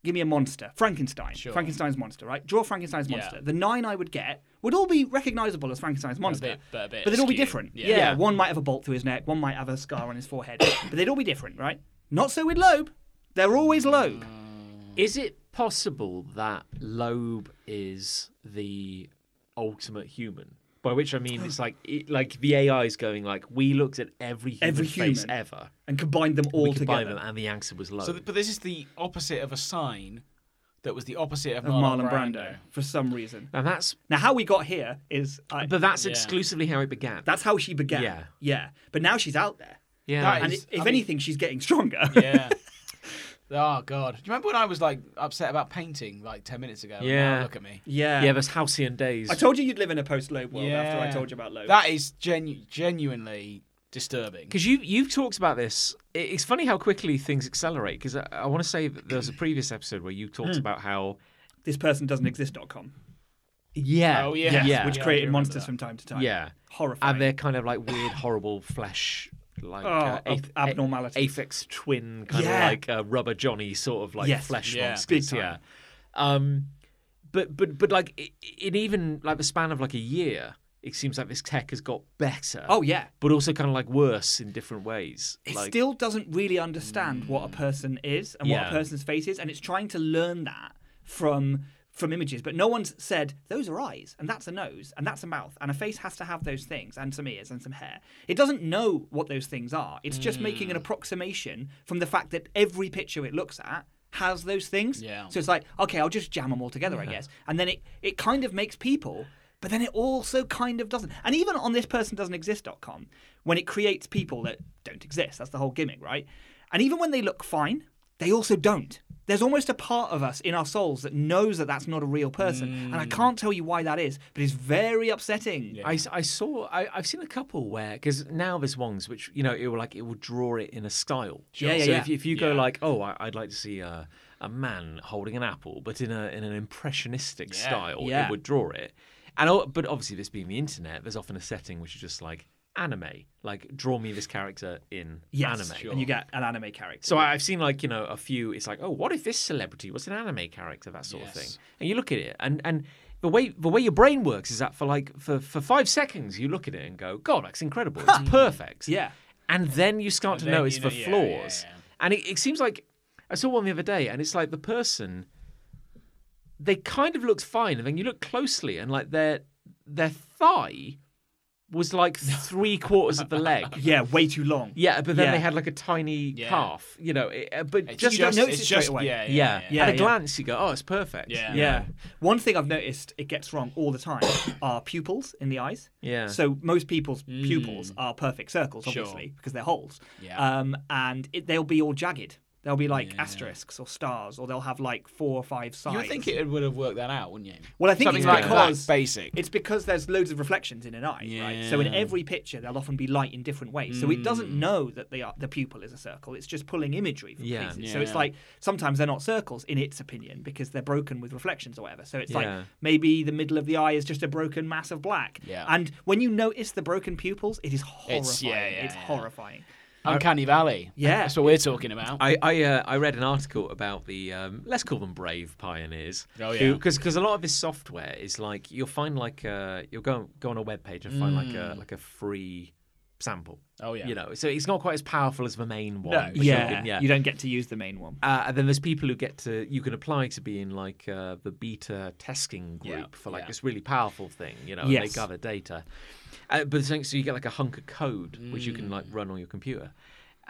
Speaker 3: give me a monster, Frankenstein. Frankenstein's monster, right? Draw Frankenstein's monster. The nine I would get would all be recognizable as Frankenstein's monster.
Speaker 2: bit- but a bit
Speaker 3: they'd all be
Speaker 2: askew.
Speaker 3: different.
Speaker 2: Yeah.
Speaker 3: Yeah. One might have a bolt through his neck, one might have a scar on his forehead. but they'd all be different, right? Not so with Loeb. They're always Loeb.
Speaker 2: Mm.
Speaker 1: Is it possible that Loeb is the ultimate human? By which I mean, it's like it, like the AI is going like we looked at every human
Speaker 3: Every
Speaker 1: face
Speaker 3: human.
Speaker 1: ever,
Speaker 3: And combine them all
Speaker 1: we could buy
Speaker 3: together.
Speaker 1: them, and the answer was Loeb.
Speaker 2: So, th- but this is the opposite of a sign. that was the opposite of,
Speaker 3: of
Speaker 2: Marlon,
Speaker 3: Marlon Brando,
Speaker 2: Brando.
Speaker 3: for some reason.
Speaker 1: And that's
Speaker 3: Now, how we got here is I,
Speaker 1: but that's
Speaker 2: Yeah.
Speaker 1: exclusively how it began.
Speaker 3: that's how she began.
Speaker 1: Yeah.
Speaker 3: yeah. But now she's out there,
Speaker 1: yeah.
Speaker 2: that
Speaker 3: and
Speaker 2: Is-
Speaker 3: if
Speaker 2: I mean-
Speaker 3: anything, she's getting stronger.
Speaker 2: Yeah. Oh God! Do you remember when I was like upset about painting like ten minutes ago? and now
Speaker 1: Yeah.
Speaker 2: look at me.
Speaker 3: yeah.
Speaker 1: yeah, there's halcyon days.
Speaker 3: I told you you'd live in a post-Loeb world after I
Speaker 2: Yeah.
Speaker 3: told you about Loeb.
Speaker 2: That is genu- genuinely disturbing.
Speaker 1: Because you you've talked about this. I- It's funny how quickly things accelerate. Because I, I want to say that there was a previous episode where you talked about how
Speaker 3: this person doesn't exist.com,
Speaker 1: yeah
Speaker 2: Oh, yeah.
Speaker 1: yeah
Speaker 3: which
Speaker 2: Yeah, I do
Speaker 3: created
Speaker 2: remember
Speaker 3: monsters
Speaker 2: that.
Speaker 3: from time to time.
Speaker 1: yeah
Speaker 3: horrifying.
Speaker 1: and they're kind of like weird horrible flesh like
Speaker 3: Oh,
Speaker 1: uh,
Speaker 3: ab-
Speaker 1: aph-
Speaker 3: abnormality.
Speaker 1: aphex twin kind
Speaker 3: Yeah.
Speaker 1: of like uh, rubber Johnny sort of like
Speaker 3: Yes.
Speaker 1: flesh
Speaker 2: Yeah.
Speaker 1: monsters.
Speaker 3: Big
Speaker 1: Yeah.
Speaker 3: time.
Speaker 1: Um, but but but like i- in even like the span of like a year, it seems like this tech has got better.
Speaker 3: oh yeah.
Speaker 1: but also kind of like worse in different ways.
Speaker 3: It
Speaker 1: like
Speaker 3: still doesn't really understand what a person is and what
Speaker 1: Yeah.
Speaker 3: a person's face is, and it's trying to learn that from from images. But no one's said those are eyes, and that's a nose, and that's a mouth, and a face has to have those things, and some ears, and some hair. It doesn't know what those things are. It's just making an
Speaker 1: Hmm.
Speaker 3: approximation from the fact that every picture it looks at has those things.
Speaker 2: Yeah.
Speaker 3: So it's like, okay, I'll just jam them all together, I guess. And then it, it kind of makes people, but then it also kind of doesn't. And even on this person doesn't exist.com, when it creates people that don't exist, that's the whole gimmick, right? And even when they look fine, they also don't. There's almost a part of us in our souls that knows that that's not a real person. And
Speaker 1: Mm.
Speaker 3: I can't tell you why that is, but it's very upsetting.
Speaker 1: I, s- I saw I, I've seen a couple where because now there's ones which you know it will like it will draw it in a style.
Speaker 3: Sure. Yeah, yeah,
Speaker 1: so
Speaker 3: yeah.
Speaker 1: If, if you go
Speaker 2: Yeah.
Speaker 1: like oh I, I'd like to see a, a man holding an apple but in a in an impressionistic
Speaker 2: Yeah.
Speaker 1: style
Speaker 3: Yeah.
Speaker 1: it would draw it. And o- but obviously this being the internet there's often a setting which is just like anime like draw me this character in
Speaker 3: Yes,
Speaker 1: anime.
Speaker 3: And you get an anime character.
Speaker 1: So I- I've seen like you know a few. It's like oh, what if this celebrity was an anime character, that sort of thing.
Speaker 2: Yes.
Speaker 1: And you look at it, and and the way the way your brain works is that for like for for five seconds you look at it and go, God, that's incredible, it's perfect.
Speaker 3: Yeah.
Speaker 1: And then you start to
Speaker 2: then
Speaker 1: know
Speaker 2: you
Speaker 1: it's
Speaker 2: know-
Speaker 1: for
Speaker 2: yeah, yeah,
Speaker 1: flaws,
Speaker 2: yeah.
Speaker 1: and it, it seems like I saw one the other day, and it's like the person they kind of looked fine, and then you look closely, and like their their thigh was like three quarters of the leg.
Speaker 3: Yeah, way too long.
Speaker 1: Yeah, but then
Speaker 3: Yeah.
Speaker 1: they had like a tiny
Speaker 2: Yeah.
Speaker 1: calf, you know. It, uh, but
Speaker 2: It's
Speaker 1: just,
Speaker 3: you don't notice
Speaker 2: it's
Speaker 3: it straight away.
Speaker 2: Yeah,
Speaker 1: yeah,
Speaker 2: yeah, yeah.
Speaker 1: at a
Speaker 3: yeah.
Speaker 1: glance you go, oh, it's perfect.
Speaker 2: Yeah.
Speaker 3: Yeah. One thing I've noticed it gets wrong all the time are pupils in the eyes.
Speaker 1: Yeah.
Speaker 3: So most people's pupils are perfect circles,
Speaker 2: Mm. Sure.
Speaker 3: obviously, because they're holes.
Speaker 2: Yeah.
Speaker 3: Um, and it, they'll be all jagged. They'll be like asterisks or stars, or they'll have like four or five sides.
Speaker 2: You would think it would have worked that out, wouldn't you?
Speaker 3: Well, I think
Speaker 2: Something
Speaker 3: it's
Speaker 2: like
Speaker 3: because-
Speaker 2: that basic.
Speaker 3: It's because there's loads of reflections in an eye, right? So in
Speaker 2: Yeah.
Speaker 3: every picture, there'll often be light in different ways. So it
Speaker 1: Mm.
Speaker 3: doesn't know that they are, the pupil is a circle. It's just pulling imagery from
Speaker 1: Yeah.
Speaker 3: pieces. So it's
Speaker 2: Yeah.
Speaker 3: like sometimes they're not circles in its opinion because they're broken with reflections or whatever. So it's
Speaker 1: Yeah.
Speaker 3: like maybe the middle of the eye is just a broken mass of black.
Speaker 2: Yeah.
Speaker 3: And when you notice the broken pupils, it is horrifying.
Speaker 2: It's-
Speaker 3: It's,
Speaker 2: yeah, yeah, yeah.
Speaker 3: horrifying.
Speaker 2: Uncanny Valley.
Speaker 3: Yeah.
Speaker 2: that's what we're talking about.
Speaker 1: I I, uh, I read an article about the um, let's call them brave pioneers.
Speaker 2: Oh, yeah.
Speaker 1: Because because a lot of this software is like you'll find like uh you'll go go on a web page and find like a like a free sample.
Speaker 2: Mm. Oh, yeah.
Speaker 1: You know, so it's not quite as powerful as the main one.
Speaker 2: No,
Speaker 1: which you can-
Speaker 3: You don't get to use the main one.
Speaker 1: Uh, and then there's people who get to you can apply to be in like uh, the beta testing group
Speaker 2: Yeah,
Speaker 1: for like
Speaker 2: yeah.
Speaker 1: this really powerful thing, you know. And they
Speaker 3: Yes.
Speaker 1: gather data, uh, but so so you get like a hunk of code which you can like
Speaker 2: Mm.
Speaker 1: run on your computer.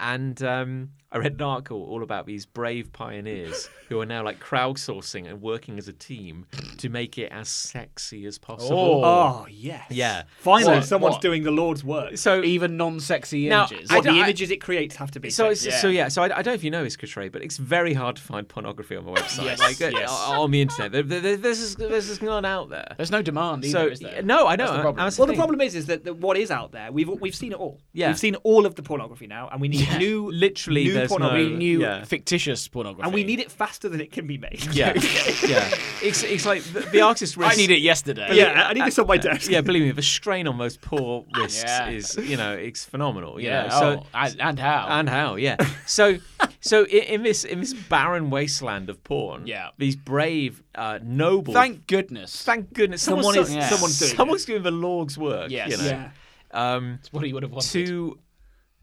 Speaker 1: And um, I read an article all about these brave pioneers who are now like crowdsourcing and working as a team to make it as sexy as possible.
Speaker 3: Oh, yes.
Speaker 1: Yeah.
Speaker 3: Finally,
Speaker 2: What?
Speaker 3: someone's
Speaker 2: What?
Speaker 3: doing the Lord's work.
Speaker 1: So
Speaker 2: Even non-sexy
Speaker 1: Now,
Speaker 2: images.
Speaker 1: I
Speaker 3: What
Speaker 1: don't-
Speaker 3: the images it creates have to be.
Speaker 1: So, it's,
Speaker 3: fixed.
Speaker 1: so yeah, so I, I don't know if you know this, Katray, but it's very hard to find pornography on the website,
Speaker 2: Yes,
Speaker 1: like uh,
Speaker 2: yes.
Speaker 1: o- on the internet. There, there, there's just- there's just none out there.
Speaker 2: There's no demand either,
Speaker 1: So
Speaker 2: is there?
Speaker 1: no, I know.
Speaker 2: That's the
Speaker 1: and
Speaker 2: problem.
Speaker 1: that's
Speaker 3: Well, the
Speaker 1: thing.
Speaker 3: problem is, is that the, what is out there, we've we've seen it all.
Speaker 1: Yeah.
Speaker 3: we've seen all of the pornography now, and we need new,
Speaker 1: literally,
Speaker 3: new
Speaker 1: there's
Speaker 3: pornography,
Speaker 1: no-
Speaker 2: new
Speaker 1: Yeah.
Speaker 2: fictitious pornography.
Speaker 3: and we need it faster than it can be made.
Speaker 1: yeah, yeah. It's it's like the, the artist wrist.
Speaker 2: I need it yesterday.
Speaker 3: yeah. I need this on my desk.
Speaker 1: Yeah, believe me, the strain on those poor wrists
Speaker 2: Yeah.
Speaker 1: is you know it's phenomenal. You know?
Speaker 2: Yeah. oh,
Speaker 1: So
Speaker 2: and, and how?
Speaker 1: and how? Yeah. So so i- in this in this barren wasteland of porn,
Speaker 2: Yeah.
Speaker 1: these brave, uh, noble,
Speaker 2: Thank goodness.
Speaker 1: thank goodness someone
Speaker 3: Someone
Speaker 1: is,
Speaker 3: is-
Speaker 2: Yeah.
Speaker 1: someone's
Speaker 3: someone's
Speaker 1: doing
Speaker 3: doing
Speaker 1: the Lord's work.
Speaker 2: Yes.
Speaker 1: you know.
Speaker 3: yeah.
Speaker 1: Um,
Speaker 2: That's what he would have wanted.
Speaker 1: to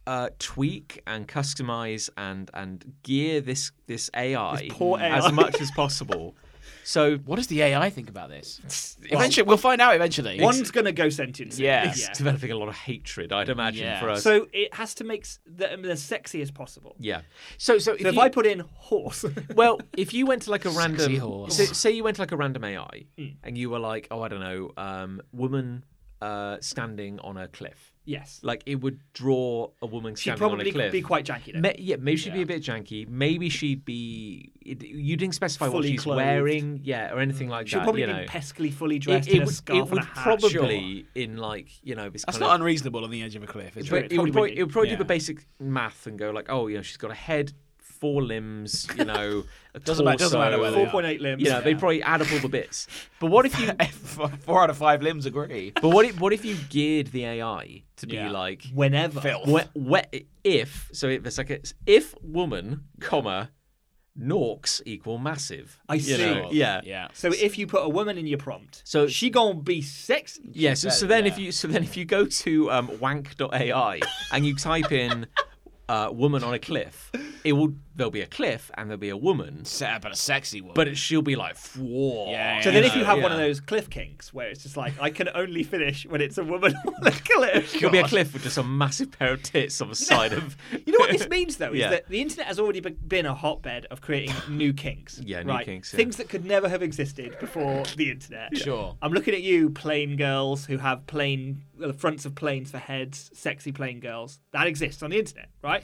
Speaker 1: uh, tweak and customize and and gear this this AI,
Speaker 3: This poor
Speaker 1: as
Speaker 3: AI.
Speaker 1: much as possible. So
Speaker 2: What does the AI think about this? eventually, we'll find out eventually.
Speaker 3: One's gonna go sentence.
Speaker 2: Yeah.
Speaker 1: it's developing a lot of hatred, I'd imagine,
Speaker 2: Yeah.
Speaker 1: for us.
Speaker 3: So it has to make s- the, um, as sexy as possible.
Speaker 1: yeah. So so if,
Speaker 3: So if
Speaker 1: you-
Speaker 3: I put in horse,
Speaker 1: well, if you went to like a random,
Speaker 2: horse.
Speaker 1: so, say you went to like a random AI,
Speaker 3: Hmm.
Speaker 1: and you were like, oh, I don't know, um, woman uh, standing on a cliff.
Speaker 3: yes,
Speaker 1: Like it would draw a woman
Speaker 3: she'd
Speaker 1: standing on
Speaker 3: probably
Speaker 1: a cliff.
Speaker 3: be quite janky. Though.
Speaker 1: Ma- yeah, maybe she'd be a bit janky. Maybe she'd be. It, you didn't specify what
Speaker 3: Fully
Speaker 1: she's
Speaker 3: clothed.
Speaker 1: wearing, yeah, or anything like
Speaker 3: she'd
Speaker 1: that.
Speaker 3: probably
Speaker 1: you
Speaker 3: be
Speaker 1: know.
Speaker 3: peskily fully
Speaker 1: It-
Speaker 3: dressed
Speaker 1: it
Speaker 3: in a
Speaker 1: would-
Speaker 3: scarf
Speaker 1: it
Speaker 3: and
Speaker 1: would
Speaker 3: a hat.
Speaker 1: probably in like you know this
Speaker 2: That's
Speaker 1: kind
Speaker 2: not
Speaker 1: of.
Speaker 2: unreasonable on the edge of a cliff, is
Speaker 1: but
Speaker 2: it?
Speaker 1: it would probably,
Speaker 3: wouldn't
Speaker 1: it would probably do
Speaker 2: Yeah.
Speaker 1: the basic math and go like, oh, you know, she's got a head, four limbs, you know, a
Speaker 2: Doesn't matter- doesn't matter
Speaker 1: torso,
Speaker 2: where they
Speaker 3: Four point eight limbs.
Speaker 1: You know, they probably add up all the bits. But what if you?
Speaker 2: Four out of five limbs agree.
Speaker 1: but what if, what if you geared the AI to be
Speaker 2: Yeah.
Speaker 1: like,
Speaker 3: whenever.
Speaker 1: wh- wh- if so, if it's like it's if woman, comma, norks equal massive.
Speaker 3: I see.
Speaker 1: know, yeah.
Speaker 2: Yeah.
Speaker 3: So if you put a woman in your prompt,
Speaker 1: So-
Speaker 3: so she gonna be sexy.
Speaker 1: Yeah, so,
Speaker 2: said
Speaker 1: so
Speaker 2: it,
Speaker 1: then
Speaker 2: yeah.
Speaker 1: if you so then if you go to um, wank.ai and you type in uh, woman on a cliff, it will there'll be a cliff and there'll be a woman,
Speaker 2: Set up at a sexy woman.
Speaker 1: but it, she'll be like whoa.
Speaker 2: Yeah,
Speaker 3: So then, if
Speaker 2: Yeah,
Speaker 3: you have one
Speaker 1: yeah.
Speaker 3: of those cliff kinks where it's just like, I can only finish when it's a woman on a cliff.
Speaker 1: It'll be a cliff with just a massive pair of tits on the side of.
Speaker 3: You know what this means, though, is
Speaker 1: Yeah.
Speaker 3: that the internet has already be- been a hotbed of creating new kinks.
Speaker 1: Yeah, new
Speaker 3: right?
Speaker 1: kinks, yeah.
Speaker 3: Things that could never have existed before the internet.
Speaker 2: Sure.
Speaker 3: I'm looking at you, plain girls who have plain well, the fronts of planes for heads, sexy plain girls. That exists on the internet, right?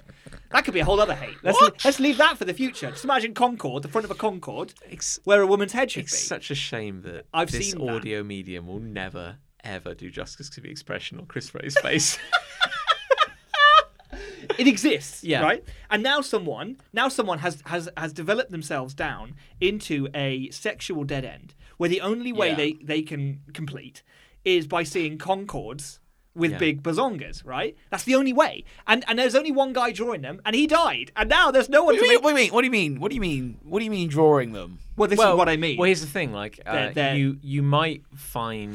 Speaker 3: That could be a whole other hate. Let's, let's leave that for the future. Just imagine Concorde, the front of a Concorde,
Speaker 1: It's,
Speaker 3: where a woman's head should
Speaker 1: it's
Speaker 3: be.
Speaker 1: such a shame that
Speaker 3: I've
Speaker 1: this
Speaker 3: seen that.
Speaker 1: audio medium will never ever do justice to the expression on Chris Ray's face.
Speaker 3: it exists
Speaker 1: Yeah.
Speaker 3: right and now someone now someone has has has developed themselves down into a sexual dead end where the only way
Speaker 2: Yeah.
Speaker 3: they they can complete is by seeing concords with
Speaker 1: Yeah.
Speaker 3: big bazongas right that's the only way and and there's only one guy drawing them and he died and now there's no one to
Speaker 2: What do you
Speaker 3: make
Speaker 2: mean- what do you mean? What do you mean? What do you mean drawing them?
Speaker 3: well this is what i mean
Speaker 1: Well, here's the thing: like uh,
Speaker 3: They're- they're-
Speaker 1: you, you might find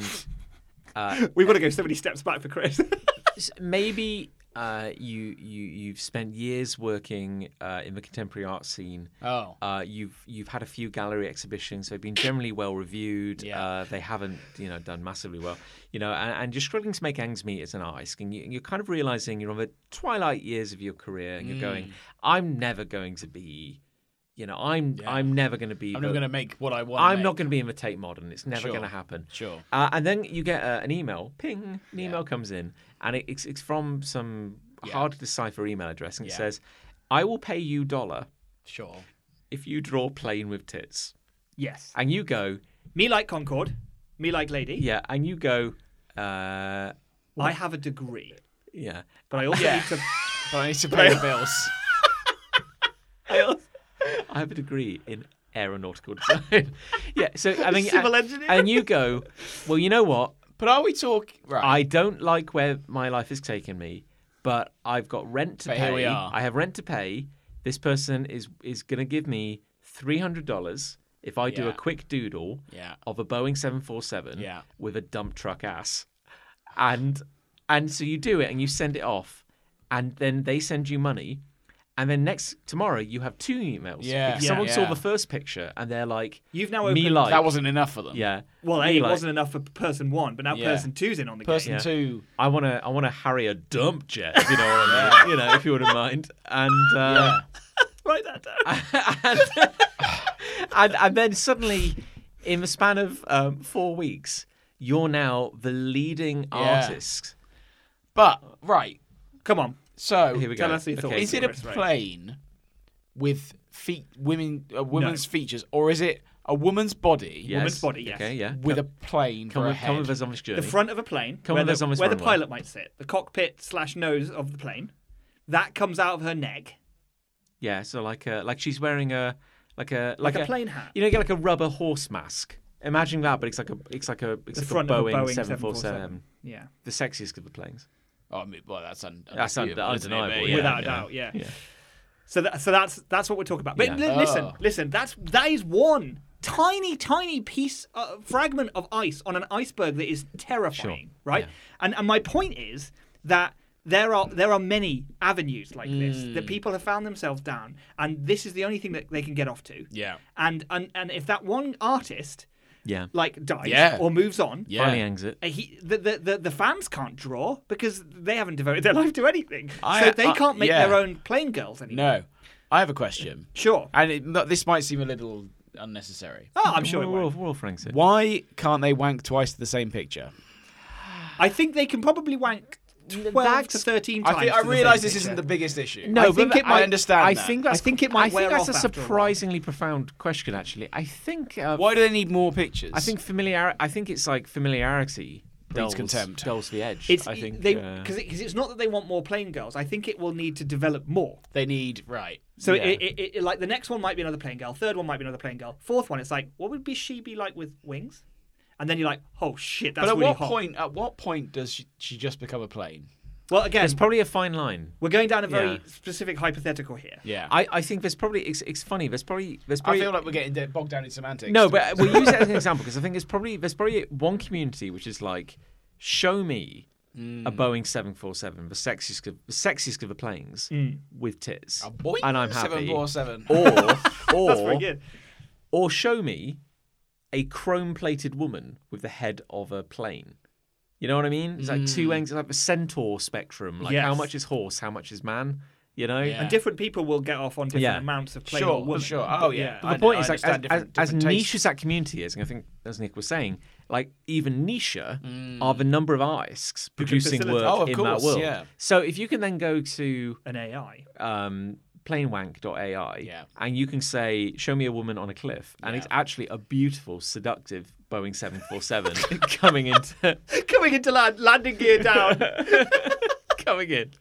Speaker 3: we've got to go so many steps back for chris
Speaker 1: S- maybe uh, you you you've spent years working uh, in the contemporary art scene.
Speaker 2: Oh.
Speaker 1: Uh, you've you've had a few gallery exhibitions. They've been generally well reviewed.
Speaker 2: Yeah.
Speaker 1: Uh, they haven't you know done massively well. You know, and, and you're struggling to make ends meet as an artist, and you, you're kind of realizing you're on the twilight years of your career, and you're going, I'm never going to be, you know, I'm I'm never going to be.
Speaker 2: I'm not
Speaker 1: the-
Speaker 2: going to make what I want.
Speaker 1: I'm not going to be in the Tate Modern. It's never
Speaker 2: Sure.
Speaker 1: going to happen.
Speaker 2: Sure.
Speaker 1: Uh, and then you get uh, an email, ping, an email comes in, and it, it's, it's from some hard to decipher email address, and it
Speaker 2: Yeah.
Speaker 1: says, I will pay you dollar
Speaker 2: Sure.
Speaker 1: if you draw plain with tits.
Speaker 3: yes
Speaker 1: And you go,
Speaker 3: me like concord me like lady
Speaker 1: yeah, and you go, uh,
Speaker 3: i have a degree
Speaker 1: yeah.
Speaker 3: but i also
Speaker 2: Yeah.
Speaker 3: need to
Speaker 2: But I need to pay the bills.
Speaker 3: I also-
Speaker 1: I have a degree in aeronautical design. yeah, so, I mean,
Speaker 3: Civil
Speaker 1: and,
Speaker 3: engineer.
Speaker 1: and you go, well, you know what?
Speaker 2: But are we talking? Right.
Speaker 1: I don't like where my life has taken me, but I've got rent to
Speaker 2: But
Speaker 1: pay.
Speaker 2: here we are.
Speaker 1: I have rent to pay. This person is is going to give me three hundred dollars if I do
Speaker 2: Yeah.
Speaker 1: a quick doodle
Speaker 2: Yeah.
Speaker 1: of a Boeing seven four seven
Speaker 2: Yeah.
Speaker 1: with a dump truck ass, and and so you do it and you send it off, and then they send you money. And then next tomorrow you have two emails.
Speaker 2: Yeah.
Speaker 1: because
Speaker 3: Yeah.
Speaker 1: someone saw
Speaker 2: Yeah.
Speaker 1: the first picture and they're like,
Speaker 3: You've now
Speaker 1: me
Speaker 3: opened-
Speaker 1: like
Speaker 2: that wasn't enough for them.
Speaker 1: yeah.
Speaker 3: well a
Speaker 1: me
Speaker 3: it
Speaker 1: like-
Speaker 3: wasn't enough for person one but now
Speaker 2: Yeah.
Speaker 3: person two's in on the game
Speaker 2: Person two.
Speaker 1: I want to I want to harry a dump jet, if you know what I mean. you know, if you wouldn't mind. And uh,
Speaker 3: write that down
Speaker 1: Ah, and and then suddenly, in the span of um, four weeks, you're now the leading
Speaker 2: Yeah.
Speaker 1: artist.
Speaker 2: But right.
Speaker 3: Come on.
Speaker 2: So
Speaker 1: Here we go.
Speaker 3: Tell us your thoughts.
Speaker 2: Is it a
Speaker 3: Chris, right.
Speaker 2: plane with feet, women, a woman's features, or is it a woman's body
Speaker 1: Yes.
Speaker 3: Woman's body, yes.
Speaker 1: Okay, yeah.
Speaker 2: with a plane
Speaker 1: come,
Speaker 2: for a
Speaker 1: with,
Speaker 2: head?
Speaker 1: come with us on this journey.
Speaker 3: The front of a plane,
Speaker 1: Come
Speaker 3: where,
Speaker 1: on,
Speaker 3: the,
Speaker 1: there's almost
Speaker 3: where the
Speaker 1: runway.
Speaker 3: pilot might sit, the cockpit slash nose of the plane, that comes out of her neck.
Speaker 1: Yeah, so like a, like she's wearing a like a like,
Speaker 3: a plane hat.
Speaker 1: You know, you get like a rubber horse mask. Imagine that, but it's like a it's like a it's
Speaker 3: The
Speaker 1: like
Speaker 3: front
Speaker 1: a
Speaker 3: of a
Speaker 1: Boeing,
Speaker 3: Boeing
Speaker 1: 747.
Speaker 3: 747. Yeah,
Speaker 1: The sexiest of the planes.
Speaker 2: Oh, I mean, well, that's un-
Speaker 1: That's un-
Speaker 2: undisputable, isn't it? But
Speaker 1: undeniable,
Speaker 2: yeah.
Speaker 1: yeah.
Speaker 3: without a doubt. Yeah. So that, so that's that's what we're talking about. But
Speaker 1: Yeah.
Speaker 3: li- listen,
Speaker 2: Oh.
Speaker 3: listen. That's that is one tiny, tiny piece, uh, fragment of ice on an iceberg that is terrifying, right? And and my point is that there are there are many avenues like this
Speaker 2: Mm.
Speaker 3: that people have found themselves down, and this is the only thing that they can get off to.
Speaker 2: Yeah.
Speaker 3: And and and if that one artist
Speaker 1: Yeah.
Speaker 3: like dies
Speaker 2: Yeah.
Speaker 3: or moves on,
Speaker 2: Yeah.
Speaker 1: Finally hangs it.
Speaker 3: uh, He, the, the, the, the fans can't draw because they haven't devoted their life to anything.
Speaker 2: I-
Speaker 3: so they
Speaker 2: I-
Speaker 3: can't make
Speaker 2: yeah.
Speaker 3: their own plain girls anymore.
Speaker 2: No, Ah, I have a question,
Speaker 3: Sure.
Speaker 2: and it, no, this might seem a little unnecessary.
Speaker 3: Oh, I'm sure it
Speaker 1: We'll,
Speaker 3: will.
Speaker 1: we'll franks it.
Speaker 2: Why can't they wank twice to the same picture?
Speaker 3: I think they can probably wank 12 to
Speaker 2: That's-
Speaker 3: 13 times.
Speaker 2: I think I
Speaker 3: to the
Speaker 2: realise
Speaker 3: same
Speaker 2: this
Speaker 3: picture.
Speaker 2: isn't the biggest issue.
Speaker 1: No,
Speaker 2: I think
Speaker 1: but
Speaker 2: it might, I understand.
Speaker 1: I
Speaker 2: that.
Speaker 1: think that's,
Speaker 3: I think it might
Speaker 1: I
Speaker 3: wear
Speaker 1: think that's
Speaker 3: off
Speaker 1: a
Speaker 3: after a while.
Speaker 1: surprisingly profound question. Actually, I think. Uh,
Speaker 2: Why do they need more pictures?
Speaker 1: I think familiar. I think it's like familiarity
Speaker 2: Breeds
Speaker 1: dulls,
Speaker 2: contempt.
Speaker 1: dulls the edge.
Speaker 3: It's,
Speaker 1: I think
Speaker 3: they
Speaker 1: yeah.
Speaker 3: because it's not that they want more plain girls. I think it will need to develop more.
Speaker 2: they need right.
Speaker 3: So
Speaker 1: Yeah.
Speaker 3: it, it, it, like the next one might be another plain girl. Third one might be another plain girl. Fourth one, it's like what would be she be like with wings? And then you're like, oh shit, that's
Speaker 2: but at
Speaker 3: really
Speaker 2: what
Speaker 3: hot.
Speaker 2: point? At what point does she, she just become a plane?
Speaker 3: Well, again,
Speaker 1: there's probably a fine line.
Speaker 3: we're going down a very
Speaker 1: Yeah.
Speaker 3: specific hypothetical here.
Speaker 2: Yeah, I,
Speaker 1: I, I think there's probably it's, it's funny. There's probably there's
Speaker 2: I
Speaker 1: probably
Speaker 2: feel like we're getting de- bogged down in semantics.
Speaker 1: no, but we'll use it as an example because I think it's probably there's probably one community which is like, show me a Boeing 747, the sexiest of the sexiest of the planes with tits,
Speaker 2: a boy,
Speaker 1: and I'm happy.
Speaker 2: Seven four seven.
Speaker 1: Or
Speaker 3: That's very
Speaker 1: or
Speaker 3: good.
Speaker 1: or show me a chrome-plated woman with the head of a plane. You know what I mean? It's like
Speaker 2: Mm.
Speaker 1: two ends, like the centaur spectrum. Like how
Speaker 3: Yes.
Speaker 1: much is horse, how much is man? You know.
Speaker 2: Yeah.
Speaker 3: And different people will get off on different
Speaker 1: Yeah.
Speaker 3: amounts of plain or
Speaker 2: Sure,
Speaker 3: woman.
Speaker 2: sure. Oh yeah.
Speaker 3: yeah.
Speaker 1: But
Speaker 2: I-
Speaker 1: the point
Speaker 2: I
Speaker 1: is, like, as,
Speaker 2: understand different-
Speaker 1: as- as
Speaker 2: different tastes.
Speaker 1: niche as that community is, and I think as Nick was saying, like even nicher are
Speaker 2: Mm.
Speaker 1: the number of artists producing
Speaker 3: facilitate-
Speaker 1: work
Speaker 2: Oh, of
Speaker 1: in
Speaker 2: course,
Speaker 1: that world.
Speaker 2: yeah.
Speaker 1: So if you can then go to
Speaker 3: An AI.
Speaker 1: um, plainwank.ai
Speaker 2: Yeah.
Speaker 1: and you can say, "Show me a woman on a cliff," and it's actually a beautiful, seductive Boeing 747 coming into
Speaker 3: Coming into land, landing gear down.
Speaker 1: coming in.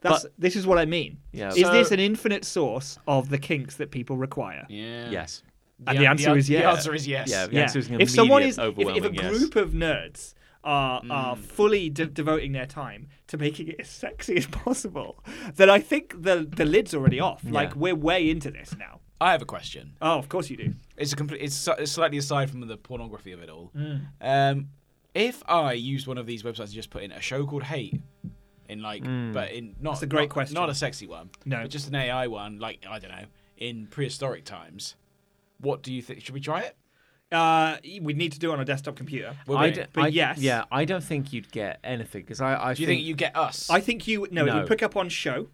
Speaker 3: That's, this is what I mean.
Speaker 1: Yeah.
Speaker 3: Is
Speaker 1: So-
Speaker 3: this an infinite source of the kinks that people require?
Speaker 2: Yeah.
Speaker 1: Yes.
Speaker 3: And the, answer is yes.
Speaker 2: The answer is yes.
Speaker 1: Yeah. The
Speaker 3: Yeah.
Speaker 1: answer is an
Speaker 3: if someone
Speaker 1: immediate
Speaker 3: is, if, if a
Speaker 1: overwhelming yes.
Speaker 3: group of nerds are are fully de- devoting their time to making it as sexy as possible, then I think the the lid's already off. Like we're way into this now.
Speaker 2: I have a question.
Speaker 3: Oh, of course you do.
Speaker 2: It's a complete. It's so- it's slightly aside from the pornography of it all.
Speaker 3: Hmm.
Speaker 2: Um, if I used one of these websites and just put in a show called Hate, in like,
Speaker 1: Hmm.
Speaker 2: but in not
Speaker 3: a great
Speaker 2: not-
Speaker 3: question.
Speaker 2: not a sexy one,
Speaker 3: No.
Speaker 2: but just an AI one, like I don't know, in prehistoric times. What do you think? Should we try it?
Speaker 3: Uh, we'd need to do it on a desktop computer.
Speaker 2: Will
Speaker 1: I
Speaker 2: we?
Speaker 1: d-
Speaker 3: But
Speaker 1: I-
Speaker 3: yes.
Speaker 1: Yeah, I don't think you'd get anything because I, I
Speaker 2: do you think you get us?
Speaker 3: I think you no, It
Speaker 1: No.
Speaker 3: would pick up on show.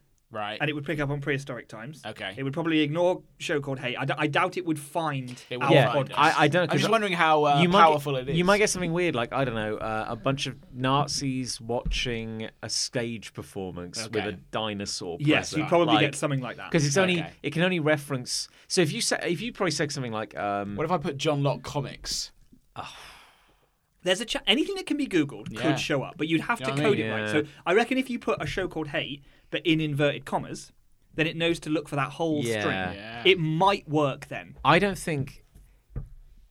Speaker 2: right.
Speaker 3: And it would pick up on prehistoric times.
Speaker 2: Okay.
Speaker 3: It would probably ignore show called Hate. I, d- I doubt it would find
Speaker 2: It would
Speaker 3: our
Speaker 1: yeah,
Speaker 2: find
Speaker 3: podcast.
Speaker 2: us.
Speaker 1: I, I don't.
Speaker 2: I'm
Speaker 1: 'cause
Speaker 2: just wondering how uh,
Speaker 1: you might
Speaker 2: powerful
Speaker 1: get,
Speaker 2: it is.
Speaker 1: You might get something weird, like I don't know, uh, a bunch of Nazis watching a stage performance with
Speaker 2: Okay.
Speaker 1: a dinosaur.
Speaker 3: yes,
Speaker 1: present.
Speaker 3: you'd probably
Speaker 1: like,
Speaker 3: get something like that.
Speaker 1: because it's only
Speaker 2: Okay.
Speaker 1: it can only reference. So if you say if you probably said something like um,
Speaker 2: What if I put John Locke comics?
Speaker 3: there's a cha- anything that can be googled
Speaker 2: Yeah.
Speaker 3: could show up but you'd have
Speaker 2: You know
Speaker 3: to
Speaker 2: what I
Speaker 3: code
Speaker 1: mean?
Speaker 3: it right
Speaker 1: Yeah.
Speaker 3: so i reckon if you put a show called hate but in inverted commas then it knows to look for that whole
Speaker 1: Yeah.
Speaker 3: string
Speaker 1: Yeah.
Speaker 3: it might work then
Speaker 1: I don't think.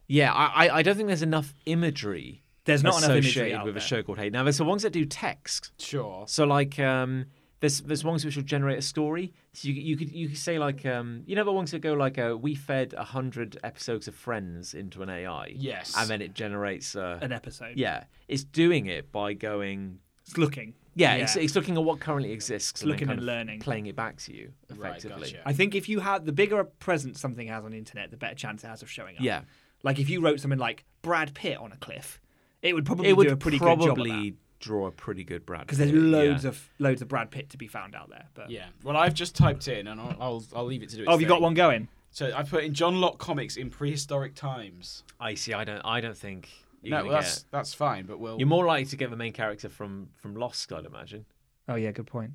Speaker 1: Yeah, I, I I don't think there's enough imagery.
Speaker 3: There's not enough imagery
Speaker 1: associated
Speaker 3: out
Speaker 1: with a
Speaker 3: there.
Speaker 1: show called Hate. Now there's the ones that do text.
Speaker 2: Sure.
Speaker 1: So like um, there's there's ones which will generate a story. So you you could you could say like um, you know the ones that go like uh, we fed hundred episodes of Friends into an AI.
Speaker 2: Yes.
Speaker 1: And then it generates. Uh,
Speaker 3: an episode
Speaker 1: yeah, it's doing it by going.
Speaker 3: it's looking
Speaker 1: Yeah, It's, it's looking at what currently exists. and then
Speaker 3: looking
Speaker 1: kind
Speaker 3: and
Speaker 1: of
Speaker 3: learning.
Speaker 1: playing it back to you
Speaker 2: Right,
Speaker 1: effectively.
Speaker 2: gotcha.
Speaker 3: i think if you have the bigger a presence something has on the internet the better chance it has of showing up
Speaker 1: Yeah.
Speaker 3: like if you wrote something like brad pitt on a cliff it would probably
Speaker 1: It would
Speaker 3: do a pretty good job
Speaker 1: probably draw a pretty good Brad.
Speaker 3: because there's loads of loads of brad pitt to be found out there but
Speaker 2: Yeah. Well, I've just typed in, and I'll I'll, I'll leave it to do. Its
Speaker 3: oh have you got
Speaker 2: thing.
Speaker 3: one going
Speaker 2: So I put in John Locke comics in prehistoric times.
Speaker 1: I see. I don't. I don't think. You're
Speaker 2: no,
Speaker 1: gonna
Speaker 2: well, that's
Speaker 1: get-
Speaker 2: that's fine, but we'll.
Speaker 1: You're more likely to get the main character from from Lost, I'd imagine.
Speaker 3: oh yeah good point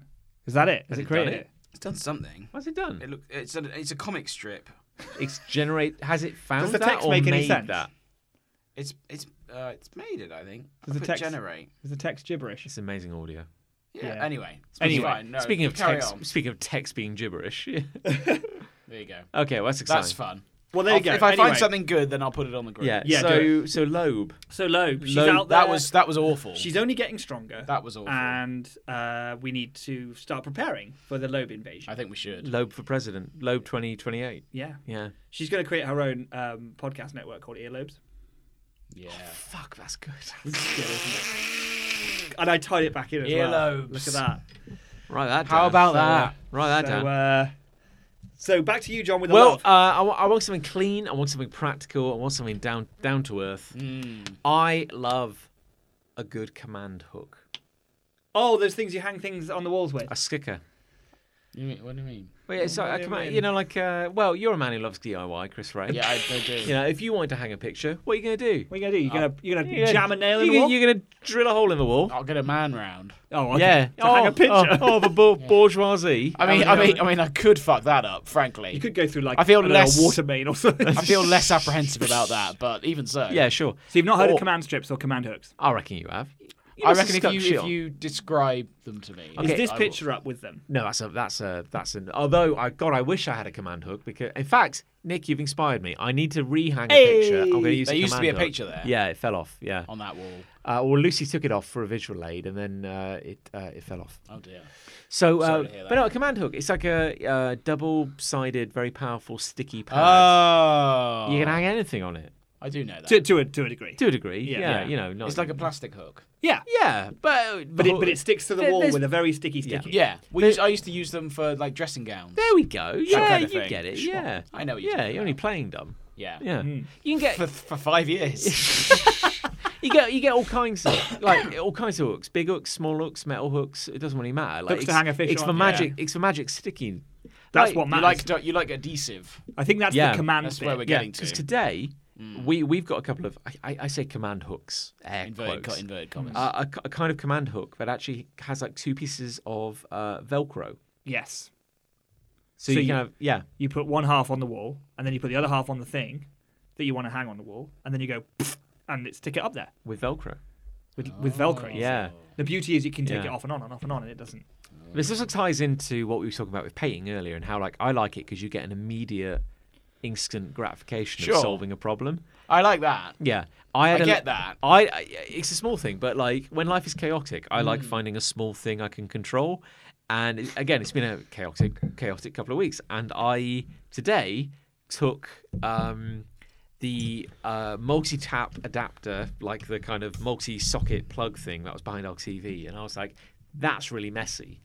Speaker 3: is that it has
Speaker 1: Has
Speaker 3: it
Speaker 1: it done
Speaker 3: created
Speaker 1: it?
Speaker 3: it?
Speaker 2: It's done something.
Speaker 1: What's it done?
Speaker 2: It look, it's a it's a comic strip.
Speaker 1: It's generate. Has it found
Speaker 3: the
Speaker 1: that
Speaker 3: text
Speaker 1: or
Speaker 3: make
Speaker 1: made
Speaker 3: any sense?
Speaker 1: that?
Speaker 2: It's it's uh, it's made it. I think. I
Speaker 3: Does the
Speaker 2: put
Speaker 3: text-
Speaker 2: generate?
Speaker 3: Is the text gibberish?
Speaker 1: It's amazing audio.
Speaker 2: Yeah.
Speaker 3: Yeah.
Speaker 2: Anyway. it's
Speaker 3: Anyway,
Speaker 2: fine. No,
Speaker 1: speaking of
Speaker 2: carry
Speaker 1: text,
Speaker 2: on.
Speaker 1: speaking of text being gibberish.
Speaker 2: there you go.
Speaker 1: okay, well, that's exciting.
Speaker 2: That's fun.
Speaker 3: Well, there you
Speaker 2: I'll-
Speaker 3: go.
Speaker 2: If I
Speaker 3: Anyway.
Speaker 2: find something good, then I'll put it on the group.
Speaker 1: Yeah.
Speaker 3: Yeah, do
Speaker 1: So so Loeb.
Speaker 3: So Loeb, she's
Speaker 1: Loeb,
Speaker 3: out there.
Speaker 2: That was that was awful.
Speaker 3: she's only getting stronger.
Speaker 2: That was awful.
Speaker 3: And uh, we need to start preparing for the Loeb invasion.
Speaker 2: I think we should.
Speaker 1: Loeb for president. Loeb twenty twenty eight.
Speaker 3: yeah,
Speaker 1: Yeah.
Speaker 3: she's going to create her own um, podcast network called Earlobes.
Speaker 2: Yeah.
Speaker 1: Fuck, that's good.
Speaker 3: Yeah, isn't it? and I tied it back in as well.
Speaker 2: Earlobes.
Speaker 3: Look at that.
Speaker 1: Right, that.
Speaker 2: How
Speaker 1: down.
Speaker 2: about
Speaker 1: So,
Speaker 2: that?
Speaker 1: Write that down.
Speaker 3: So, uh, so back to you, John, with the
Speaker 1: well,
Speaker 3: love.
Speaker 1: uh, I, w- I want something clean. I want something practical. I want something down down to earth.
Speaker 3: Hmm.
Speaker 1: I love a good command hook,
Speaker 3: oh, those things you hang things on the walls with.
Speaker 1: a skicker.
Speaker 2: You mean, what do you mean?
Speaker 1: Well, yeah, so
Speaker 3: What
Speaker 1: a
Speaker 3: do you
Speaker 1: command,
Speaker 3: mean?
Speaker 1: you know, like, uh, well, you're a man who loves DIY, Chris Ray.
Speaker 2: Yeah, I, I do.
Speaker 1: You know, if you wanted to hang a picture, what are you going to do?
Speaker 3: What are you gonna do? You're
Speaker 2: Oh.
Speaker 3: gonna you're gonna
Speaker 1: You're gonna-
Speaker 3: jam a nail in
Speaker 1: you're
Speaker 3: the
Speaker 1: gonna-
Speaker 3: wall.
Speaker 1: You're going to drill a hole in the wall.
Speaker 2: I'll get a man round.
Speaker 3: Oh, okay.
Speaker 1: Yeah.
Speaker 3: To hang a picture.
Speaker 1: Oh, oh, of a bour- bourgeoisie.
Speaker 2: I mean,
Speaker 3: Yeah,
Speaker 2: I mean,
Speaker 3: yeah.
Speaker 2: I mean, I could fuck that up, frankly.
Speaker 3: You could go through like
Speaker 2: I feel
Speaker 3: don't know,
Speaker 2: less-
Speaker 3: a water main or something.
Speaker 2: I feel less apprehensive about that, but even so,
Speaker 1: yeah, sure.
Speaker 3: So you've not heard
Speaker 1: Or-
Speaker 3: of command strips or command hooks?
Speaker 1: I reckon you have. You
Speaker 2: I
Speaker 1: must
Speaker 2: reckon
Speaker 1: have scuffed
Speaker 2: if
Speaker 1: shit
Speaker 2: you if
Speaker 1: on.
Speaker 2: you describe them to me,
Speaker 3: Is this
Speaker 2: I will.
Speaker 3: picture up with them?
Speaker 1: No, that's a that's a that's an. Although I God, I wish I had a command hook because in fact, Nick, you've inspired me. I need to rehang a picture. I'm going to
Speaker 3: Hey!
Speaker 1: use.
Speaker 2: There
Speaker 1: a
Speaker 2: used to be a
Speaker 1: command hook.
Speaker 2: picture there.
Speaker 1: Yeah, it fell off. Yeah.
Speaker 2: on that wall?
Speaker 1: Uh, well, Lucy took it off for a visual aid, and then uh, it uh, it fell off.
Speaker 2: Oh dear.
Speaker 1: So, uh,
Speaker 2: Sorry to hear that.
Speaker 1: but no, a command hook. It's like a uh, double-sided, very powerful sticky pad.
Speaker 2: Oh,
Speaker 1: you can hang anything on it
Speaker 2: I do know that.
Speaker 3: To, to a to a degree.
Speaker 1: to a degree. Yeah,
Speaker 3: yeah.
Speaker 1: you know, not,
Speaker 2: it's like a plastic hook.
Speaker 3: yeah.
Speaker 1: yeah, but
Speaker 3: But it, but it sticks to the
Speaker 1: There-
Speaker 3: wall
Speaker 1: there's-
Speaker 3: with a very sticky sticky.
Speaker 2: Oh. Yeah, we used, I used to use them for like dressing gowns.
Speaker 1: There we go. Yeah,
Speaker 2: kind of
Speaker 1: you
Speaker 2: thing.
Speaker 1: get it.
Speaker 2: Sure.
Speaker 1: Yeah,
Speaker 2: I know what you're
Speaker 1: yeah,
Speaker 2: talking
Speaker 1: you're only
Speaker 2: about. Hmm.
Speaker 1: playing dumb.
Speaker 2: Yeah,
Speaker 1: Yeah, you can get
Speaker 2: For, for five years.
Speaker 1: you get you get all kinds of like all kinds of hooks, big hooks, small hooks, metal hooks. It doesn't really matter. Like,
Speaker 3: Hooks to
Speaker 1: it's,
Speaker 3: hang a fish
Speaker 1: It's for
Speaker 3: on,
Speaker 1: magic. It's for magic sticking.
Speaker 3: That's
Speaker 1: Like,
Speaker 3: what
Speaker 2: you
Speaker 3: matters.
Speaker 2: like do- you like adhesive.
Speaker 3: I think that's
Speaker 1: Yeah.
Speaker 3: the command
Speaker 2: That's
Speaker 3: bit.
Speaker 2: where we're
Speaker 1: Yeah,
Speaker 2: getting
Speaker 1: because
Speaker 2: to. Mm.
Speaker 1: today we we've got a couple of I, I, I say command hooks, air
Speaker 2: Inverted, co-
Speaker 1: quotes.
Speaker 2: inverted commas.
Speaker 1: Uh, a, k- a kind of command hook that actually has like two pieces of uh, Velcro.
Speaker 3: Yes.
Speaker 1: So,
Speaker 3: So
Speaker 1: you,
Speaker 3: you-
Speaker 1: can have yeah.
Speaker 3: You put one half on the wall, and then you put the other half on the thing that you want to hang on the wall, and then you go pfft, and it stick it up there
Speaker 1: with Velcro.
Speaker 3: with with
Speaker 2: Oh.
Speaker 3: Velcro.
Speaker 1: Yeah.
Speaker 3: The beauty is you can take
Speaker 1: Yeah.
Speaker 3: it off and on and off and on, and it doesn't.
Speaker 1: This also ties into what we were talking about with painting earlier and how like I like it because you get an immediate, instant gratification
Speaker 2: Sure.
Speaker 1: of solving a problem.
Speaker 2: I like that.
Speaker 1: Yeah, I, had
Speaker 2: I
Speaker 1: a-
Speaker 2: get that.
Speaker 1: I, I it's a small thing, but like when life is chaotic, I
Speaker 2: Mm.
Speaker 1: like finding a small thing I can control. And it- again, it's been a chaotic, chaotic couple of weeks, and I today took um, the uh, multi-tap adapter, like the kind of multi-socket plug thing that was behind our TV, and I was like, "That's really messy.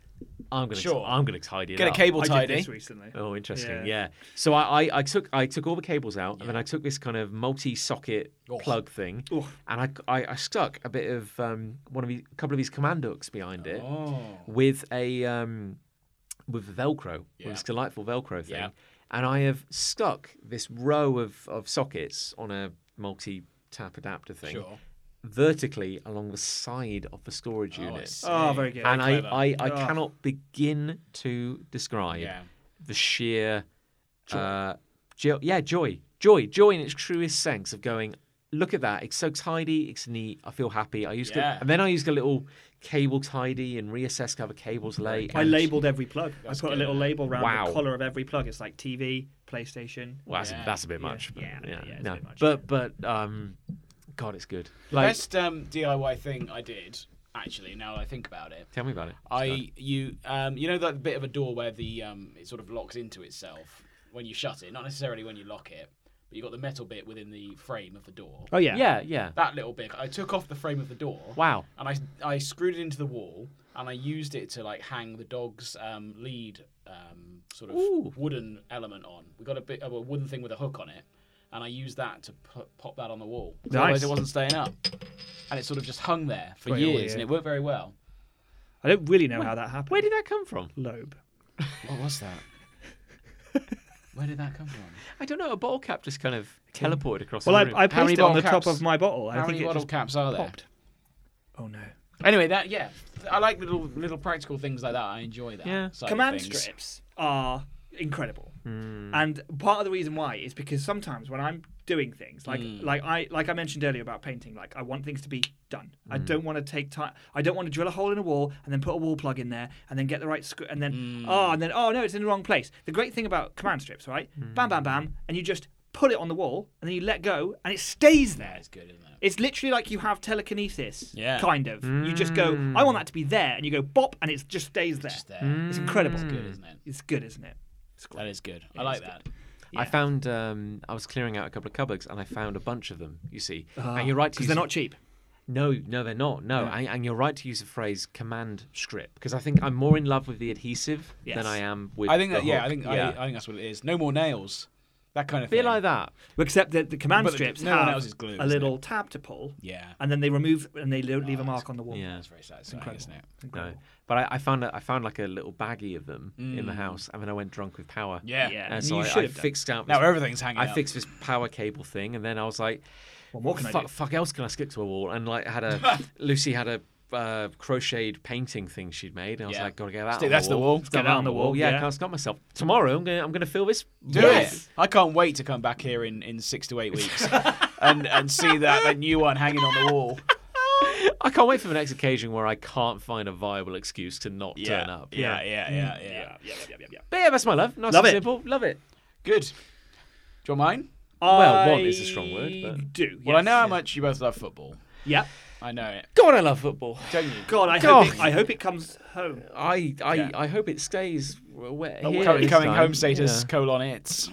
Speaker 1: I'm gonna,
Speaker 2: Sure.
Speaker 1: I'm gonna tidy it
Speaker 2: Get a
Speaker 1: up."
Speaker 2: cable
Speaker 3: I did
Speaker 2: tidy.
Speaker 3: this recently.
Speaker 1: Oh, interesting. Yeah.
Speaker 3: Yeah.
Speaker 1: So I, I, I took I took all the cables out, and then I took this kind of multi-socket
Speaker 2: Oh.
Speaker 1: plug thing, and I, I I stuck a bit of um one of these, a couple of these command hooks behind it
Speaker 2: Oh.
Speaker 1: with a um with Velcro, with this delightful Velcro thing,
Speaker 2: Yeah.
Speaker 1: and I have stuck this row of of sockets on a multi-tap adapter thing
Speaker 2: Sure.
Speaker 1: vertically along the side of the storage
Speaker 2: Oh, I
Speaker 1: unit
Speaker 2: see.
Speaker 3: Oh, very good.
Speaker 1: and I,
Speaker 2: clever.
Speaker 1: I, I
Speaker 3: Ugh.
Speaker 1: cannot begin to describe
Speaker 2: Yeah.
Speaker 1: the sheer joy. Uh, jo- yeah joy joy joy in its truest sense of going look at that it's so tidy it's neat I feel happy I used to
Speaker 2: Yeah.
Speaker 1: and then I used a little cable tidy and reassess cover cables late
Speaker 3: I
Speaker 1: and-
Speaker 3: labelled every plug. I put a
Speaker 2: good.
Speaker 3: little label around
Speaker 1: Wow.
Speaker 3: the collar of every plug. It's like TV, PlayStation.
Speaker 1: well that's,
Speaker 2: Yeah.
Speaker 1: a, that's a bit much but,
Speaker 3: Yeah, yeah, it's a
Speaker 1: no.
Speaker 3: bit much,
Speaker 1: but but um God it's good like
Speaker 2: Best um, DIY thing I did actually. Now that I think about it,
Speaker 1: tell me about it
Speaker 2: I you um, you know that bit of a door where the um, it sort of locks into itself when you shut it, not necessarily when you lock it, but you got the metal bit within the frame of the door.
Speaker 3: Oh yeah.
Speaker 1: yeah yeah
Speaker 2: That little bit, I took off the frame of the door.
Speaker 1: wow
Speaker 2: And I I screwed it into the wall, and I used it to like hang the dog's um, lead um, sort of
Speaker 1: Ooh.
Speaker 2: wooden element on. We got a bit of a wooden thing with a hook on it, and I used that to put, pop that on the wall. 'Cause Otherwise,
Speaker 3: Nice.
Speaker 2: it wasn't staying up, and it sort of just hung there for
Speaker 3: Right,
Speaker 2: years,
Speaker 3: yeah.
Speaker 2: and it worked very well.
Speaker 3: I don't really know how that happened.
Speaker 1: where did that come from
Speaker 3: Lobe.
Speaker 2: What was that? Where did that come from?
Speaker 1: I don't know a bottle cap just kind of teleported across
Speaker 3: Well,
Speaker 1: the
Speaker 3: I,
Speaker 1: room
Speaker 3: I
Speaker 2: How many
Speaker 3: placed it on
Speaker 2: bottle
Speaker 3: the top
Speaker 2: caps?
Speaker 3: of my bottle. I
Speaker 2: How
Speaker 3: think
Speaker 2: many
Speaker 3: it
Speaker 2: bottle
Speaker 3: just
Speaker 2: caps are there?
Speaker 3: popped. Oh no.
Speaker 2: Anyway, that yeah, I like little little practical things like that. I enjoy that.
Speaker 1: Yeah.
Speaker 2: side of
Speaker 3: Command
Speaker 2: things.
Speaker 3: strips are incredible, and part of the reason why is because sometimes when I'm doing things like
Speaker 2: Hmm.
Speaker 3: like I like I mentioned earlier about painting, like I want things to be done. I don't want to take time. I don't want to drill a hole in a wall and then put a wall plug in there and then get the right screw and then
Speaker 2: Hmm.
Speaker 3: oh and then oh no it's in the wrong place. The great thing about command strips, right? Bam bam bam, and you just put it on the wall and then you let go and it stays there.
Speaker 2: That's good, isn't it?
Speaker 3: It's literally like you have telekinesis,
Speaker 2: Yeah.
Speaker 3: kind of. You just go, I want that to be there, and you go bop, and it just stays there.
Speaker 2: Just there.
Speaker 3: It's incredible.
Speaker 2: It's good, isn't it?
Speaker 3: It's good, isn't it? It's
Speaker 2: Hmm. That is good. I like that.
Speaker 1: I
Speaker 3: Yeah.
Speaker 1: found
Speaker 2: Ah,
Speaker 1: um, I was clearing out a couple of cupboards and I found a bunch of them. You see, and you're right to
Speaker 3: because
Speaker 1: use
Speaker 3: Ah, they're not cheap.
Speaker 1: No, no, they're not. No, and, and you're right to use the phrase command script because I think I'm more in love with the adhesive
Speaker 3: Yes.
Speaker 1: than I am with.
Speaker 2: I think
Speaker 1: the
Speaker 2: that yeah, I
Speaker 1: hook.
Speaker 2: think I, I think that's what it is. No more nails. That kind of
Speaker 1: bit
Speaker 2: thing.
Speaker 1: like that.
Speaker 3: Except that the command
Speaker 2: But the-
Speaker 3: strips
Speaker 2: no one
Speaker 3: have
Speaker 2: else is glue,
Speaker 3: a
Speaker 2: isn't
Speaker 3: little tab to pull,
Speaker 2: Yeah.
Speaker 3: and then they remove and they lo- leave a mark on the wall.
Speaker 1: Yeah,
Speaker 2: That's very satisfying, isn't it?
Speaker 1: no. But I, I found a, I found like a little baggie of them in the house, and then I went drunk with power.
Speaker 2: Mm. Yeah.
Speaker 3: Yeah.
Speaker 1: and
Speaker 3: And
Speaker 1: so
Speaker 3: you
Speaker 1: I,
Speaker 3: should
Speaker 1: I
Speaker 3: have done.
Speaker 1: fixed out.
Speaker 2: Now
Speaker 1: this-
Speaker 2: everything's hanging
Speaker 1: I
Speaker 2: up.
Speaker 1: fixed this power cable thing, and then I was like,
Speaker 3: What more can I
Speaker 1: fuck,
Speaker 3: do?
Speaker 1: fuck else can I skip to a wall? And like had a Lucy had a uh, crocheted painting thing she'd made, and I was
Speaker 2: Yeah.
Speaker 1: like, gotta get that.
Speaker 2: Stick
Speaker 1: on
Speaker 2: that to the wall.
Speaker 1: Stick
Speaker 3: Get that on the wall,
Speaker 1: Yeah,
Speaker 3: yeah.
Speaker 1: I can't stop myself. Tomorrow I'm gonna I'm gonna fill this.
Speaker 2: Do
Speaker 1: Yes.
Speaker 2: it. I can't wait to come back here in, in six to eight weeks and, and see that, that new one hanging on the wall.
Speaker 1: I can't wait for the next occasion where I can't find a viable excuse to not turn up.
Speaker 2: Yeah, yeah, yeah, yeah.
Speaker 3: yeah, yeah, yeah, yeah.
Speaker 1: But yeah, that's my love. Nice
Speaker 3: Love
Speaker 1: and
Speaker 3: it.
Speaker 1: simple. Love it.
Speaker 2: Good. Do you want mine?
Speaker 1: Well, one is a strong word,
Speaker 3: I
Speaker 1: but-
Speaker 3: Do
Speaker 2: Well, I
Speaker 3: yes.
Speaker 2: know how much you both love football.
Speaker 3: Yeah.
Speaker 2: I know it.
Speaker 1: God, I love football.
Speaker 2: Don't you?
Speaker 3: God, I
Speaker 1: God.
Speaker 3: hope it, I hope it comes home.
Speaker 1: I I,
Speaker 2: Yeah. Oh,
Speaker 1: I hope it stays where here
Speaker 2: Coming,
Speaker 1: this
Speaker 2: coming
Speaker 1: time.
Speaker 2: home status,
Speaker 1: Yeah.
Speaker 2: colon, it's.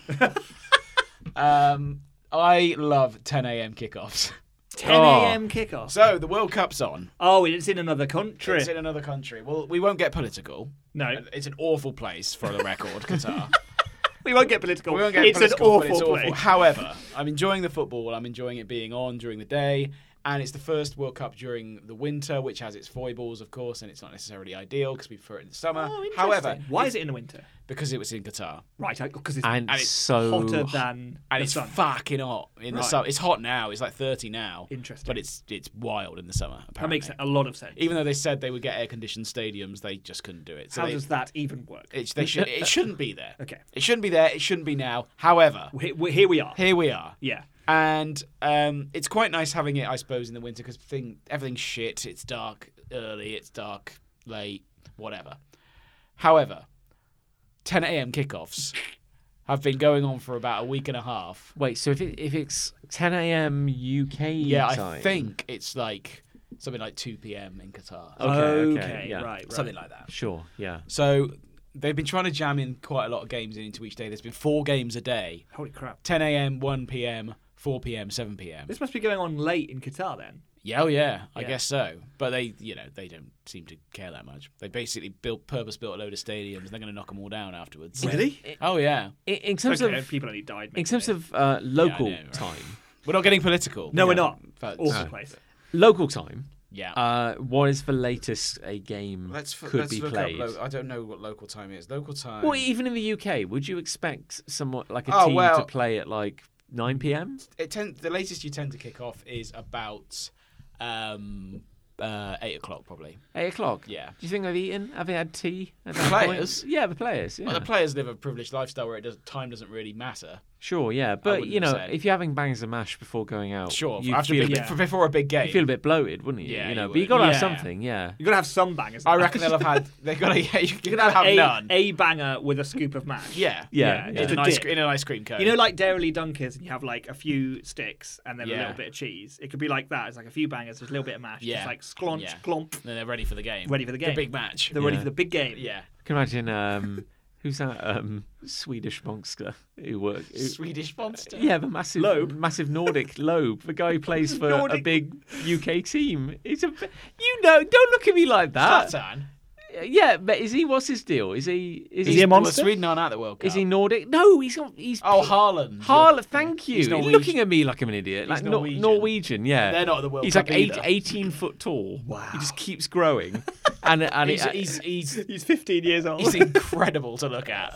Speaker 2: um, I love 10 a.m. kickoffs.
Speaker 3: 10 a.m. kickoff.
Speaker 2: So the World Cup's on.
Speaker 3: Oh, it's in another country.
Speaker 2: It's in another country. Well, we won't get political.
Speaker 3: no,
Speaker 2: It's an awful place for the record, Qatar.
Speaker 3: we won't get political.
Speaker 2: We won't get
Speaker 3: it's
Speaker 2: political,
Speaker 3: an
Speaker 2: but
Speaker 3: awful
Speaker 2: it's
Speaker 3: place.
Speaker 2: However, I'm enjoying the football. I'm enjoying it being on during the day, and it's the first World Cup during the winter, which has its foibles, of course, and it's not necessarily ideal because we prefer it in the summer.
Speaker 3: Oh, interesting.
Speaker 2: However,
Speaker 3: why is it in the winter?
Speaker 2: because it was in Qatar
Speaker 3: Right, because it's
Speaker 1: And,
Speaker 2: And it's
Speaker 1: so
Speaker 3: hotter than
Speaker 2: and
Speaker 3: the
Speaker 2: it's
Speaker 3: sun.
Speaker 2: fucking hot in the
Speaker 3: Right.
Speaker 2: summer. It's hot now. It's like 30 now.
Speaker 3: Interesting.
Speaker 2: but it's it's wild in the summer. Apparently.
Speaker 3: that makes a lot of sense.
Speaker 2: Even though they said they would get air-conditioned stadiums, they just couldn't do it. So
Speaker 3: How
Speaker 2: they,
Speaker 3: does that even work?
Speaker 2: it, they should, it shouldn't be there.
Speaker 3: Okay.
Speaker 2: It shouldn't be there. It shouldn't be now. However,
Speaker 3: Here we here we are.
Speaker 2: here we are.
Speaker 3: Yeah.
Speaker 2: and um, it's quite nice having it, I suppose, in the winter because thing everything's shit. It's dark early, it's dark late, whatever. However, 10 a.m. kickoffs have been going on for about a week and a half.
Speaker 1: Wait, so if it, if it's 10 a.m. UK
Speaker 2: Yeah,
Speaker 1: time,
Speaker 2: I think it's like something like 2 p.m. in Qatar,
Speaker 1: Okay, okay, yeah.
Speaker 3: right, right.
Speaker 2: something like that.
Speaker 1: Sure, yeah.
Speaker 2: So they've been trying to jam in quite a lot of games into each day. There's been four games a day:
Speaker 3: Holy crap.
Speaker 2: 10 a.m., 1 p.m., 4 p.m., 7 p.m.
Speaker 3: This must be going on late in Qatar then.
Speaker 2: Yeah, oh yeah, I
Speaker 3: Yeah.
Speaker 2: guess so. But they, you know, they don't seem to care that much. They basically built, purpose built a load of stadiums. They're going to knock them all down afterwards. Oh yeah.
Speaker 1: In, in terms
Speaker 3: Okay,
Speaker 1: of
Speaker 3: people only died.
Speaker 1: in
Speaker 3: maybe.
Speaker 1: terms of uh, local
Speaker 2: know, right.
Speaker 1: time,
Speaker 2: We're not getting political.
Speaker 3: no, we're not.
Speaker 2: But-
Speaker 3: Awful
Speaker 2: No.
Speaker 3: place.
Speaker 1: local time,
Speaker 2: Yeah.
Speaker 1: uh, what is the latest a game could be played?
Speaker 2: I don't know what local time is. Local time.
Speaker 1: Well, even in the UK, would you expect somewhat like a
Speaker 2: Oh,
Speaker 1: team
Speaker 2: well-
Speaker 1: to play at like 9 p.m.?
Speaker 2: it tend, the latest you tend to kick off is about um, uh, eight o'clock probably.
Speaker 1: Eight o'clock.
Speaker 2: Yeah.
Speaker 1: Do you think they've eaten? Have they had tea? At that
Speaker 2: players?
Speaker 1: Point? Yeah, the players. Yeah.
Speaker 2: Well, the players live a privileged lifestyle where it does, time doesn't really matter.
Speaker 1: sure. Yeah, but
Speaker 2: wouldn't
Speaker 1: you know,
Speaker 2: have said.
Speaker 1: if you're having bangs and mash before going out,
Speaker 2: Sure,
Speaker 1: you
Speaker 2: after a
Speaker 1: feel,
Speaker 2: big,
Speaker 1: a bit-
Speaker 3: yeah.
Speaker 2: before a big game,
Speaker 1: you feel a bit bloated, wouldn't you?
Speaker 2: Yeah,
Speaker 1: you
Speaker 2: you
Speaker 1: know, but
Speaker 2: would.
Speaker 1: you got to
Speaker 3: Yeah.
Speaker 1: have something. Yeah.
Speaker 3: You've got to have some bangers.
Speaker 2: I reckon they'll have had. They've got to. Yeah, you're
Speaker 3: you
Speaker 2: gonna have
Speaker 3: a,
Speaker 2: none.
Speaker 3: a banger with a scoop of mash.
Speaker 2: Yeah.
Speaker 1: Yeah, yeah.
Speaker 3: Yeah, just
Speaker 2: In,
Speaker 3: a
Speaker 2: an ice,
Speaker 3: dip.
Speaker 2: in an ice cream cone.
Speaker 3: You know, like Dairy Dunkers, and you have like a few sticks and then a
Speaker 2: Yeah.
Speaker 3: little bit of cheese. It could be like that. It's like a few bangers, just a little bit of mash.
Speaker 2: Yeah.
Speaker 3: Just like sclunch,
Speaker 2: Yeah.
Speaker 3: clomp.
Speaker 2: then they're ready for the game.
Speaker 3: Ready for the game.
Speaker 2: The big match.
Speaker 3: They're ready
Speaker 1: Yeah.
Speaker 3: for the big game.
Speaker 2: yeah.
Speaker 1: Can you imagine um, who's that um, Swedish monster who work? who-
Speaker 2: Swedish monster.
Speaker 1: yeah, the massive
Speaker 3: Lobe.
Speaker 1: massive Nordic Lobe, the guy who plays for a
Speaker 3: Nordic-
Speaker 1: big UK team. It's a, you know, don't look at me like that.
Speaker 2: Zlatan.
Speaker 1: Yeah, but is he? What's his deal? Is he? Is,
Speaker 3: Ah. he a
Speaker 2: Well,
Speaker 3: monster?
Speaker 2: Sweden aren't at the World Cup.
Speaker 1: Is he Nordic? No, he's not. He's
Speaker 2: Oh, Haaland.
Speaker 1: Harlot, thank you.
Speaker 2: He's
Speaker 1: He's
Speaker 2: Norwegian.
Speaker 1: looking at me like I'm an idiot. Like Nor-
Speaker 2: Norwegian.
Speaker 1: Norwegian. yeah.
Speaker 2: They're not at the World
Speaker 1: he's
Speaker 2: Cup
Speaker 1: like eight,
Speaker 2: either.
Speaker 1: 18 foot tall. Wow. He just keeps growing. and and
Speaker 2: He's,
Speaker 1: it,
Speaker 2: he's, he's,
Speaker 3: He's 15 years old.
Speaker 2: he's incredible to look at.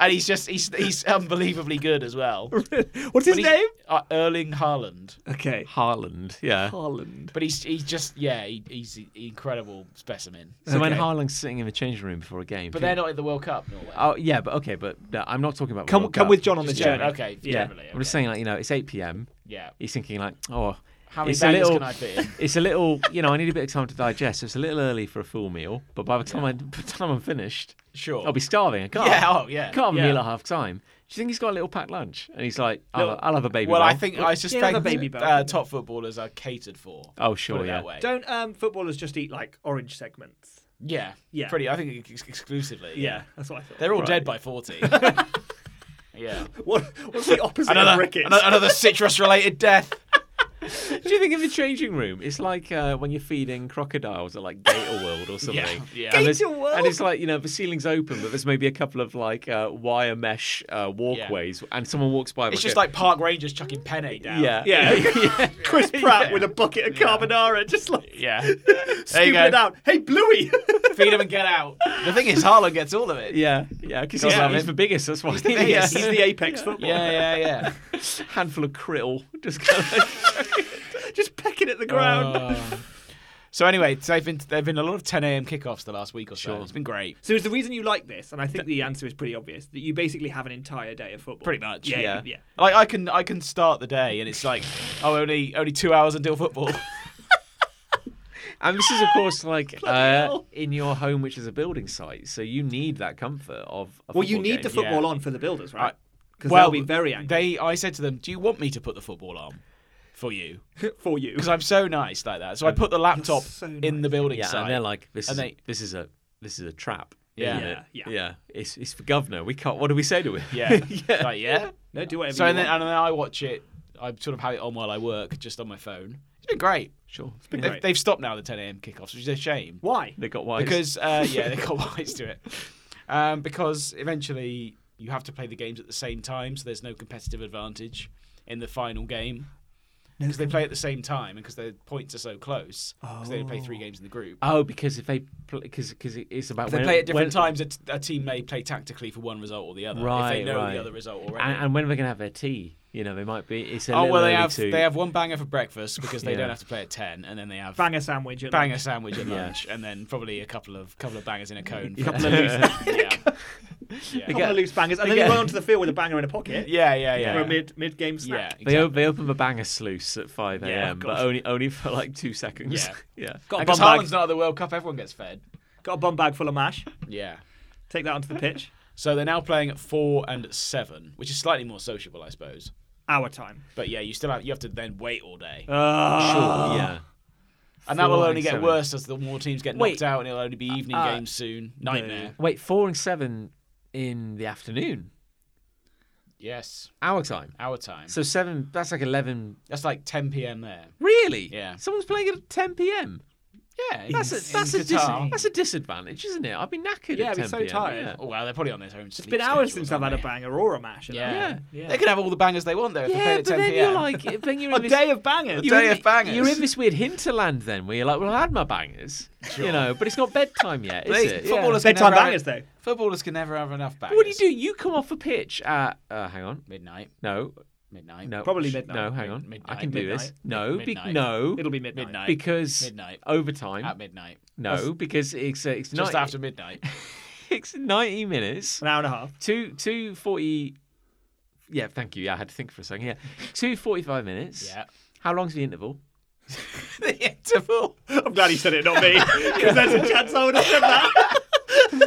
Speaker 2: and he's just, he's, he's unbelievably good as well.
Speaker 3: What's his
Speaker 2: But he-
Speaker 3: name?
Speaker 2: Uh, Erling Haaland.
Speaker 3: Okay.
Speaker 1: Harland, yeah.
Speaker 3: Harland.
Speaker 2: But he's, he's just, yeah, he, he's an incredible specimen.
Speaker 1: So when
Speaker 3: Okay.
Speaker 1: Harland's sitting in the changing room before a game,
Speaker 2: But
Speaker 1: people-
Speaker 2: they're not at the World Cup, Norway.
Speaker 1: Oh yeah, but okay, but no, I'm not talking about.
Speaker 3: Come,
Speaker 1: World
Speaker 3: come
Speaker 1: Cup.
Speaker 3: with John on the
Speaker 2: Just
Speaker 3: journey.
Speaker 2: generally, Okay,
Speaker 3: Yeah.
Speaker 2: generally.
Speaker 1: I'm just saying, like you know, it's 8 p.m.
Speaker 2: Yeah.
Speaker 1: He's thinking like, oh,
Speaker 2: How many
Speaker 1: it's a
Speaker 2: bangers
Speaker 1: little,
Speaker 2: can I fit in?
Speaker 1: It's a little, you know, I need a bit of time to digest. So it's a little early for a full meal, but by the time I, by the time I'm finished,
Speaker 2: Sure.
Speaker 1: I'll be starving. I can't.
Speaker 2: Yeah, oh, yeah.
Speaker 1: I can't have
Speaker 3: Yeah.
Speaker 1: a meal at half time. Do you think he's got a little packed lunch? And he's like, I'll, I'll have a baby.
Speaker 2: Well, I
Speaker 1: roll.
Speaker 2: think I
Speaker 3: have
Speaker 2: suspect
Speaker 3: a baby bell.
Speaker 2: uh, top footballers are catered for.
Speaker 1: Oh,
Speaker 2: put
Speaker 1: sure,
Speaker 2: it
Speaker 1: yeah.
Speaker 2: that way.
Speaker 3: Don't um, footballers just eat like orange segments?
Speaker 2: yeah,
Speaker 3: Yeah.
Speaker 2: pretty. I think ex- exclusively.
Speaker 3: Yeah, that's what I thought.
Speaker 2: they're all dead by forty. yeah, another
Speaker 3: What, what's the opposite of rickets?
Speaker 2: ano- another citrus-related death.
Speaker 1: Do you think in the changing room, it's like uh, when you're feeding crocodiles at like Gator World or something?
Speaker 2: yeah.
Speaker 1: And there's-
Speaker 3: Gator World?
Speaker 1: And it's like, you know, the ceiling's open, but there's maybe a couple of like uh, wire mesh uh, walkways, and someone walks by.
Speaker 2: It's just like park rangers chucking penne down.
Speaker 1: yeah.
Speaker 3: Yeah.
Speaker 1: yeah.
Speaker 3: Chris Pratt with a bucket of carbonara, just like
Speaker 2: Yeah.
Speaker 3: scooping
Speaker 2: go.
Speaker 3: it out. Hey, Bluey.
Speaker 2: Feed them and get out. The thing is, Harlan gets all of it.
Speaker 1: Yeah, yeah, because he's,
Speaker 2: Yeah.
Speaker 1: he's the biggest. That's why he's the
Speaker 3: Yes, he's the apex football.
Speaker 2: Yeah, yeah, yeah.
Speaker 1: handful of krill just kind
Speaker 3: Just pecking at the ground.
Speaker 2: Oh. so anyway, so they've been there've been a lot of 10 a.m. kickoffs the last week or so.
Speaker 1: Sure.
Speaker 2: It's been great.
Speaker 3: So is the reason you like this, and I think the answer is pretty obvious, that you basically have an entire day of football.
Speaker 2: Pretty much.
Speaker 3: Yeah. Yeah.
Speaker 1: Yeah.
Speaker 3: yeah.
Speaker 2: Like I can I can start the day and it's like oh only only two hours until football.
Speaker 1: and this is of course like uh,
Speaker 3: hell.
Speaker 1: in your home, which is a building site, so you need that comfort of. A
Speaker 3: Well, you
Speaker 1: football
Speaker 3: need
Speaker 1: game.
Speaker 3: the football
Speaker 2: yeah.
Speaker 3: on for the builders, right?
Speaker 2: I-
Speaker 3: Because
Speaker 2: Well,
Speaker 3: they'll be very angry
Speaker 2: They I said to them, do you want me to put the football on for you?
Speaker 3: for you.
Speaker 2: Because I'm so nice like that. So I put the laptop
Speaker 3: so
Speaker 2: in the building
Speaker 1: Yeah,
Speaker 2: site.
Speaker 1: and they're like, this
Speaker 2: And
Speaker 1: is
Speaker 2: they-
Speaker 1: this is a this is a trap.
Speaker 2: Yeah.
Speaker 1: isn't it?
Speaker 3: Yeah, yeah.
Speaker 1: It's it's for governor. We can't. What do we say to him?
Speaker 2: yeah, yeah, like, yeah.
Speaker 3: No, do whatever
Speaker 2: So
Speaker 3: you
Speaker 2: and then,
Speaker 3: want.
Speaker 2: and then I watch it. I sort of have it on while I work, just on my phone. It's been great.
Speaker 1: sure.
Speaker 2: They've,
Speaker 3: Great.
Speaker 2: they've stopped now the 10 a.m. kickoffs, which is a shame.
Speaker 3: Why?
Speaker 1: They got wise.
Speaker 2: Because uh, yeah, they got wise to it. Um, because eventually you have to play the games at the same time, so there's no competitive advantage in the final game. Because they play at the same time, and because their points are so close, because they only play three games in the group.
Speaker 1: oh, because if they because because it's about
Speaker 2: If they
Speaker 1: when-
Speaker 2: play at different
Speaker 1: when-
Speaker 2: times, a, t- a team may play tactically for one result or the other. uh, if
Speaker 1: Right,
Speaker 2: they know
Speaker 1: right.
Speaker 2: the other result already.
Speaker 1: And, and when are they gonna have their tea? You know, they might be. It's a
Speaker 2: oh
Speaker 1: little
Speaker 2: well, they
Speaker 1: early
Speaker 2: have
Speaker 1: to-
Speaker 2: they have one banger for breakfast because they
Speaker 1: Yeah.
Speaker 2: don't have to play at ten, and then they have
Speaker 3: Bang a sandwich. At
Speaker 2: banger
Speaker 3: lunch.
Speaker 2: sandwich at
Speaker 1: Yeah.
Speaker 2: lunch, and then probably a couple of couple of bangers in a cone. for-
Speaker 1: Couple
Speaker 3: of
Speaker 2: yeah.
Speaker 3: A
Speaker 2: yeah.
Speaker 3: couple
Speaker 1: get-
Speaker 3: of loose bangers, and then
Speaker 1: get-
Speaker 3: you run onto the field with a banger in a pocket
Speaker 2: Yeah, yeah,
Speaker 3: for
Speaker 2: yeah.
Speaker 3: a mid mid game snack.
Speaker 2: Yeah,
Speaker 1: They,
Speaker 2: exactly.
Speaker 1: o- they open the banger sluice at 5 a.m.,
Speaker 3: Yeah, of
Speaker 1: but
Speaker 3: course.
Speaker 1: only only for like two seconds.
Speaker 2: Yeah.
Speaker 1: yeah.
Speaker 3: Got a
Speaker 2: Because
Speaker 3: bum bag.
Speaker 2: Haaland's not at the World Cup, everyone gets fed.
Speaker 3: Got a bum bag full of mash.
Speaker 2: Yeah.
Speaker 3: Take that onto the pitch.
Speaker 2: So they're now playing at four and seven, which is slightly more sociable, I suppose.
Speaker 3: Our time.
Speaker 2: But yeah, you still have you have to then wait all day,
Speaker 3: Ah.
Speaker 1: yeah.
Speaker 2: and that will
Speaker 1: Uh, four
Speaker 2: only
Speaker 1: and
Speaker 2: get
Speaker 1: seven.
Speaker 2: worse as the more teams get knocked
Speaker 1: Wait.
Speaker 2: out, and it'll only be evening
Speaker 1: uh,
Speaker 2: games soon. Nightmare.
Speaker 1: Wait, four and seven in the afternoon,
Speaker 2: Yes,
Speaker 1: our time.
Speaker 2: our time.
Speaker 1: So seven, that's like 11.
Speaker 2: That's like 10 p.m. there.
Speaker 1: Really?
Speaker 2: Yeah.
Speaker 1: Someone's playing at 10 p.m.
Speaker 2: Yeah,
Speaker 1: That's
Speaker 2: in-
Speaker 1: a, that's,
Speaker 2: in
Speaker 1: a dis-
Speaker 2: Qatar.
Speaker 1: that's a disadvantage, isn't it? I've been knackered
Speaker 3: Yeah,
Speaker 1: at
Speaker 3: I'd be
Speaker 1: 10
Speaker 3: so
Speaker 1: p.m.
Speaker 3: tired.
Speaker 1: yeah.
Speaker 2: Oh, well, they're probably on their own.
Speaker 3: It's been hours since I've had a banger or a mash.
Speaker 2: Yeah.
Speaker 1: Yeah.
Speaker 2: they could have all the bangers they want though. If
Speaker 1: Yeah, but
Speaker 2: they play at 10
Speaker 1: then
Speaker 2: p.m.
Speaker 1: you're like, then you're in
Speaker 3: A
Speaker 1: this,
Speaker 3: day of bangers.
Speaker 1: you're
Speaker 2: day
Speaker 1: in
Speaker 2: of bangers.
Speaker 1: You're in this weird hinterland then, where you're like, well, I had my bangers, you know, but it's not bedtime yet, is
Speaker 2: They-
Speaker 1: it? Yeah.
Speaker 2: Footballers can
Speaker 3: Bedtime
Speaker 2: never
Speaker 3: bangers
Speaker 2: have-
Speaker 3: though.
Speaker 2: Footballers can never have enough bangers.
Speaker 1: What do you do? You come off a pitch at uh, hang on.
Speaker 2: Midnight.
Speaker 1: No,
Speaker 2: Midnight.
Speaker 1: no,
Speaker 3: Probably
Speaker 1: sh-
Speaker 3: midnight.
Speaker 1: No, hang on.
Speaker 2: Mid-
Speaker 1: I can do
Speaker 2: midnight.
Speaker 1: this.
Speaker 2: Mid-
Speaker 1: No, be-
Speaker 2: midnight.
Speaker 1: no,
Speaker 3: It'll be midnight.
Speaker 2: Midnight.
Speaker 1: because
Speaker 2: Midnight.
Speaker 1: overtime.
Speaker 2: At midnight.
Speaker 1: no, because it's uh, it's
Speaker 2: Just
Speaker 1: 90,
Speaker 2: after midnight.
Speaker 1: it's ninety minutes.
Speaker 3: An hour and a half.
Speaker 1: Two two forty. Yeah, thank you. Yeah, I had to think for a second. Yeah, two forty-five minutes.
Speaker 2: Yeah.
Speaker 1: How long's the interval?
Speaker 2: the interval.
Speaker 3: I'm glad he said it, not me, because there's a chance I would have said that.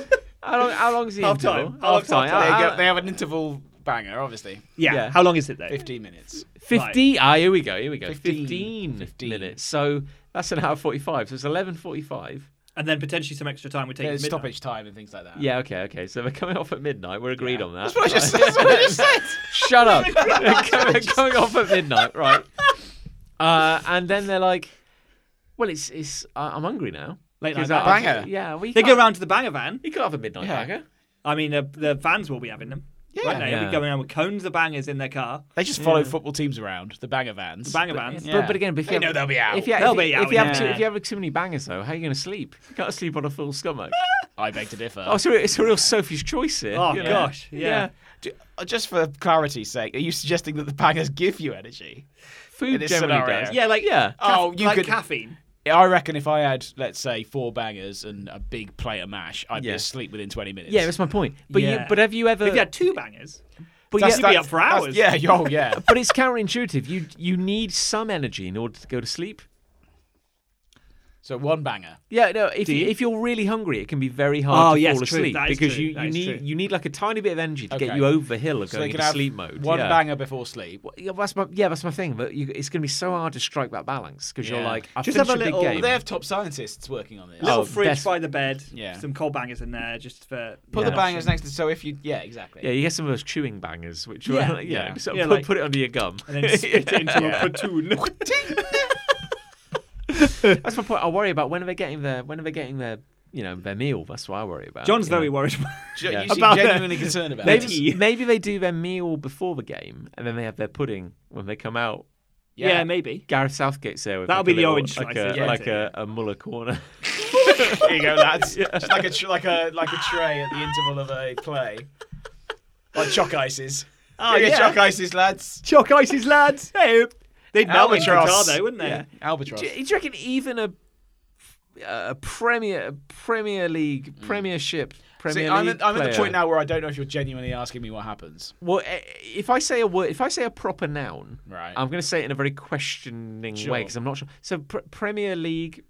Speaker 1: How long? How long's the
Speaker 3: Half-time.
Speaker 1: interval?
Speaker 3: How long's
Speaker 1: Half-time.
Speaker 3: half-time?
Speaker 2: They,
Speaker 1: How-
Speaker 2: go,
Speaker 1: how-
Speaker 2: they have an interval banger, obviously.
Speaker 3: Yeah.
Speaker 1: Yeah.
Speaker 3: How long is it though?
Speaker 2: 15 minutes.
Speaker 1: Fifty. Ah, here we go. Here we go.
Speaker 2: 15.
Speaker 1: 15,
Speaker 2: 15.
Speaker 1: minutes. So that's an hour forty-five. So it's eleven forty-five.
Speaker 3: And then potentially some extra time would take.
Speaker 2: There's
Speaker 3: midnight.
Speaker 2: stoppage time and things like that.
Speaker 1: Yeah, okay, okay. So they're coming off at midnight. We're agreed on that.
Speaker 2: Oh. That's what I just,
Speaker 1: Right.
Speaker 2: that's what I just said.
Speaker 1: Shut up. they're coming, coming off at midnight, right? Uh, and then they're like, well, it's it's. I I'm hungry now.
Speaker 3: Late
Speaker 1: 'Cause
Speaker 3: night
Speaker 1: I-
Speaker 2: banger.
Speaker 1: Yeah, we
Speaker 3: They
Speaker 1: can't-
Speaker 3: go round to the banger van.
Speaker 1: You could have a midnight
Speaker 2: Yeah.
Speaker 1: banger.
Speaker 3: I mean, uh, the fans will be having them. Yeah. Won't they? They'll be
Speaker 1: Yeah.
Speaker 3: going around with cones of bangers in their car.
Speaker 2: They just follow football teams around, the banger vans.
Speaker 3: Banger vans.
Speaker 2: Yeah.
Speaker 1: But, but again, but if
Speaker 2: They
Speaker 1: you
Speaker 2: know
Speaker 1: have,
Speaker 2: they'll be out.
Speaker 1: If you,
Speaker 3: They'll
Speaker 1: if, you-
Speaker 3: be
Speaker 1: if
Speaker 3: out,
Speaker 1: you have
Speaker 3: yeah.
Speaker 1: too, if you have too many bangers though, how are you going to sleep? You can't sleep on a full stomach.
Speaker 2: I beg to differ.
Speaker 1: Oh, so it's a real Sophie's choice here.
Speaker 3: Oh
Speaker 1: you know?
Speaker 3: gosh. Yeah.
Speaker 2: Do- uh, just for clarity's sake, are you suggesting that the bangers give you energy? In
Speaker 1: Food
Speaker 2: this
Speaker 1: generally
Speaker 2: scenario.
Speaker 1: does.
Speaker 3: Yeah, like
Speaker 1: yeah.
Speaker 2: Oh, you
Speaker 3: like
Speaker 2: could-
Speaker 3: caffeine.
Speaker 2: I reckon if I had, let's say, four bangers and a big plate of mash, I'd be
Speaker 1: Yeah.
Speaker 2: asleep within 20 minutes.
Speaker 1: Yeah, that's my point. But
Speaker 3: Yeah.
Speaker 1: you, but have you ever?
Speaker 3: If you had two bangers,
Speaker 1: but
Speaker 3: That's-
Speaker 1: yeah-
Speaker 3: you'd be up for
Speaker 2: that's-
Speaker 3: hours.
Speaker 2: Yeah, yo, yeah.
Speaker 1: but it's counterintuitive. You you need some energy in order to go to sleep.
Speaker 2: So one banger.
Speaker 1: Yeah, no. If,
Speaker 3: you?
Speaker 1: you? if you're really hungry, it can be very hard
Speaker 3: Oh,
Speaker 1: to
Speaker 3: yes,
Speaker 1: fall
Speaker 3: true.
Speaker 1: asleep
Speaker 3: That is
Speaker 1: because
Speaker 3: true.
Speaker 1: you,
Speaker 3: That
Speaker 1: you
Speaker 3: is
Speaker 1: need
Speaker 3: true.
Speaker 1: you need like a tiny bit of energy to get
Speaker 2: Okay.
Speaker 1: you over the hill of
Speaker 2: So
Speaker 1: going
Speaker 2: they can
Speaker 1: into
Speaker 2: have
Speaker 1: sleep mode.
Speaker 2: one
Speaker 1: yeah.
Speaker 2: banger before sleep.
Speaker 1: Well, yeah, that's my yeah, that's my thing. But you, it's going to be so hard to strike that balance because you're
Speaker 2: Yeah.
Speaker 1: like, I
Speaker 3: Just
Speaker 1: finished
Speaker 3: have a
Speaker 1: a,
Speaker 3: little-
Speaker 1: big game.
Speaker 2: Well, they have top scientists working on this.
Speaker 1: Oh,
Speaker 3: Little fridge
Speaker 1: best-
Speaker 3: by the bed.
Speaker 2: Yeah.
Speaker 3: Some cold bangers in there just for.
Speaker 2: Put
Speaker 3: yeah.
Speaker 2: the bangers next to. So if you, yeah, exactly.
Speaker 1: Oh, Yeah, you get some of those chewing bangers, which
Speaker 3: Yeah.
Speaker 1: were like, yeah,
Speaker 2: Yeah.
Speaker 1: sort of
Speaker 3: Yeah,
Speaker 1: put,
Speaker 3: like-
Speaker 1: put it under your gum.
Speaker 3: And then spit it into
Speaker 2: Yeah.
Speaker 3: a platoon.
Speaker 1: That's my point. I worry about when are they getting their when are they getting their you know their meal. That's what I worry about.
Speaker 3: John's
Speaker 1: you know.
Speaker 3: very worried.
Speaker 2: Ju-
Speaker 1: Yeah.
Speaker 2: You seem
Speaker 3: About that.
Speaker 2: genuinely concerned about
Speaker 3: Maybe-
Speaker 2: it.
Speaker 3: tea.
Speaker 1: Maybe, maybe they do their meal before the game, and then they have their pudding when they come out.
Speaker 3: yeah.
Speaker 2: Yeah.
Speaker 3: maybe.
Speaker 1: Gareth Southgate's there. With
Speaker 3: That'll
Speaker 1: like
Speaker 3: be
Speaker 1: a
Speaker 3: the
Speaker 1: little-
Speaker 3: orange
Speaker 1: like
Speaker 3: slices,
Speaker 1: a,
Speaker 3: won't
Speaker 1: like
Speaker 3: it?
Speaker 1: a, a Muller corner.
Speaker 2: There you go, lads. Just like a tr- like a like a tray at the interval of a play, like chalk ices.
Speaker 3: Oh,
Speaker 2: Here you go,
Speaker 3: yeah.
Speaker 2: chalk ices, lads.
Speaker 3: Chalk ices, lads. Hey. They'd melt in
Speaker 2: Albatross.
Speaker 3: Qatar, though, wouldn't they?
Speaker 2: Yeah. Albatross.
Speaker 1: Do you, do you reckon even a a Premier a Premier League Premiership Premier
Speaker 2: Mm. See,
Speaker 1: League
Speaker 2: I'm, at, I'm at the
Speaker 1: player-
Speaker 2: point now where I don't know if you're genuinely asking me what happens.
Speaker 1: Well, eh, if I say a word, if I say a proper noun,
Speaker 2: Right.
Speaker 1: I'm going to say it in a very questioning way
Speaker 2: Sure.
Speaker 1: because I'm not sure. So pr- Premier League,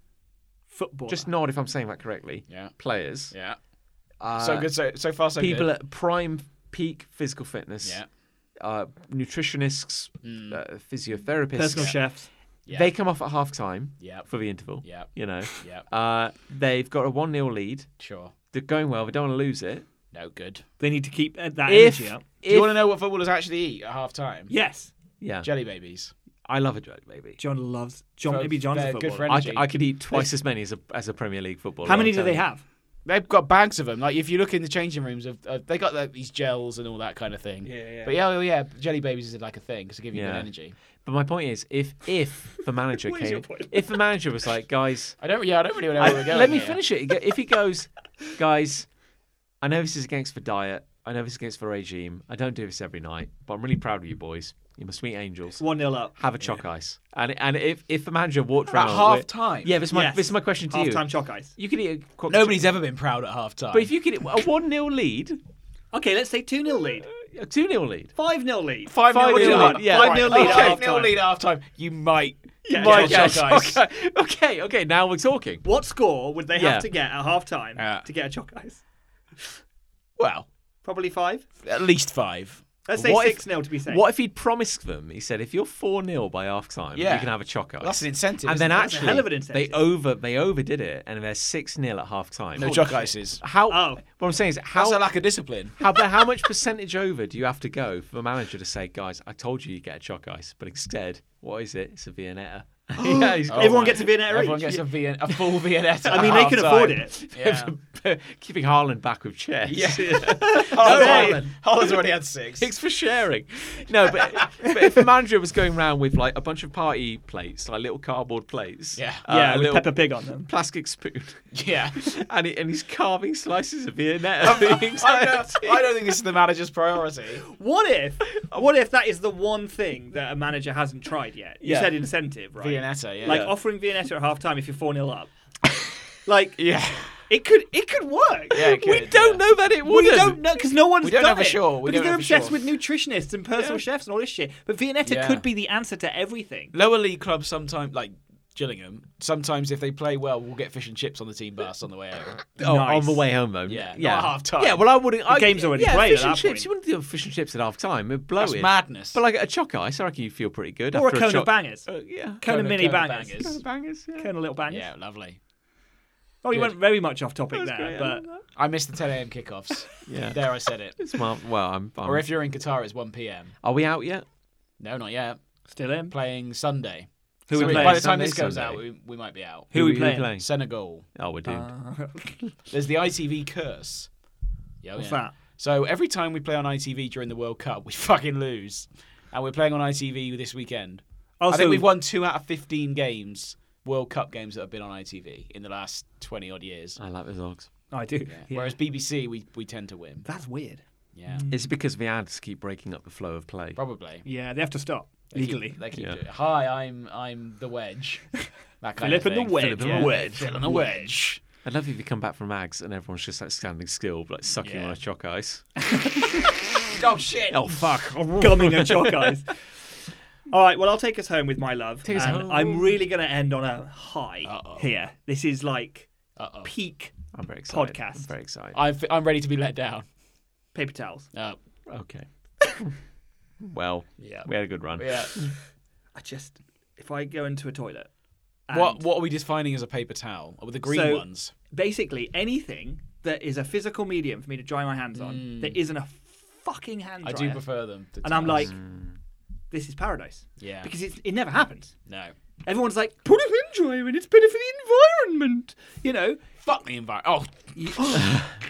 Speaker 3: Football.
Speaker 1: just nod if I'm saying that correctly.
Speaker 2: uh, Yeah.
Speaker 1: Players,
Speaker 2: Yeah.
Speaker 1: uh,
Speaker 2: so good. So so far so
Speaker 1: people
Speaker 2: good.
Speaker 1: at prime peak physical fitness,
Speaker 2: Yeah.
Speaker 1: uh, nutritionists, uh, physiotherapists,
Speaker 3: personal chefs.
Speaker 2: Hmm. Yeah.
Speaker 1: They come off at half time
Speaker 2: Yep.
Speaker 1: for the interval.
Speaker 2: Yep.
Speaker 1: You know,
Speaker 2: Yep.
Speaker 1: uh, they've got a 1 0 lead.
Speaker 2: Sure.
Speaker 1: They're going well. They don't want to lose it.
Speaker 2: No good.
Speaker 3: They need to keep uh, that
Speaker 1: If,
Speaker 3: energy up.
Speaker 2: Do you
Speaker 1: if-
Speaker 2: want to know what footballers actually eat at half time?
Speaker 3: Yes.
Speaker 1: yeah,
Speaker 2: Jelly babies.
Speaker 1: I love a joke, baby.
Speaker 3: John loves. John,
Speaker 2: For
Speaker 3: maybe John's a
Speaker 2: their good
Speaker 3: footballer.
Speaker 2: friend-
Speaker 1: I,
Speaker 2: energy.
Speaker 1: I could eat twice as many as a, as a Premier League footballer.
Speaker 3: How many
Speaker 1: I'm
Speaker 3: do they
Speaker 1: telling you.
Speaker 3: have?
Speaker 2: They've got bags of them. Like if you look in the changing rooms, of uh, they got like, these gels and all that kind of thing.
Speaker 3: Yeah, yeah.
Speaker 2: But yeah, oh, yeah, jelly babies is like a thing because they give you good
Speaker 1: Yeah.
Speaker 2: energy.
Speaker 1: But my point is, if if the manager
Speaker 3: What is your
Speaker 1: came,
Speaker 3: point?
Speaker 1: if the manager was like, guys,
Speaker 2: I don't. Yeah, I don't really know where we're going.
Speaker 1: let me
Speaker 2: here.
Speaker 1: finish it. If he goes, guys, I know this is against the diet. I know this is against the regime. I don't do this every night, but I'm really proud of you boys. You're my sweet angels.
Speaker 3: One 0 up.
Speaker 1: Have a choc ice. And and if if the manager walked around
Speaker 2: At half time.
Speaker 1: yeah, this is my
Speaker 3: Yes.
Speaker 1: this is my question to
Speaker 3: Half
Speaker 1: you.
Speaker 3: time chalk ice.
Speaker 1: You could eat a qu-
Speaker 2: Nobody's ever been proud at half time.
Speaker 1: But if you could eat a one 0 lead,
Speaker 3: Okay, let's say two 0 lead.
Speaker 1: a two 0 lead.
Speaker 3: Five 0 lead.
Speaker 2: five
Speaker 1: five
Speaker 2: nil
Speaker 1: nil
Speaker 2: lead,
Speaker 1: lead, yeah.
Speaker 2: Five
Speaker 1: Five
Speaker 2: nil
Speaker 1: nil
Speaker 3: lead
Speaker 2: lead.
Speaker 3: at
Speaker 2: Five
Speaker 3: half
Speaker 2: nil
Speaker 3: time.
Speaker 2: lead at half time. You might.
Speaker 3: Yeah,
Speaker 2: might
Speaker 3: yeah,
Speaker 2: get chalk ice.
Speaker 1: okay, okay, okay. Now we're talking.
Speaker 3: What score would they
Speaker 1: Yeah.
Speaker 3: have to get at half time
Speaker 2: Yeah.
Speaker 3: to get a chalk ice?
Speaker 2: Well,
Speaker 3: Probably five.
Speaker 2: at least five.
Speaker 3: Let's say
Speaker 1: What if-
Speaker 3: six 0 to be safe.
Speaker 1: What if he'd promised them? He said, if you're four 0 by half time,
Speaker 2: Yeah.
Speaker 1: you can have a choc ice.
Speaker 2: That's an incentive.
Speaker 1: and then
Speaker 2: isn't it?
Speaker 1: actually,
Speaker 3: hell of an
Speaker 1: they
Speaker 3: incentive.
Speaker 1: over they overdid it, and they're six 0 at half time.
Speaker 2: no chalk ices.
Speaker 1: How?
Speaker 3: Oh.
Speaker 1: What I'm saying is, how
Speaker 2: That's a lack of discipline.
Speaker 1: how but how much percentage over do you have to go for the manager to say, guys, I told you you get a choc ice, but instead, what is it? It's a Viennetta. yeah, he's got
Speaker 3: Everyone gets a Vienna
Speaker 2: Oh Everyone
Speaker 3: each.
Speaker 2: gets a, Vien- a full Viennetta.
Speaker 3: I mean, they can afford it.
Speaker 2: Yeah.
Speaker 1: keeping Haaland back with chairs.
Speaker 2: Uh, Holland's, Holland's already had six.
Speaker 1: Thanks for sharing. No, but, but if the manager was going around with like a bunch of party plates, like little cardboard plates,
Speaker 2: Yeah.
Speaker 1: uh,
Speaker 3: yeah,
Speaker 1: a
Speaker 3: with
Speaker 1: little
Speaker 3: Peppa Pig on them.
Speaker 1: plastic spoon,
Speaker 2: Yeah.
Speaker 1: and, he, and he's carving slices of Viennetta. the
Speaker 2: I
Speaker 1: entire
Speaker 2: don't,
Speaker 1: team.
Speaker 2: I don't think this is the manager's priority.
Speaker 3: What if? What if that is the one thing that a manager hasn't tried yet? You
Speaker 1: Yeah.
Speaker 3: said incentive, right?
Speaker 2: Viennetta, yeah.
Speaker 3: Like offering Viennetta at half time if you're four 0 up. like
Speaker 2: Yeah.
Speaker 3: it could, it could work.
Speaker 2: Yeah, it
Speaker 1: we
Speaker 2: could,
Speaker 1: don't
Speaker 2: yeah.
Speaker 1: know that it
Speaker 3: We
Speaker 1: wouldn't.
Speaker 3: don't know because no one's
Speaker 2: We don't
Speaker 3: done
Speaker 2: know for
Speaker 3: it.
Speaker 2: sure. We
Speaker 3: because
Speaker 2: don't know
Speaker 3: they're
Speaker 2: for sure.
Speaker 3: obsessed with nutritionists and personal chefs and all this shit. But Viennetta
Speaker 2: Yeah.
Speaker 3: could be the answer to everything.
Speaker 2: Lower league clubs sometimes, like Gillingham, sometimes if they play well, we'll get fish and chips on the team bus on the way out.
Speaker 1: Oh,
Speaker 3: Nice.
Speaker 1: on the way home though.
Speaker 2: Yeah,
Speaker 1: yeah.
Speaker 2: not half time.
Speaker 1: Yeah, well, I wouldn't. I,
Speaker 3: game's already
Speaker 1: yeah,
Speaker 3: played
Speaker 1: Fish
Speaker 3: at
Speaker 1: and
Speaker 3: that
Speaker 1: chips.
Speaker 3: point.
Speaker 1: You wouldn't do fish and chips at half time. It'd blow
Speaker 2: That's
Speaker 1: it.
Speaker 2: madness.
Speaker 1: But like a choc ice, I reckon you feel pretty good
Speaker 3: Or a
Speaker 1: after
Speaker 3: cone
Speaker 1: choc-
Speaker 3: of bangers,
Speaker 1: Uh, yeah,
Speaker 3: cone of mini
Speaker 2: Cone of
Speaker 3: bangers,
Speaker 2: bangers.
Speaker 1: Cone of bangers. Yeah.
Speaker 3: cone of little bangers.
Speaker 2: yeah, lovely.
Speaker 3: Oh, you
Speaker 2: Good.
Speaker 3: went very much off topic there,
Speaker 1: great, I
Speaker 3: but
Speaker 2: I miss the 10 a.m. kickoffs.
Speaker 1: Yeah.
Speaker 2: There I said it.
Speaker 1: It's my, well, I'm. I'm
Speaker 2: Or if you're in Qatar, it's 1 p.m.
Speaker 1: are we out yet?
Speaker 2: No, not yet.
Speaker 3: still in.
Speaker 2: Playing Sunday.
Speaker 3: Who we
Speaker 2: So
Speaker 3: playing?
Speaker 2: By the time this
Speaker 1: Sunday,
Speaker 2: goes
Speaker 1: Sunday.
Speaker 2: out, we, we might be out.
Speaker 3: Who we playing? Uh,
Speaker 2: Senegal.
Speaker 1: Oh, we're doomed.
Speaker 2: There's the ITV curse. Yeah,
Speaker 3: What's
Speaker 2: yeah.
Speaker 3: that?
Speaker 2: So every time we play on ITV during the World Cup, we fucking lose. And we're playing on ITV this weekend. I
Speaker 3: Also-
Speaker 2: think we've won two out of 15 games, World Cup games that have been on ITV in the last 20 odd years.
Speaker 1: I like the dogs.
Speaker 3: Oh, I do. Yeah. Mm.
Speaker 2: Whereas BBC, we, we tend to win.
Speaker 3: That's weird.
Speaker 2: Yeah,
Speaker 1: It's because the ads keep breaking up the flow of play.
Speaker 2: probably.
Speaker 3: Yeah, they have to stop
Speaker 2: They keep-
Speaker 3: legally.
Speaker 2: they keep
Speaker 1: Yeah.
Speaker 2: doing it. Hi, I'm I'm the wedge. That kind
Speaker 3: Philip
Speaker 2: of
Speaker 3: and the
Speaker 2: thing.
Speaker 3: wedge.
Speaker 1: Philip and the wedge.
Speaker 2: Phil and the wedge.
Speaker 1: I'd love if you come back from Ags and everyone's just like standing still, like sucking
Speaker 2: Yeah.
Speaker 1: on a chalk ice.
Speaker 2: Oh shit!
Speaker 1: Oh fuck!
Speaker 3: Gumming their chalk eyes. All right, well, I'll take us home with my love.
Speaker 1: Take us
Speaker 3: and
Speaker 1: home.
Speaker 3: I'm really going to end on a high here. This is like
Speaker 2: Uh-oh.
Speaker 3: peak
Speaker 1: I'm very excited.
Speaker 3: Podcast.
Speaker 1: I'm very excited.
Speaker 2: I've, I'm ready to be let down.
Speaker 3: paper towels.
Speaker 2: Uh,
Speaker 1: Okay. well,
Speaker 2: Yeah.
Speaker 1: we had a good run.
Speaker 2: yeah.
Speaker 3: I just, if I go into a toilet,
Speaker 2: what What are we defining as a paper towel? With the green
Speaker 3: So-
Speaker 2: ones.
Speaker 3: basically anything that is a physical medium for me to dry my hands on that isn't a fucking hand
Speaker 2: Mm. I
Speaker 3: dryer.
Speaker 2: do prefer them. to
Speaker 3: and I'm like,
Speaker 2: towels.
Speaker 3: this is paradise.
Speaker 2: Mm. Yeah.
Speaker 3: Because it's, it never happens.
Speaker 2: no.
Speaker 3: Everyone's like, put a hand dryer in, it's better for the environment. You know?
Speaker 2: Fuck the environment. Oh,
Speaker 3: You,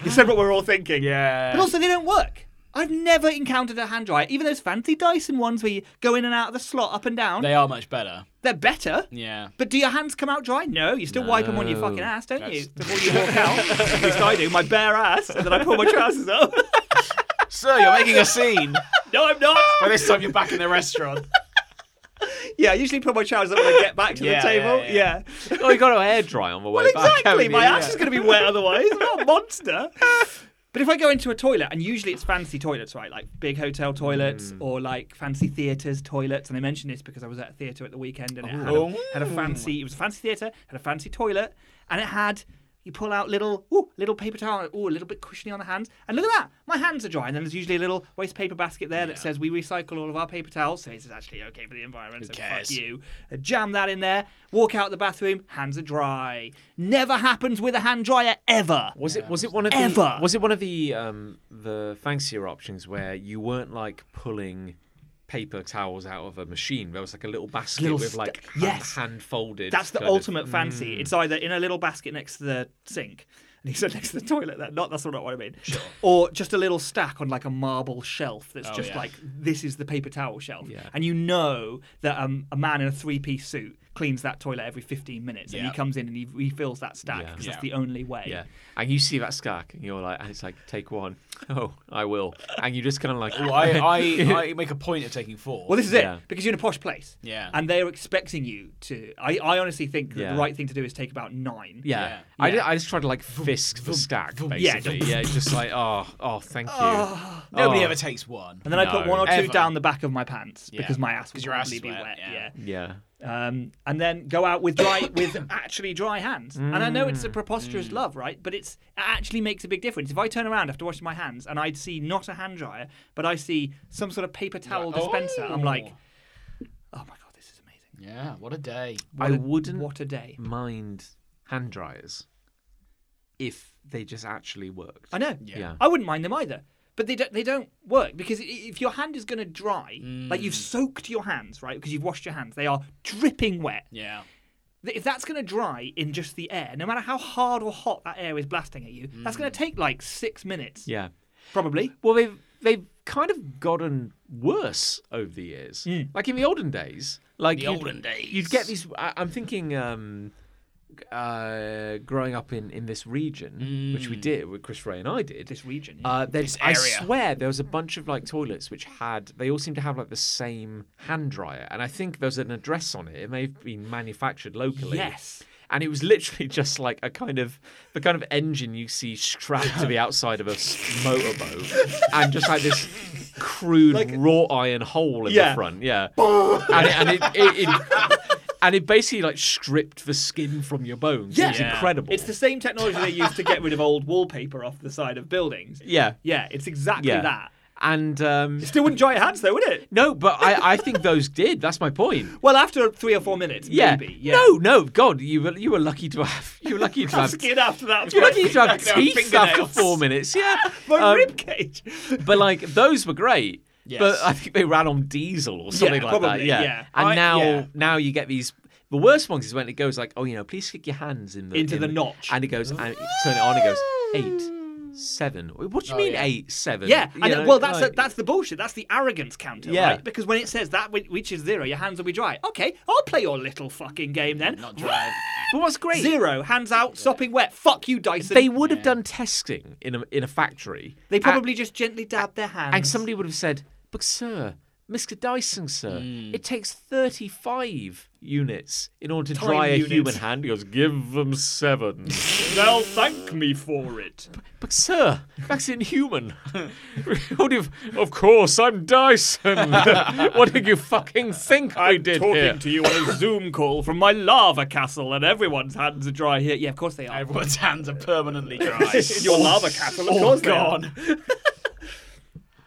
Speaker 3: you said what we're all thinking.
Speaker 2: yeah.
Speaker 3: But also, they don't work. I've never encountered a hand dryer. Even those fancy Dyson ones where you go in and out of the slot up and down,
Speaker 2: They are much better.
Speaker 3: they're better.
Speaker 2: Yeah.
Speaker 3: But do your hands come out dry? No, you still wipe 'em wipe them on your
Speaker 1: No.
Speaker 3: fucking ass, don't
Speaker 2: That's-
Speaker 3: you? Before you walk out. At least I do, my bare ass, and then I pull my trousers up.
Speaker 2: Sir, you're making a scene.
Speaker 3: no, I'm not.
Speaker 2: By this time, you're back in the restaurant.
Speaker 3: Yeah, I usually pull my trousers up when I get back to
Speaker 2: Yeah,
Speaker 3: the table.
Speaker 2: yeah,
Speaker 3: Yeah.
Speaker 2: yeah.
Speaker 1: oh, you got a hair dry on the way back.
Speaker 3: Exactly.
Speaker 1: haven't
Speaker 3: My
Speaker 1: you?
Speaker 3: ass is going to be wet otherwise. I'm not a monster. But if I go into a toilet, and usually it's fancy toilets, right? Like big hotel toilets or like fancy theatres toilets. And I mentioned this because I was at a theatre at the weekend and it had a,
Speaker 2: Ooh.
Speaker 3: had a fancy, it was a fancy theatre, had a fancy toilet, and it had, you pull out little, ooh, little paper towel, ooh, a little bit cushiony on the hands. And look at that, my hands are dry. And then there's usually a little waste paper basket there that says we recycle all of our paper towels. So this is actually okay for the environment. so
Speaker 2: cares?
Speaker 3: fuck you you, jam that in there, walk out the bathroom, hands are dry. Never happens with a hand dryer ever.
Speaker 1: Was it was it one of
Speaker 3: Ever.
Speaker 1: the was it one of the um the fancier options where you weren't like pulling paper towels out of a machine? There was like a little basket
Speaker 3: Little
Speaker 1: with
Speaker 3: st-
Speaker 1: like
Speaker 3: yes.
Speaker 1: hand folded.
Speaker 3: That's the ultimate fancy.
Speaker 2: mm.
Speaker 3: It's either in a little basket next to the sink. And he said next to the toilet. That not that's not what I mean. Or just a little stack on like a marble shelf that's
Speaker 2: Oh,
Speaker 3: just
Speaker 2: yeah.
Speaker 3: like this is the paper towel shelf.
Speaker 1: Yeah.
Speaker 3: And you know that um, a man in a three piece suit cleans that toilet every 15 minutes, and
Speaker 2: Yeah.
Speaker 3: he comes in and he refills that stack
Speaker 1: Yeah.
Speaker 3: because
Speaker 2: Yeah.
Speaker 3: that's the only way.
Speaker 1: Yeah, and you see that stack, and you're like, and it's like, take one. Oh, I will. And you just kind of like,
Speaker 3: Oh,
Speaker 2: Well, I, I, I make a point of taking four.
Speaker 3: Well, this is
Speaker 1: Yeah.
Speaker 3: it because you're in a posh place.
Speaker 2: Yeah.
Speaker 3: And they are expecting you to. I, I honestly think that
Speaker 1: Yeah.
Speaker 3: the right thing to do is take about nine.
Speaker 1: Yeah.
Speaker 2: Yeah.
Speaker 1: I, ju- I just tried to like fisk the stack,
Speaker 3: Yeah. Ah.
Speaker 1: basically. Yeah, it's just like, oh, oh, thank you.
Speaker 2: Nobody
Speaker 1: Oh.
Speaker 2: ever takes one.
Speaker 3: And then I put
Speaker 1: No.
Speaker 3: one or two
Speaker 2: Ever.
Speaker 3: down the back of my pants because my ass would
Speaker 2: your ass
Speaker 3: probably
Speaker 2: is
Speaker 3: be
Speaker 2: wet,
Speaker 3: wet.
Speaker 2: yeah.
Speaker 3: Yeah.
Speaker 1: Yeah.
Speaker 3: Um, and then go out with dry with actually dry hands. And I know it's a preposterous love, right? But it's it actually makes a big difference. If I turn around after washing my hands and I see not a hand dryer, but I see some sort of paper towel dispenser, I'm like,
Speaker 2: Oh.
Speaker 3: oh my god, this is amazing.
Speaker 2: Yeah, what a day.
Speaker 1: I
Speaker 3: What a-
Speaker 1: wouldn't
Speaker 3: What a day.
Speaker 1: mind hand dryers if they just actually worked.
Speaker 3: I know.
Speaker 1: Yeah. Yeah.
Speaker 3: I wouldn't mind them either. But they don't, they don't work because i- if your hand is going to dry, like you've
Speaker 1: Mm.
Speaker 3: soaked your hands, right? Because you've washed your hands, they are dripping wet.
Speaker 2: Yeah.
Speaker 3: Th- If that's going to dry in just the air, no matter how hard or hot that air is blasting at you, that's
Speaker 1: Mm.
Speaker 3: going to take like six minutes,
Speaker 1: Yeah.
Speaker 3: probably.
Speaker 1: Well, they've they've kind of gotten worse over the years. Like in the olden days, like
Speaker 2: The
Speaker 1: you'd-
Speaker 2: olden days.
Speaker 1: you'd get these. I, I'm thinking, um, uh, growing up in in this region, which we did, with Chris Ray and I did.
Speaker 3: This region. yeah.
Speaker 1: Uh, there's,
Speaker 2: Hmm. This
Speaker 1: I
Speaker 2: area.
Speaker 1: swear there was a bunch of like toilets which had they all seemed to have like the same hand dryer, and I think there was an address on it. It may have been manufactured locally.
Speaker 3: Yes.
Speaker 1: And it was literally just like a kind of the kind of engine you see strapped to the outside of a s- motorboat, and just like this crude wrought iron hole in
Speaker 3: Yeah.
Speaker 1: the front. Yeah. and it, and it, it, it and it basically like stripped the skin from your bones. It was
Speaker 3: Yeah.
Speaker 1: incredible.
Speaker 3: It's the same technology they use to get rid of old wallpaper off the side of buildings.
Speaker 1: yeah.
Speaker 3: Yeah, it's exactly
Speaker 1: Yeah.
Speaker 3: that.
Speaker 1: And um,
Speaker 3: You still wouldn't dry your hands though, would it?
Speaker 1: No, but I, I think those did. That's my point.
Speaker 3: Well, after three or four minutes,
Speaker 1: Yeah.
Speaker 3: maybe. Yeah.
Speaker 1: No, no, God, you were you were lucky to have you were lucky to have
Speaker 3: Skin after that.
Speaker 1: you were lucky to have
Speaker 2: Their
Speaker 1: teeth after
Speaker 2: fingernails.
Speaker 1: four minutes. Yeah.
Speaker 3: My
Speaker 1: Um,
Speaker 3: rib cage.
Speaker 1: But like those were great. But
Speaker 2: Yes.
Speaker 1: I think they ran on diesel or something like that.
Speaker 3: probably,
Speaker 1: Yeah.
Speaker 3: yeah.
Speaker 1: And
Speaker 2: I-
Speaker 1: now
Speaker 2: yeah.
Speaker 1: now you get these the worst ones is when it goes like, oh, you know, please stick your hands in the
Speaker 3: Into
Speaker 1: in
Speaker 3: the notch.
Speaker 1: and it goes and you turn it on. It goes eight, seven. What do you
Speaker 2: Oh,
Speaker 1: mean
Speaker 2: yeah.
Speaker 1: eight, seven?
Speaker 3: Yeah,
Speaker 1: You
Speaker 3: and
Speaker 1: know,
Speaker 3: well, that's
Speaker 1: like-
Speaker 3: that's the bullshit. That's the arrogance counter,
Speaker 1: Yeah.
Speaker 3: right? Because when it says that whi- which is zero, your hands will be dry. Okay, I'll play your little fucking game then.
Speaker 2: Not dry.
Speaker 1: But what's great
Speaker 3: Zero hands out, sopping wet. Fuck you, Dyson.
Speaker 1: they would have done testing in a in a factory.
Speaker 3: They
Speaker 1: and-
Speaker 3: probably just gently dab their hands.
Speaker 1: And somebody would have said, But sir, Mr. Dyson, sir,
Speaker 3: Mm.
Speaker 1: it takes 35 units in order to
Speaker 3: Time
Speaker 1: dry
Speaker 3: units.
Speaker 1: a human hand. He goes, give them seven.
Speaker 3: They'll thank me for it.
Speaker 1: but, sir, that's inhuman. what if, of course, I'm Dyson. what did you fucking think i
Speaker 3: I'm
Speaker 1: did
Speaker 3: talking
Speaker 1: here?
Speaker 3: to you on a Zoom call from my lava castle, and everyone's hands are dry here. Yeah, of course they are.
Speaker 2: Everyone's hands are permanently dry.
Speaker 3: Your lava castle, of
Speaker 2: All
Speaker 3: course they are.
Speaker 2: gone.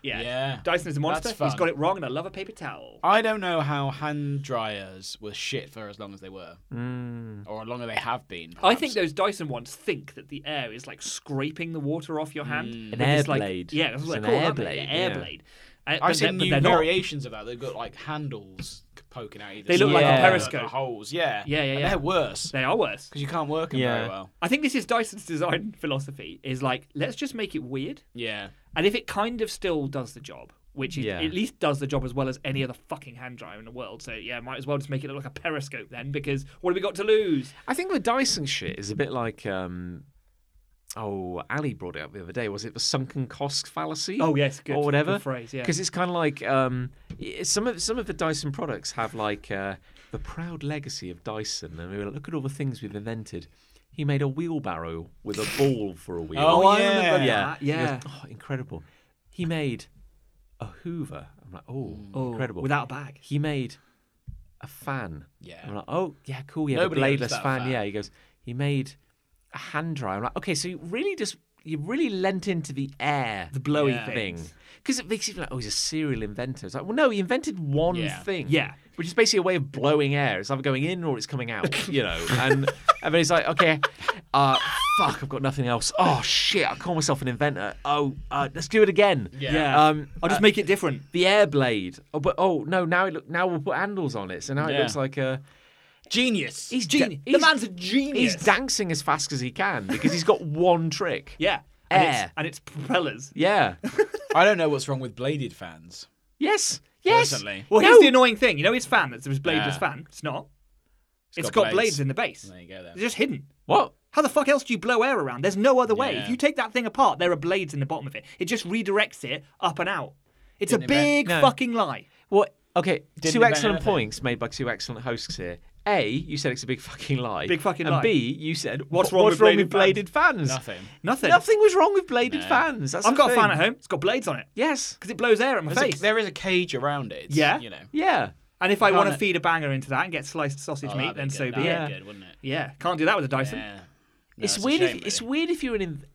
Speaker 3: Yeah.
Speaker 2: Yeah.
Speaker 3: Dyson is a monster.
Speaker 2: That's
Speaker 3: He's
Speaker 2: fun.
Speaker 3: got it wrong, and I love a paper towel.
Speaker 2: I don't know how hand dryers were shit for as long as they were, or as long as they have been.
Speaker 3: I think
Speaker 2: perhaps.
Speaker 3: those Dyson ones think that the air is like scraping the water off your hand. An
Speaker 1: air blade.
Speaker 3: Yeah, that's what
Speaker 1: It's
Speaker 3: they call
Speaker 1: an air
Speaker 3: them,
Speaker 1: blade,
Speaker 3: An air
Speaker 1: yeah.
Speaker 3: blade. Uh,
Speaker 2: I've
Speaker 3: but they're-
Speaker 2: seen
Speaker 3: but
Speaker 2: new
Speaker 3: they're not.
Speaker 2: variations of that. They've got like handles poking out either.
Speaker 3: They look
Speaker 1: like a
Speaker 2: side, the-
Speaker 3: periscope.
Speaker 2: the holes. Yeah,
Speaker 3: Yeah, yeah,
Speaker 2: And
Speaker 3: yeah.
Speaker 2: They're worse
Speaker 3: They are worse.
Speaker 2: because you can't work them
Speaker 1: Yeah.
Speaker 2: very well.
Speaker 3: I think this is Dyson's design philosophy: is like let's just make it weird,
Speaker 2: Yeah,
Speaker 3: and if it kind of still does the job, which it
Speaker 1: Yeah.
Speaker 3: at least does the job as well as any other fucking hand dryer in the world, so yeah, might as well just make it look like a periscope then, because what have we got to lose?
Speaker 1: I think the Dyson shit is a bit like. Um, Oh, Ali brought it up the other day. Was it the sunken cost fallacy?
Speaker 3: Oh, yes, good-
Speaker 1: or whatever
Speaker 3: good phrase, yeah.
Speaker 1: because it's kind of like um, y- some of some of the Dyson products have like uh, the proud legacy of Dyson, and we were like, look at all the things we've invented. He made a wheelbarrow with a ball for a wheel.
Speaker 2: Oh, I remember
Speaker 1: yeah,
Speaker 3: that,
Speaker 1: He goes,
Speaker 3: yeah.
Speaker 1: oh, incredible. He made a Hoover. I'm like, oh,
Speaker 3: Oh,
Speaker 1: incredible.
Speaker 3: Without a bag.
Speaker 1: He made a fan.
Speaker 2: Yeah.
Speaker 1: I'm like, oh yeah, cool. Yeah,
Speaker 2: Nobody
Speaker 1: a
Speaker 2: owns
Speaker 1: bladeless
Speaker 2: that
Speaker 1: fan.
Speaker 2: fan.
Speaker 1: Yeah. He goes, he made a hand dryer. I'm like, okay, so you really just you really lent into the air, the
Speaker 3: blowy
Speaker 2: Yeah.
Speaker 1: thing,
Speaker 3: things.
Speaker 1: because it makes you feel like, oh, he's a serial inventor. It's like, well, no, he invented one
Speaker 2: Yeah.
Speaker 1: thing.
Speaker 3: Yeah.
Speaker 1: Which is basically a way of blowing air. It's either going in or it's coming out, you know. And and then he's like, okay, uh, fuck, I've got nothing else. Oh shit, I call myself an inventor. Oh, uh, let's do it again.
Speaker 2: Yeah.
Speaker 1: Um,
Speaker 3: I'll
Speaker 2: Uh,
Speaker 3: just make it different.
Speaker 1: the air blade. Oh, but oh no, now it look now we'll put handles on it. So now it
Speaker 2: Yeah.
Speaker 1: looks like a
Speaker 2: genius.
Speaker 1: he's
Speaker 3: Geni-
Speaker 1: da-
Speaker 3: the
Speaker 1: he's-
Speaker 3: man's a genius.
Speaker 1: He's dancing as fast as he can because he's got one trick.
Speaker 3: yeah. And
Speaker 1: Air.
Speaker 3: It's, and it's propellers.
Speaker 1: Yeah.
Speaker 2: I don't know what's wrong with bladed fans.
Speaker 1: Yes. Yes.
Speaker 2: Personally.
Speaker 3: Well,
Speaker 1: No.
Speaker 3: here's the annoying thing. You know his fan that's his bladeless
Speaker 2: Yeah.
Speaker 3: fan? It's not. it's
Speaker 2: got
Speaker 3: got blades.
Speaker 2: blades.
Speaker 3: in the base.
Speaker 2: There
Speaker 3: They're
Speaker 2: you go. Then.
Speaker 3: just hidden.
Speaker 1: What?
Speaker 3: How the fuck else do you blow air around? There's no other way.
Speaker 2: Yeah.
Speaker 3: If you take that thing apart, there are blades in the bottom of it. It just redirects it up and out. It's a
Speaker 2: Didn't invent-
Speaker 3: big
Speaker 1: No.
Speaker 3: fucking lie.
Speaker 1: What? Okay.
Speaker 2: Didn't
Speaker 1: two
Speaker 2: invent
Speaker 1: excellent
Speaker 2: anything.
Speaker 1: points made by two excellent hosts here. A, you said it's a big fucking lie.
Speaker 3: Big fucking
Speaker 1: and
Speaker 3: lie.
Speaker 1: B, you said "What-
Speaker 3: What's wrong
Speaker 1: what's
Speaker 3: with
Speaker 1: wrong with bladed
Speaker 3: bladed
Speaker 1: fans?
Speaker 2: Nothing.
Speaker 3: Nothing.
Speaker 1: Nothing was wrong with bladed fans. That's
Speaker 3: I've
Speaker 1: the
Speaker 3: got a
Speaker 1: thing.
Speaker 3: fan at home. It's got blades on it
Speaker 1: Yes.
Speaker 3: because it blows air at my
Speaker 2: There's
Speaker 3: face.
Speaker 2: a, there is a cage around it. It's,
Speaker 3: Yeah.
Speaker 2: You know.
Speaker 1: Yeah.
Speaker 3: and if I want to
Speaker 2: Can't-
Speaker 3: feed a banger into that and get sliced sausage
Speaker 2: Oh,
Speaker 3: meat,
Speaker 2: that'd
Speaker 3: then
Speaker 2: be
Speaker 3: so
Speaker 2: good.
Speaker 3: be
Speaker 2: That'd
Speaker 3: it.
Speaker 2: be good, wouldn't it?
Speaker 3: Yeah, can't do that with a Dyson.
Speaker 2: Yeah. No,
Speaker 1: It's
Speaker 2: a
Speaker 1: weird.
Speaker 2: shame,
Speaker 1: if, it's
Speaker 2: really.
Speaker 1: weird if you're an in-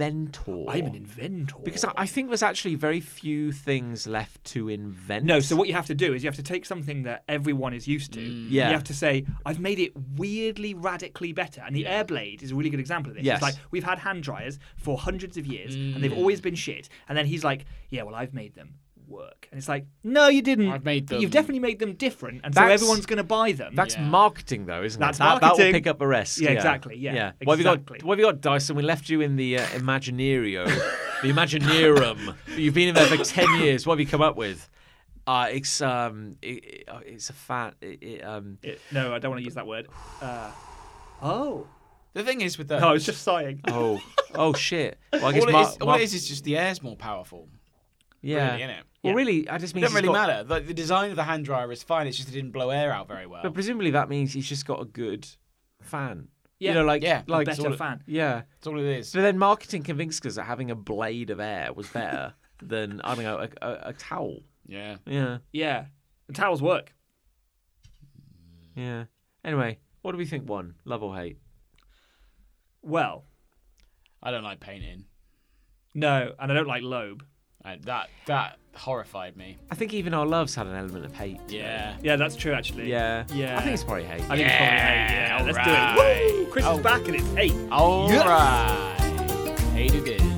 Speaker 1: inventor.
Speaker 3: I'm an inventor.
Speaker 1: Because I, I think there's actually very few things left to invent.
Speaker 3: No, so what you have to do is you have to take something that everyone is used to.
Speaker 2: Mm.
Speaker 1: Yeah.
Speaker 3: You have to say, I've made it weirdly, radically better. And the air blade is a really good example of this.
Speaker 1: Yes.
Speaker 3: It's like, we've had hand dryers for hundreds of years and
Speaker 2: Mm.
Speaker 3: they've always been shit. And then he's like, yeah, well, I've made them work. And it's like, no, you didn't.
Speaker 2: I've made
Speaker 3: But You've
Speaker 2: them-
Speaker 3: definitely made them different. And so
Speaker 1: That's-
Speaker 3: everyone's going to buy them.
Speaker 1: That's
Speaker 2: Yeah.
Speaker 1: marketing, though, isn't it?
Speaker 3: That's
Speaker 1: That, that will
Speaker 3: marketing.
Speaker 1: pick up the rest.
Speaker 3: Yeah, exactly, yeah,
Speaker 1: What have you
Speaker 3: exactly.
Speaker 1: got? What have you got, Dyson? We left you in the uh, Imagineerio, the Imagineerum. You've been in there for ten years. What have you come up with? Uh, it's um, it, it- uh, it's a fat. It, it, um,
Speaker 3: It- no, I don't want to use that word. Uh, oh.
Speaker 2: The thing is with those.
Speaker 3: No, I was just sighing.
Speaker 1: oh, oh shit. Well, I guess
Speaker 2: all, it
Speaker 1: Mar-
Speaker 2: is, all
Speaker 1: Mar-
Speaker 2: it is is just the air's more powerful.
Speaker 1: yeah.
Speaker 2: really, innit?
Speaker 1: Well, really, I just
Speaker 2: It
Speaker 1: mean
Speaker 2: doesn't
Speaker 1: he's
Speaker 2: really
Speaker 1: got-
Speaker 2: matter. The, the design of the hand dryer is fine. It's just it didn't blow air out very well.
Speaker 1: But presumably that means he's just got a good fan.
Speaker 3: Yeah.
Speaker 1: You know, like
Speaker 2: Yeah, a
Speaker 1: like
Speaker 3: better
Speaker 1: sort of-
Speaker 3: fan.
Speaker 1: Yeah.
Speaker 2: That's all it is.
Speaker 1: So then marketing convinced us that having a blade of air was better than I don't know a, a, a towel.
Speaker 2: Yeah.
Speaker 1: Yeah,
Speaker 3: Yeah. The towels work.
Speaker 1: yeah. Anyway, what do we think? One love or hate?
Speaker 3: Well,
Speaker 2: I don't like painting.
Speaker 3: no. And I don't like lobe.
Speaker 2: I, that that horrified me.
Speaker 1: I think even our loves had an element of hate.
Speaker 2: Yeah.
Speaker 3: Yeah, that's true, actually.
Speaker 1: Yeah.
Speaker 3: Yeah.
Speaker 1: I think it's probably hate.
Speaker 3: I think
Speaker 2: Yeah,
Speaker 3: it's probably eight. Yeah, let's do
Speaker 2: alright. Oh.
Speaker 3: it. Woo! Chris is back and it's eight.
Speaker 2: All right.
Speaker 3: Yeah.
Speaker 2: Hated it.